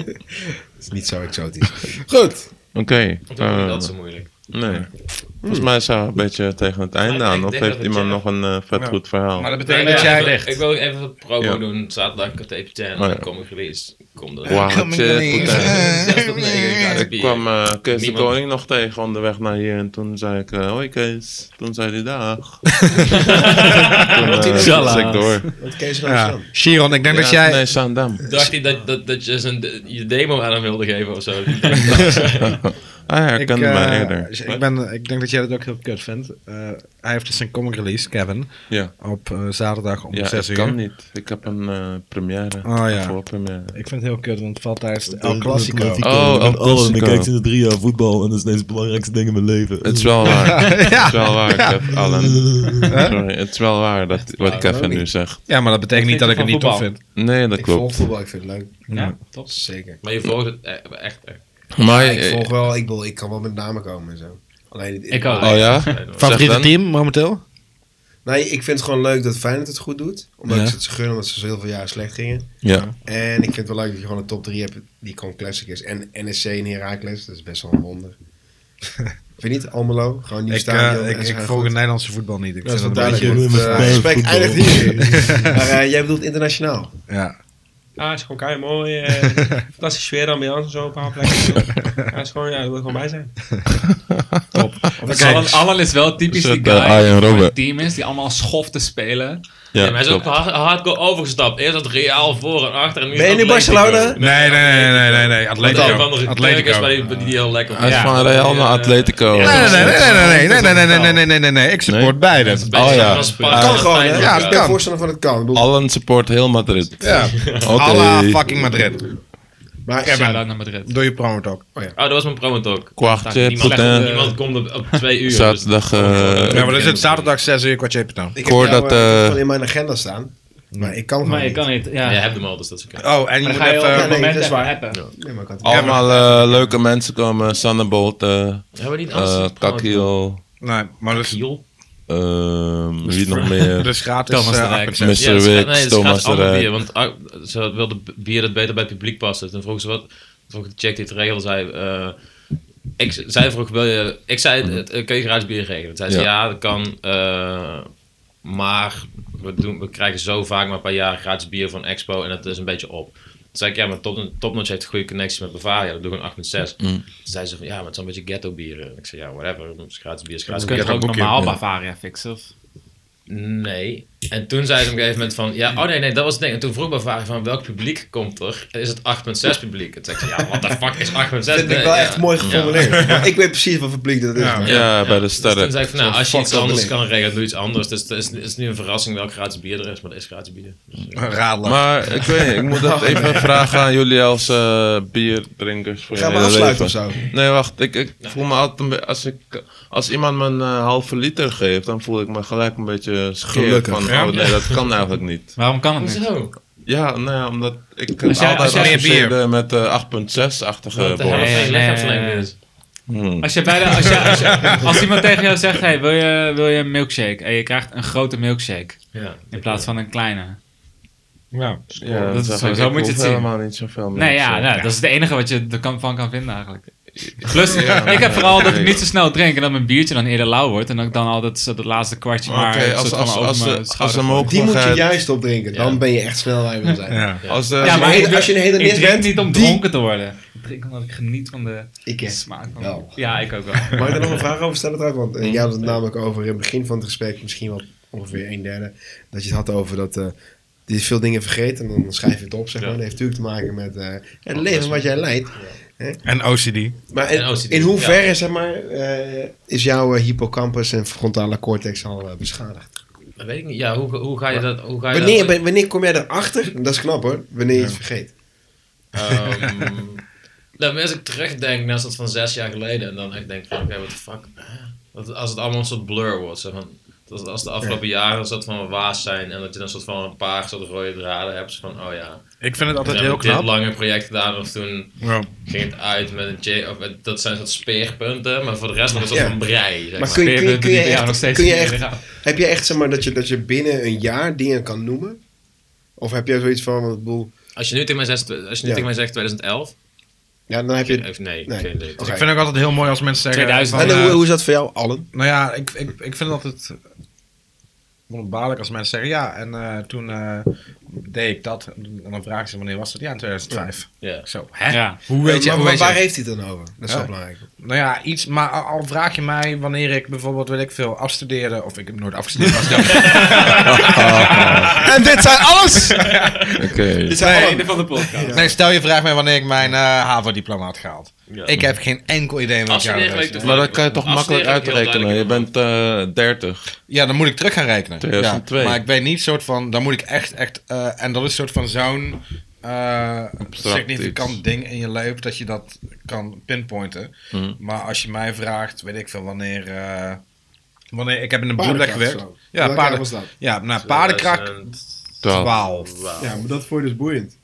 is niet zo exotisch. Goed. Oké. Want dan vond ik eh, dat zo moeilijk. nee. Volgens mij is hij een beetje tegen het einde ik aan. Of denk dat heeft het iemand je- nog een eh, vet goed verhaal? Maar dat betekent Nee, dat jij... ik, ik wil even wat promo Ja. doen. Zaterdag Katep Ten. Oh, ja. Dan kom ik release. Kom er. Wauw, Coming shit, in. goed, hè. Zes tot negen gratis Eh. Ik bier. kwam eh Kees de Niemand. Koning nog tegen onderweg naar hier en toen zei ik, eh, hoi Kees. Toen zei hij, dag. toen eh, was ik door. Want Kees Ja. Roosland. Chiron, ik denk dat jij... Nee, Zaandam. Dacht hij dat, dat, dat je zijn, je demo aan hem wilde geven of zo? Ah ja, ik kende eh, mij eerder. ik, ben, ik denk dat jij dat ook heel kut vindt. Eh, hij heeft dus een comic release, Kevin, Ja, op eh, zaterdag om ja 6 ik uur. kan niet. Ik heb een eh, première. Oh, ja. Voor première. Ik vind het heel kut, want het valt tijdens de El Clasico. Oh, Oh, El ik alles. Ik Clasico. kijk sinds drie jaar voetbal en dat is ineens het belangrijkste ding in mijn leven. Het is wel waar. Het is wel waar, Kev- Alan. Sorry, het is wel waar dat, wat Kevin nu zegt. Ja, maar dat betekent niet Wat dat ik vind het je van niet tof vind. Nee, dat Ik volg klopt. voetbal, ik vind het leuk. Ja, top. Zeker. maar je volgt het echt. echt, echt. Maar, ik eh, volg wel, ik, wil, ik kan wel met namen komen en zo. Alleen, het- Ik ook. oh ja? Favoriete Zeg dan. team momenteel? Nee, ik vind het gewoon leuk dat Feyenoord het goed doet. Omdat Ja. ik ze het gun, omdat ze zo heel veel jaren slecht gingen. Ja. En ik vind het wel leuk dat je gewoon een top 3 hebt die gewoon classic is. En NSC en Heracles, dat is best wel een wonder. vind je niet? Almelo, gewoon nieuw Ik, stadion. eh, en ik, ze ik gaan volg goed. het Nederlandse voetbal niet. Ik Dat is wel vind dat een duidelijk. want, beetje... beetje- eh, Nee, gesprek voetbal. eindigt hier. maar eh, jij bedoelt internationaal. Ja. Ja, is gewoon kei mooi. eh fantastische sfeer, ambiance en zo, een paar plekken. ja, is gewoon, ja, daar wil ik gewoon bij zijn. Alan, Alan is wel typisch Is die het, guy eh, Arjen die voor Robben? een team is die allemaal schoften spelen. Ja, Ja, maar hij is ook klopt. hard, hardcore overgestapt. Eerst dat Real voor en achter. En nu Ben je dat in Atletico. Barcelona? Nee, nee, nee, nee, nee, nee. Want Atletico. dan van de Turk is Atletico. maar Nee, die, die die heel lekker Hij is van Real naar Atletico. nee, nee, nee, nee, nee, nee, nee, nee, nee, nee, nee, nee, nee. Ik support Nee? beide. Oh ja. kan gewoon, hè? Ja, ik dat ben kan. voorstander van het kan. Ik bedoel, Allen support heel Madrid. Ja. Oké. Alla fucking Madrid. maar Shout out naar Madrid. Door je promo talk. Oh, dat was mijn promo talk. Kwartje, Niemand, Potin. niemand komt op, op twee uur. dus- Zaterdag. eh, Ja, maar dan is Dus het zaterdag 6 uur kwartier per ik hoor hoor dat dat, eh, gewoon in mijn agenda staan. Maar ik kan gewoon Maar je kan niet, ja. Ja, je hebt hem al, dus dat is oké. Oh, en je Dan moet ga je op even... dat nee, moment dat is even waar. appen. Nee, maar ik kan het allemaal eh, leuke mensen komen. Sannebolt, eh Hebben we niet anders? eh een promo talk? Kakiel. Nee, maar dat is, Kiel? ehm, wie nog meer? dat is gratis. Thomas eh, de Rijk. app en zo. Mr. Ja, dat is- Wit, nee, dat is Thomas gratis de ander bier, Rijk. want ah, ze wilde b- bier dat beter bij het publiek paste. Toen vroeg ze wat, vroeg de check die het regelde, zei, eh, ik z- zij vroeg, wil je, ik zei, het- eh, kun je gratis bier regelen? Toen zei ze, Ja. ja, dat kan, eh, maar we, doen, we krijgen zo vaak maar een paar jaar gratis bier van Expo en dat is een beetje op. Toen zei ik, ja, maar Top- Topnotch heeft een goede connectie met Bavaria, dat doen we een 8 met 6. Mm. Toen zei ze van, ja, maar het is een beetje ghetto bier. En ik zei, ja, whatever, het is gratis bier, is gratis Dus bier. kun je toch ook normaal Bavaria fixen? Of? Nee. En toen zei ze op een gegeven moment van... Ja, oh nee, nee, dat was het ding. En toen vroeg Bavaria van welk publiek komt er? Is het 8.6 publiek? En toen zei ik, ja, what the fuck is 8.6? Dat vind ik Nee, wel ja. echt mooi geformuleerd. Maar ik weet precies wat voor publiek dat is. man. Ja, bij de Dus toen sterren. zei ik van, nou, Zo'n als je iets fucked up anders link. kan regelen, doe iets anders. Dus het is, het is nu een verrassing welk gratis bier er is, maar er is gratis bier. Radler. Maar ik weet niet, ik moet dat even vragen aan jullie als eh, bierdrinkers. Voor Gaan we jullie afsluiten leven. of zo? Nee, wacht. Ik, ik voel me altijd een be- als, ik, als iemand me een eh, halve liter geeft, dan voel ik me gelijk een beetje scheer. Gelukkig. Van, oh nee, dat kan eigenlijk niet. Waarom kan het niet? Zo. Ja, nou ja, omdat ik het Als jij- altijd als jij- associeerde met eh 8.6-achtige Dat de helft nee, van nee, je lichaamsleven nee. is. Hmm. Als, je bij de, als, je, als, je- als iemand tegen jou zegt, hey, wil, je, wil je een milkshake? En je krijgt een grote milkshake Ja. in plaats van een kleine. Ja, dat is zeg zo- ik, zo ik moet je hoef het zien. helemaal niet zoveel meer. Nee, ja, nou, dat is het enige wat je er kan, van kan vinden eigenlijk. Plus, ik heb vooral dat ik niet zo snel drink en dat mijn biertje dan eerder lauw wordt. En dat ik dan altijd zo dat laatste kwartje Oké, maar een soort als, van als, over als, mijn als, als schouder de gooi. Die moet je mogelijkheid... juist opdrinken. Dan ben je echt snel waar je wil zijn. Ja. Als eh, de, Ja, maar Als je- ik, als je een hedonist ik drink bent, niet om die- dronken te worden. Ik drink omdat ik geniet van de Ik eh, heb- smaak. Van wel. Ja, ik ook wel. Mag ik daar nog een vraag over stellen trouwens? Want eh, jij had het namelijk over in het begin van het gesprek, misschien wel ongeveer een derde, dat je het had over dat eh je veel dingen vergeet en dan schrijf je het op. Zeg maar. Dat heeft natuurlijk te maken met eh, het leven wat jij leidt. En OCD. Maar in, En OCD, in hoeverre zeg maar, eh, is jouw eh, hippocampus en frontale cortex al eh, beschadigd? Dat weet ik niet. Ja, hoe, hoe ga je dat... Hoe ga je Wanneer, dat, ben- wanneer kom jij erachter? Dat is knap hoor, wanneer je het vergeet. Ehm, nou, maar als ik terugdenk naar dat van zes jaar geleden en dan echt denk van, oké, what the fuck. Dat, als het allemaal een soort blur wordt. Zo van, dat als de afgelopen jaren een soort van waas zijn en dat je dan een soort van een paar soort rode draden hebt. zo van, oh ja, Ik vind het toen altijd heb heel ik dit knap. lange project gedaan of toen Ja. ging het uit met een J. Of, met- dat zijn soort speerpunten, maar voor de rest nog een soort Ja. van brei. Zeg Maar maar. kun je, kun je, Speerpunten kun die je bij jou nog echt, steeds kun je in je echt, lichaam- heb je echt zeg maar dat je, dat je binnen een jaar dingen kan noemen? Of heb jij zoiets van, want ik bedoel, Als je nu tegen mij zegt, als je nu Ja. tegen mij zegt 2011, Ja, dan heb je... Of nee, Nee. geen idee. Oké. Ik vind ook altijd heel mooi als mensen zeggen... 2000. van, En eh, hoe, hoe is dat voor jou, Allen? Nou ja, ik, ik, ik vind dat het wonderbaarlijk als mensen zeggen ja. En eh, toen eh, deed ik dat. En dan vragen ze wanneer was dat? Ja, in 2005. Ja. Zo, hè? Ja. Hoe weet je, maar, hoe maar weet waar je? heeft hij het dan over? Dat is Ja. wel belangrijk. Nou ja, iets, maar al- al vraag je mij wanneer ik bijvoorbeeld, weet ik veel, afstudeerde. Of ik heb nooit afgestudeerd. was dat- En dit zijn alles! Oké. dit zijn alle- Einde van de podcast. Nee, stel je vraagt mij wanneer ik mijn eh, HAVO-diploma had gehaald. Ik heb geen enkel idee wat Afstuderen jaar dat weet is. ik toch Maar dat kan je toch Afstuderen makkelijk heb ik heel uitrekenen. Je duidelijk bent eh 30. Ja, dan moet ik terug gaan rekenen. 2002. Ja, maar ik weet niet soort van, dan moet ik echt, echt, eh, en dat is soort van zo'n eh, significant iets. ding in je leven dat je dat kan pinpointen. Maar als je mij vraagt, weet ik veel wanneer, eh, wanneer ik heb in een boerderij Paardenkracht gewerkt. of zo. Ja, Welk jaar paarden, was dat? ja, nou, paardenkraak 12. 12. Ja, maar dat vond je dus boeiend.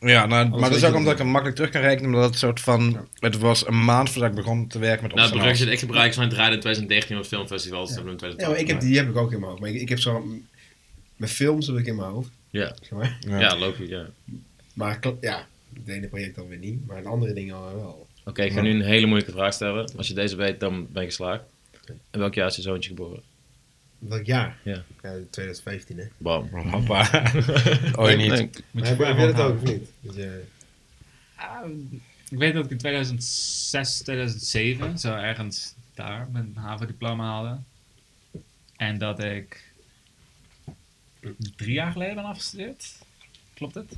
Ja, nou, maar dat weet is je ook het omdat ik hem makkelijk terug kan rekenen, omdat het soort van, het was een maand voordat ik begon te werken met Nou, het opslaan. bruggetje dat ik gebruik is van het draaide in 2013 op het filmfestival. Dus dat hebben we in Ja, maar ik 2012. heb, die heb ik ook in mijn hoofd. Maar ik, ik heb zo... Mijn films heb ik in mijn hoofd. Ja. Zeg maar. Ja, ja logisch, ja. Oké, maar kl- ja, het ene project dan weer niet. Maar de andere dingen wel. wel. ik ga nu een hele moeilijke vraag stellen. Als je deze weet, dan ben je geslaagd. En welk jaar is je zoontje geboren? Welk jaar? Ja. 2015 hè. Bam. Hoppa. Oh, je niet. Maar heb heb jij dat ook of niet? Dus, eh, Ah, Ik weet dat ik in 2006, 2007, zo ergens daar, mijn HAVO-diploma haalde. En dat ik drie jaar geleden ben afgestudeerd. Klopt het?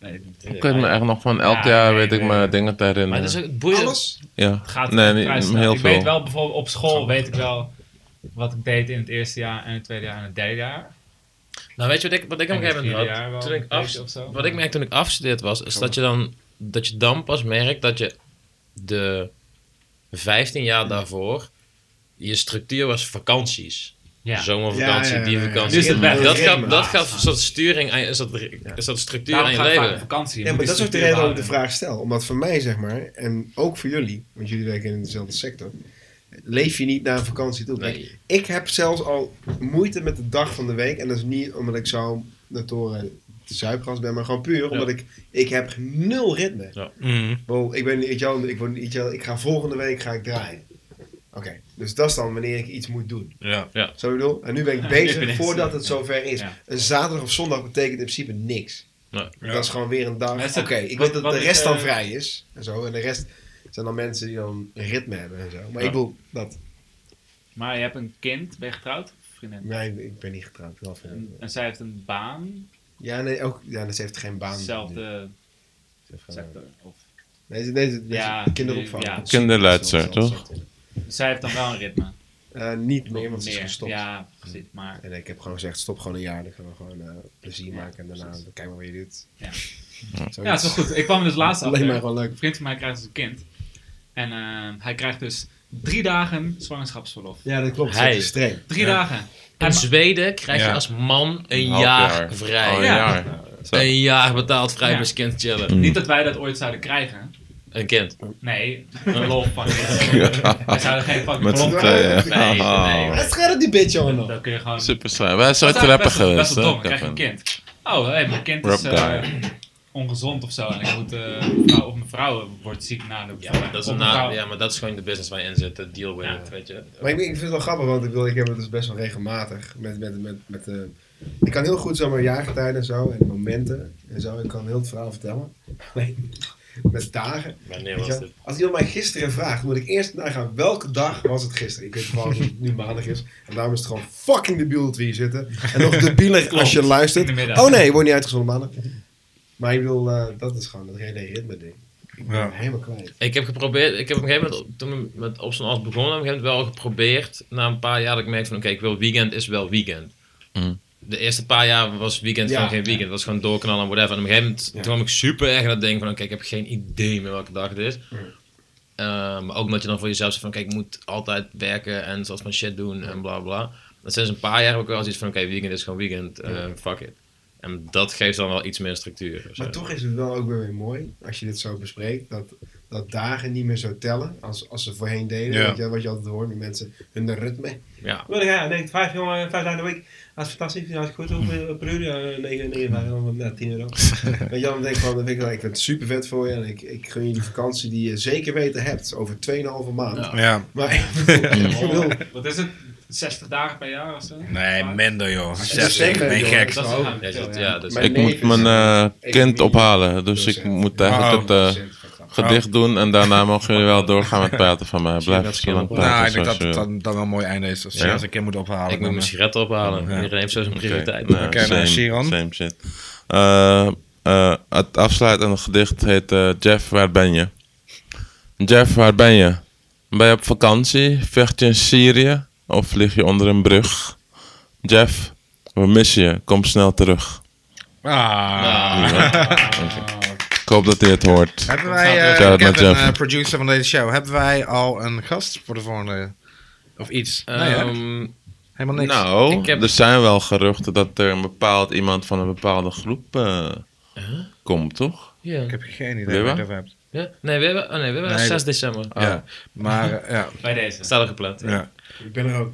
Nee, het Ik weet me echt nog van elk Ja, jaar nee, weet ik nee. me dingen te Maar herinneren. het is ook het boeit- alles? ja. gaat nee, vrij niet- snel. heel ik veel. weet wel bijvoorbeeld op school weet ik wel wat ik deed in het eerste jaar en het tweede jaar en het derde jaar. Nou, weet je wat ik, wat ik op een En gegeven moment het had? vierde jaar Toen wel ik een af- beetje of zo. wat ik merkte toen ik afgestudeerd was, is dat je dan, dat je dan pas merkt dat je de 15 jaar daarvoor, je structuur was vakanties. Ja. Zomervakantie, Ja, ja, ja, ja. dierenvakantie. Nu is het weg. Dat gaat, Ritme. dat gaat een soort sturing aan, is dat, is dat structuur Daarom aan je ga ik vaak op leven. vakantie. Ja, Moet maar je dat is ook de structuur reden dat ik de behouden. vraag stel. Omdat voor mij, zeg maar, en ook voor jullie, want jullie werken in dezelfde sector, leef je niet naar een vakantie toe. Nee. Kijk, ik heb zelfs al moeite met de dag van de week. En dat is niet omdat ik zo notoren zuipgas ben, maar gewoon puur omdat ik, ik heb nul ritme. Ja. Wow, ik ben niet jou, ik, word niet jou, ik ga volgende week ga ik draaien. Oké, dus dat is dan wanneer ik iets moet doen. Ja. Ja. Zo bedoel? En nu ben ik ik bezig ben echt- voordat het zover is. Ja. Een zaterdag of zondag betekent in principe niks. Dat is gewoon weer een dag. Maar is Oké, dat- ik wat- weet dat wat de is, rest dan eh, vrij is. En zo. En de rest zijn dan mensen die dan een ritme hebben en zo. Maar ik bedoel, dat. Maar je hebt een kind, ben je getrouwd? Vriendin. Nee, ik ben niet getrouwd. Wel vrienden. En zij heeft een baan, Ja, nee, ook. Ja, dus ze heeft geen baan. dezelfde Ze heeft geen baan. sector. Of, Nee, ze- nee, ze- nee, ze- Ja, kinderopvang. ja. Kinderluidster, Zelfs- zelfs- toch? zelfs- zij heeft dan wel een ritme. Eh, niet meer, want ze is Meer. gestopt. Ja, precies. Maar En ik heb gewoon gezegd, stop gewoon een jaar. Dan gaan we gewoon eh, plezier maken. En daarna, dan kijken we wat je doet. Ja. Zoiets. Ja, zo goed. Ik kwam dus laatst Alleen achter. maar gewoon leuk. Een vriend van mij krijgt dus een kind. En eh, hij krijgt dus drie dagen zwangerschapsverlof. Ja, dat klopt. Hij. Dat is streng. Drie dagen. In Zweden krijg je Ja. als man een half jaar, Oh, vrij. een Ja. jaar. Mm. Zo. Een jaar betaald vrij Ja. bij kind chillen. Niet dat wij dat ooit zouden krijgen. Een kind. Nee, een lol van dit. Wij zouden geen fucking Met z'n verlof tweeën. Nee, nee. Oh, Wat gaat het die bitch allemaal nog? Dan kun je gewoon... Super slim. Wij zijn Dat is eigenlijk rapper best wel- Best geweest, wel hè, dom. Dan krijg je een Kevin? kind. Oh, hé, mijn kind Rub is eh, ongezond of zo. En ik moet... eh, vrouw, of mijn vrouw wordt ziek na de... Ja maar, dat is of een mijn na- vrouw- ja, maar dat is gewoon de business waar je in zit. de Deal with Ja. it, weet je. Maar ik, ik vind het wel grappig, want ik, bedoel, ik heb het dus best wel regelmatig. Met, met, met, met, eh, ik kan heel goed zomaar jaargetijden en zo, en momenten en zo. Ik kan heel het verhaal vertellen. Alleen met dagen. Wanneer weet je was wel. dit? Als iemand mij gisteren vraagt, moet ik eerst nagaan welke dag was het gisteren. Ik weet gewoon dat het nu maandag is. En daarom is het gewoon fucking debiel dat we hier zitten. En nog debieler als je in de luistert. middag. Oh nee, ik word niet uitgezonden maandag. Maar ik bedoel, eh, dat is gewoon het hele ritme ding. Ik ben Ja. helemaal kwijt. Ik heb geprobeerd, ik heb op een gegeven moment, op- toen we met op z'n alles begonnen, op een gegeven moment wel geprobeerd, na een paar jaar, dat ik merkte van, oké, ik wil weekend is wel weekend. Mhm. De eerste paar jaar was weekend Ja. gewoon geen weekend, was gewoon doorknallen en whatever. En op een gegeven moment, toen kwam ik super erg aan het denken van, oké, ik heb geen idee meer welke dag het is. Eh, maar ook omdat je dan voor jezelf zegt van, kijk, ik moet altijd werken en zoals van shit doen en bla bla. Maar sinds een paar jaar heb ik wel zoiets van, oké, weekend is gewoon weekend, eh, fuck it. En dat geeft dan wel iets meer structuur. of zo. Maar toch is het wel ook weer weer mooi, als je dit zo bespreekt, dat dat dagen niet meer zo tellen als, als ze voorheen deden. Ja. Weet je, wat je altijd hoort, die mensen, hun ritme. Ja. Wil ik ja, nee, vijf, jongen, vijf dagen in de week. Dat is fantastisch. Als ik goed eh, hoeveel per uur, ja, 9, 9, 5, dan net 10 euro. Weet je, dan denk ik van, ik, ik vind het super vet voor je en ik, ik gun je die vakantie die je zeker weten hebt over 2,5 maand. Ja. Ja. Maar ik bedoel, Wat is het? 60 dagen per jaar of zo? Ah, Nee, minder joh. Als je Zes, zes ik ben bent, gek. joh, dat is een- dat is- ja, dat is- ik moet mijn eh, kind ophalen, dus ik moet eigenlijk Oh. het eh, gedicht doen en daarna mogen jullie wel doorgaan met praten van mij. Blijf zo lang praten Nou, ik denk zoals dat je het wil. dan, dan wel een mooi einde is. Als je eh, Ja? als ik hem moet ophalen. Ik moet dan, mijn eh, sigaret ophalen. ja. Iedereen heeft zo zijn prioriteit. Oké, Oké, same, nou, Sharon? Same shit. Eh, eh, het afsluitende gedicht heet eh, Jeff, waar ben je? Jeff, waar ben je? Ben je op vakantie? Vecht je in Syrië? Of lig je onder een brug? Jeff, we missen je. Kom snel terug. Ah. Ik hoop dat hij het hoort. Hebben wij, eh, Shout-out naar Kevin, Jeff. eh, producer van deze show, hebben wij al een gast voor de volgende? Of iets? nee, hè? Ehm, Helemaal niks. Nou, Ik heb- er zijn wel geruchten dat er een bepaald iemand van een bepaalde groep eh, komt, toch? Ja. Ik heb geen idee Wil je wat? waar je het over hebt. Ja? Nee, we hebben, oh nee, we hebben Nee, 6 dat- december. Ah. Ja, maar eh, ja. Bij deze. Staat er gepland. Ja. ja. ik ben er ook.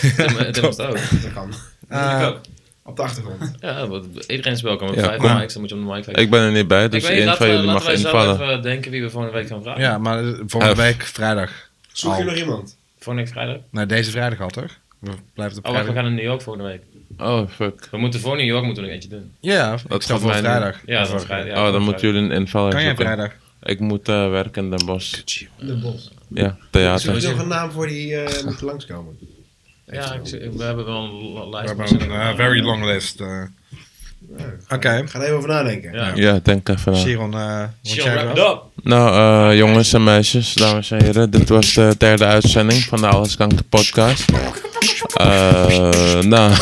Tim, Tim is er ook. Dat kan. Eh, Ik ook. Op de achtergrond. Ja, want iedereen is welkom. We Ja, hebben kom. vijf mics, dan moet je op de mic kijken. Ik ben er niet bij, dus Ik weet niet, één laten van we- jullie mag laten wij zelf invallen. even denken wie we volgende week gaan vragen. ja, maar eh, volgende F. week vrijdag. Zoek Al. je nog iemand? Volgende week vrijdag. Nou, deze vrijdag al toch? We blijven op Oh, wacht, we vrijdag. gaan naar New York volgende week. Oh, fuck. We moeten voor New York moeten we nog eentje doen. Ja, Dat ik stel gaat voor mij niet. vrijdag. Ja, dat is vrijdag. Ja, oh, dan vrijdag. moeten jullie een invaller Kan jij zoeken. vrijdag? Ik moet eh, werken in Den Bosch. De Bos. Ja, Zoek je theater. nog een naam voor die eh, moet langskomen? Ja, ik, ik- we hebben wel een la- We lijst. hebben een eh, very long list. eh. Oké, Ik ga er even over nadenken. Ja. Ja, denk even na. Sharon, eh, want Chill, jij wrap it wel? up. Nou, eh, jongens en meisjes, dames en heren. Dit was de derde uitzending van de Alles Kanker podcast. Eh, nou,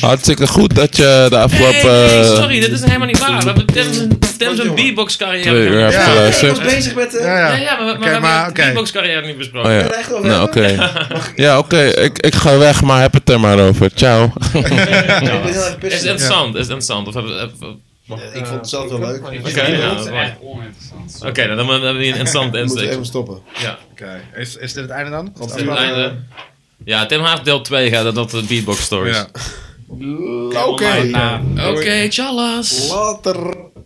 hartstikke goed dat je de afgelopen... Hey, eh, sorry, dit is helemaal niet waar. We hebben Tim's, Tim's een beatbox Twee uur carrière. hebt geluisterd. Bezig met eh, Ja, Ja, ja. ja, maar, maar Oké, we maar, hebben oké. de beatbox carrière niet besproken. Oh ja. echt over Nou, oké. Ja, oké. Ik, ik ga weg, maar heb het er maar over. Ciao. ik ben heel erg Is het pissig. interessant? Is het interessant? Of hebben we- hebben we- Eh, Ik vond het zelf wel leuk. Ik Oké, ja, dat is dat echt oninteressant. Oké, dan hebben we- dan hebben we hier een interessant moet insteek. even stoppen. Ja, Oké, is, is dit het einde dan? Op het einde. Ja, Tim Haag deel 2 gaat dat op de beatbox stories. Ja. Oké. Nou, Oké, tjallas. Later.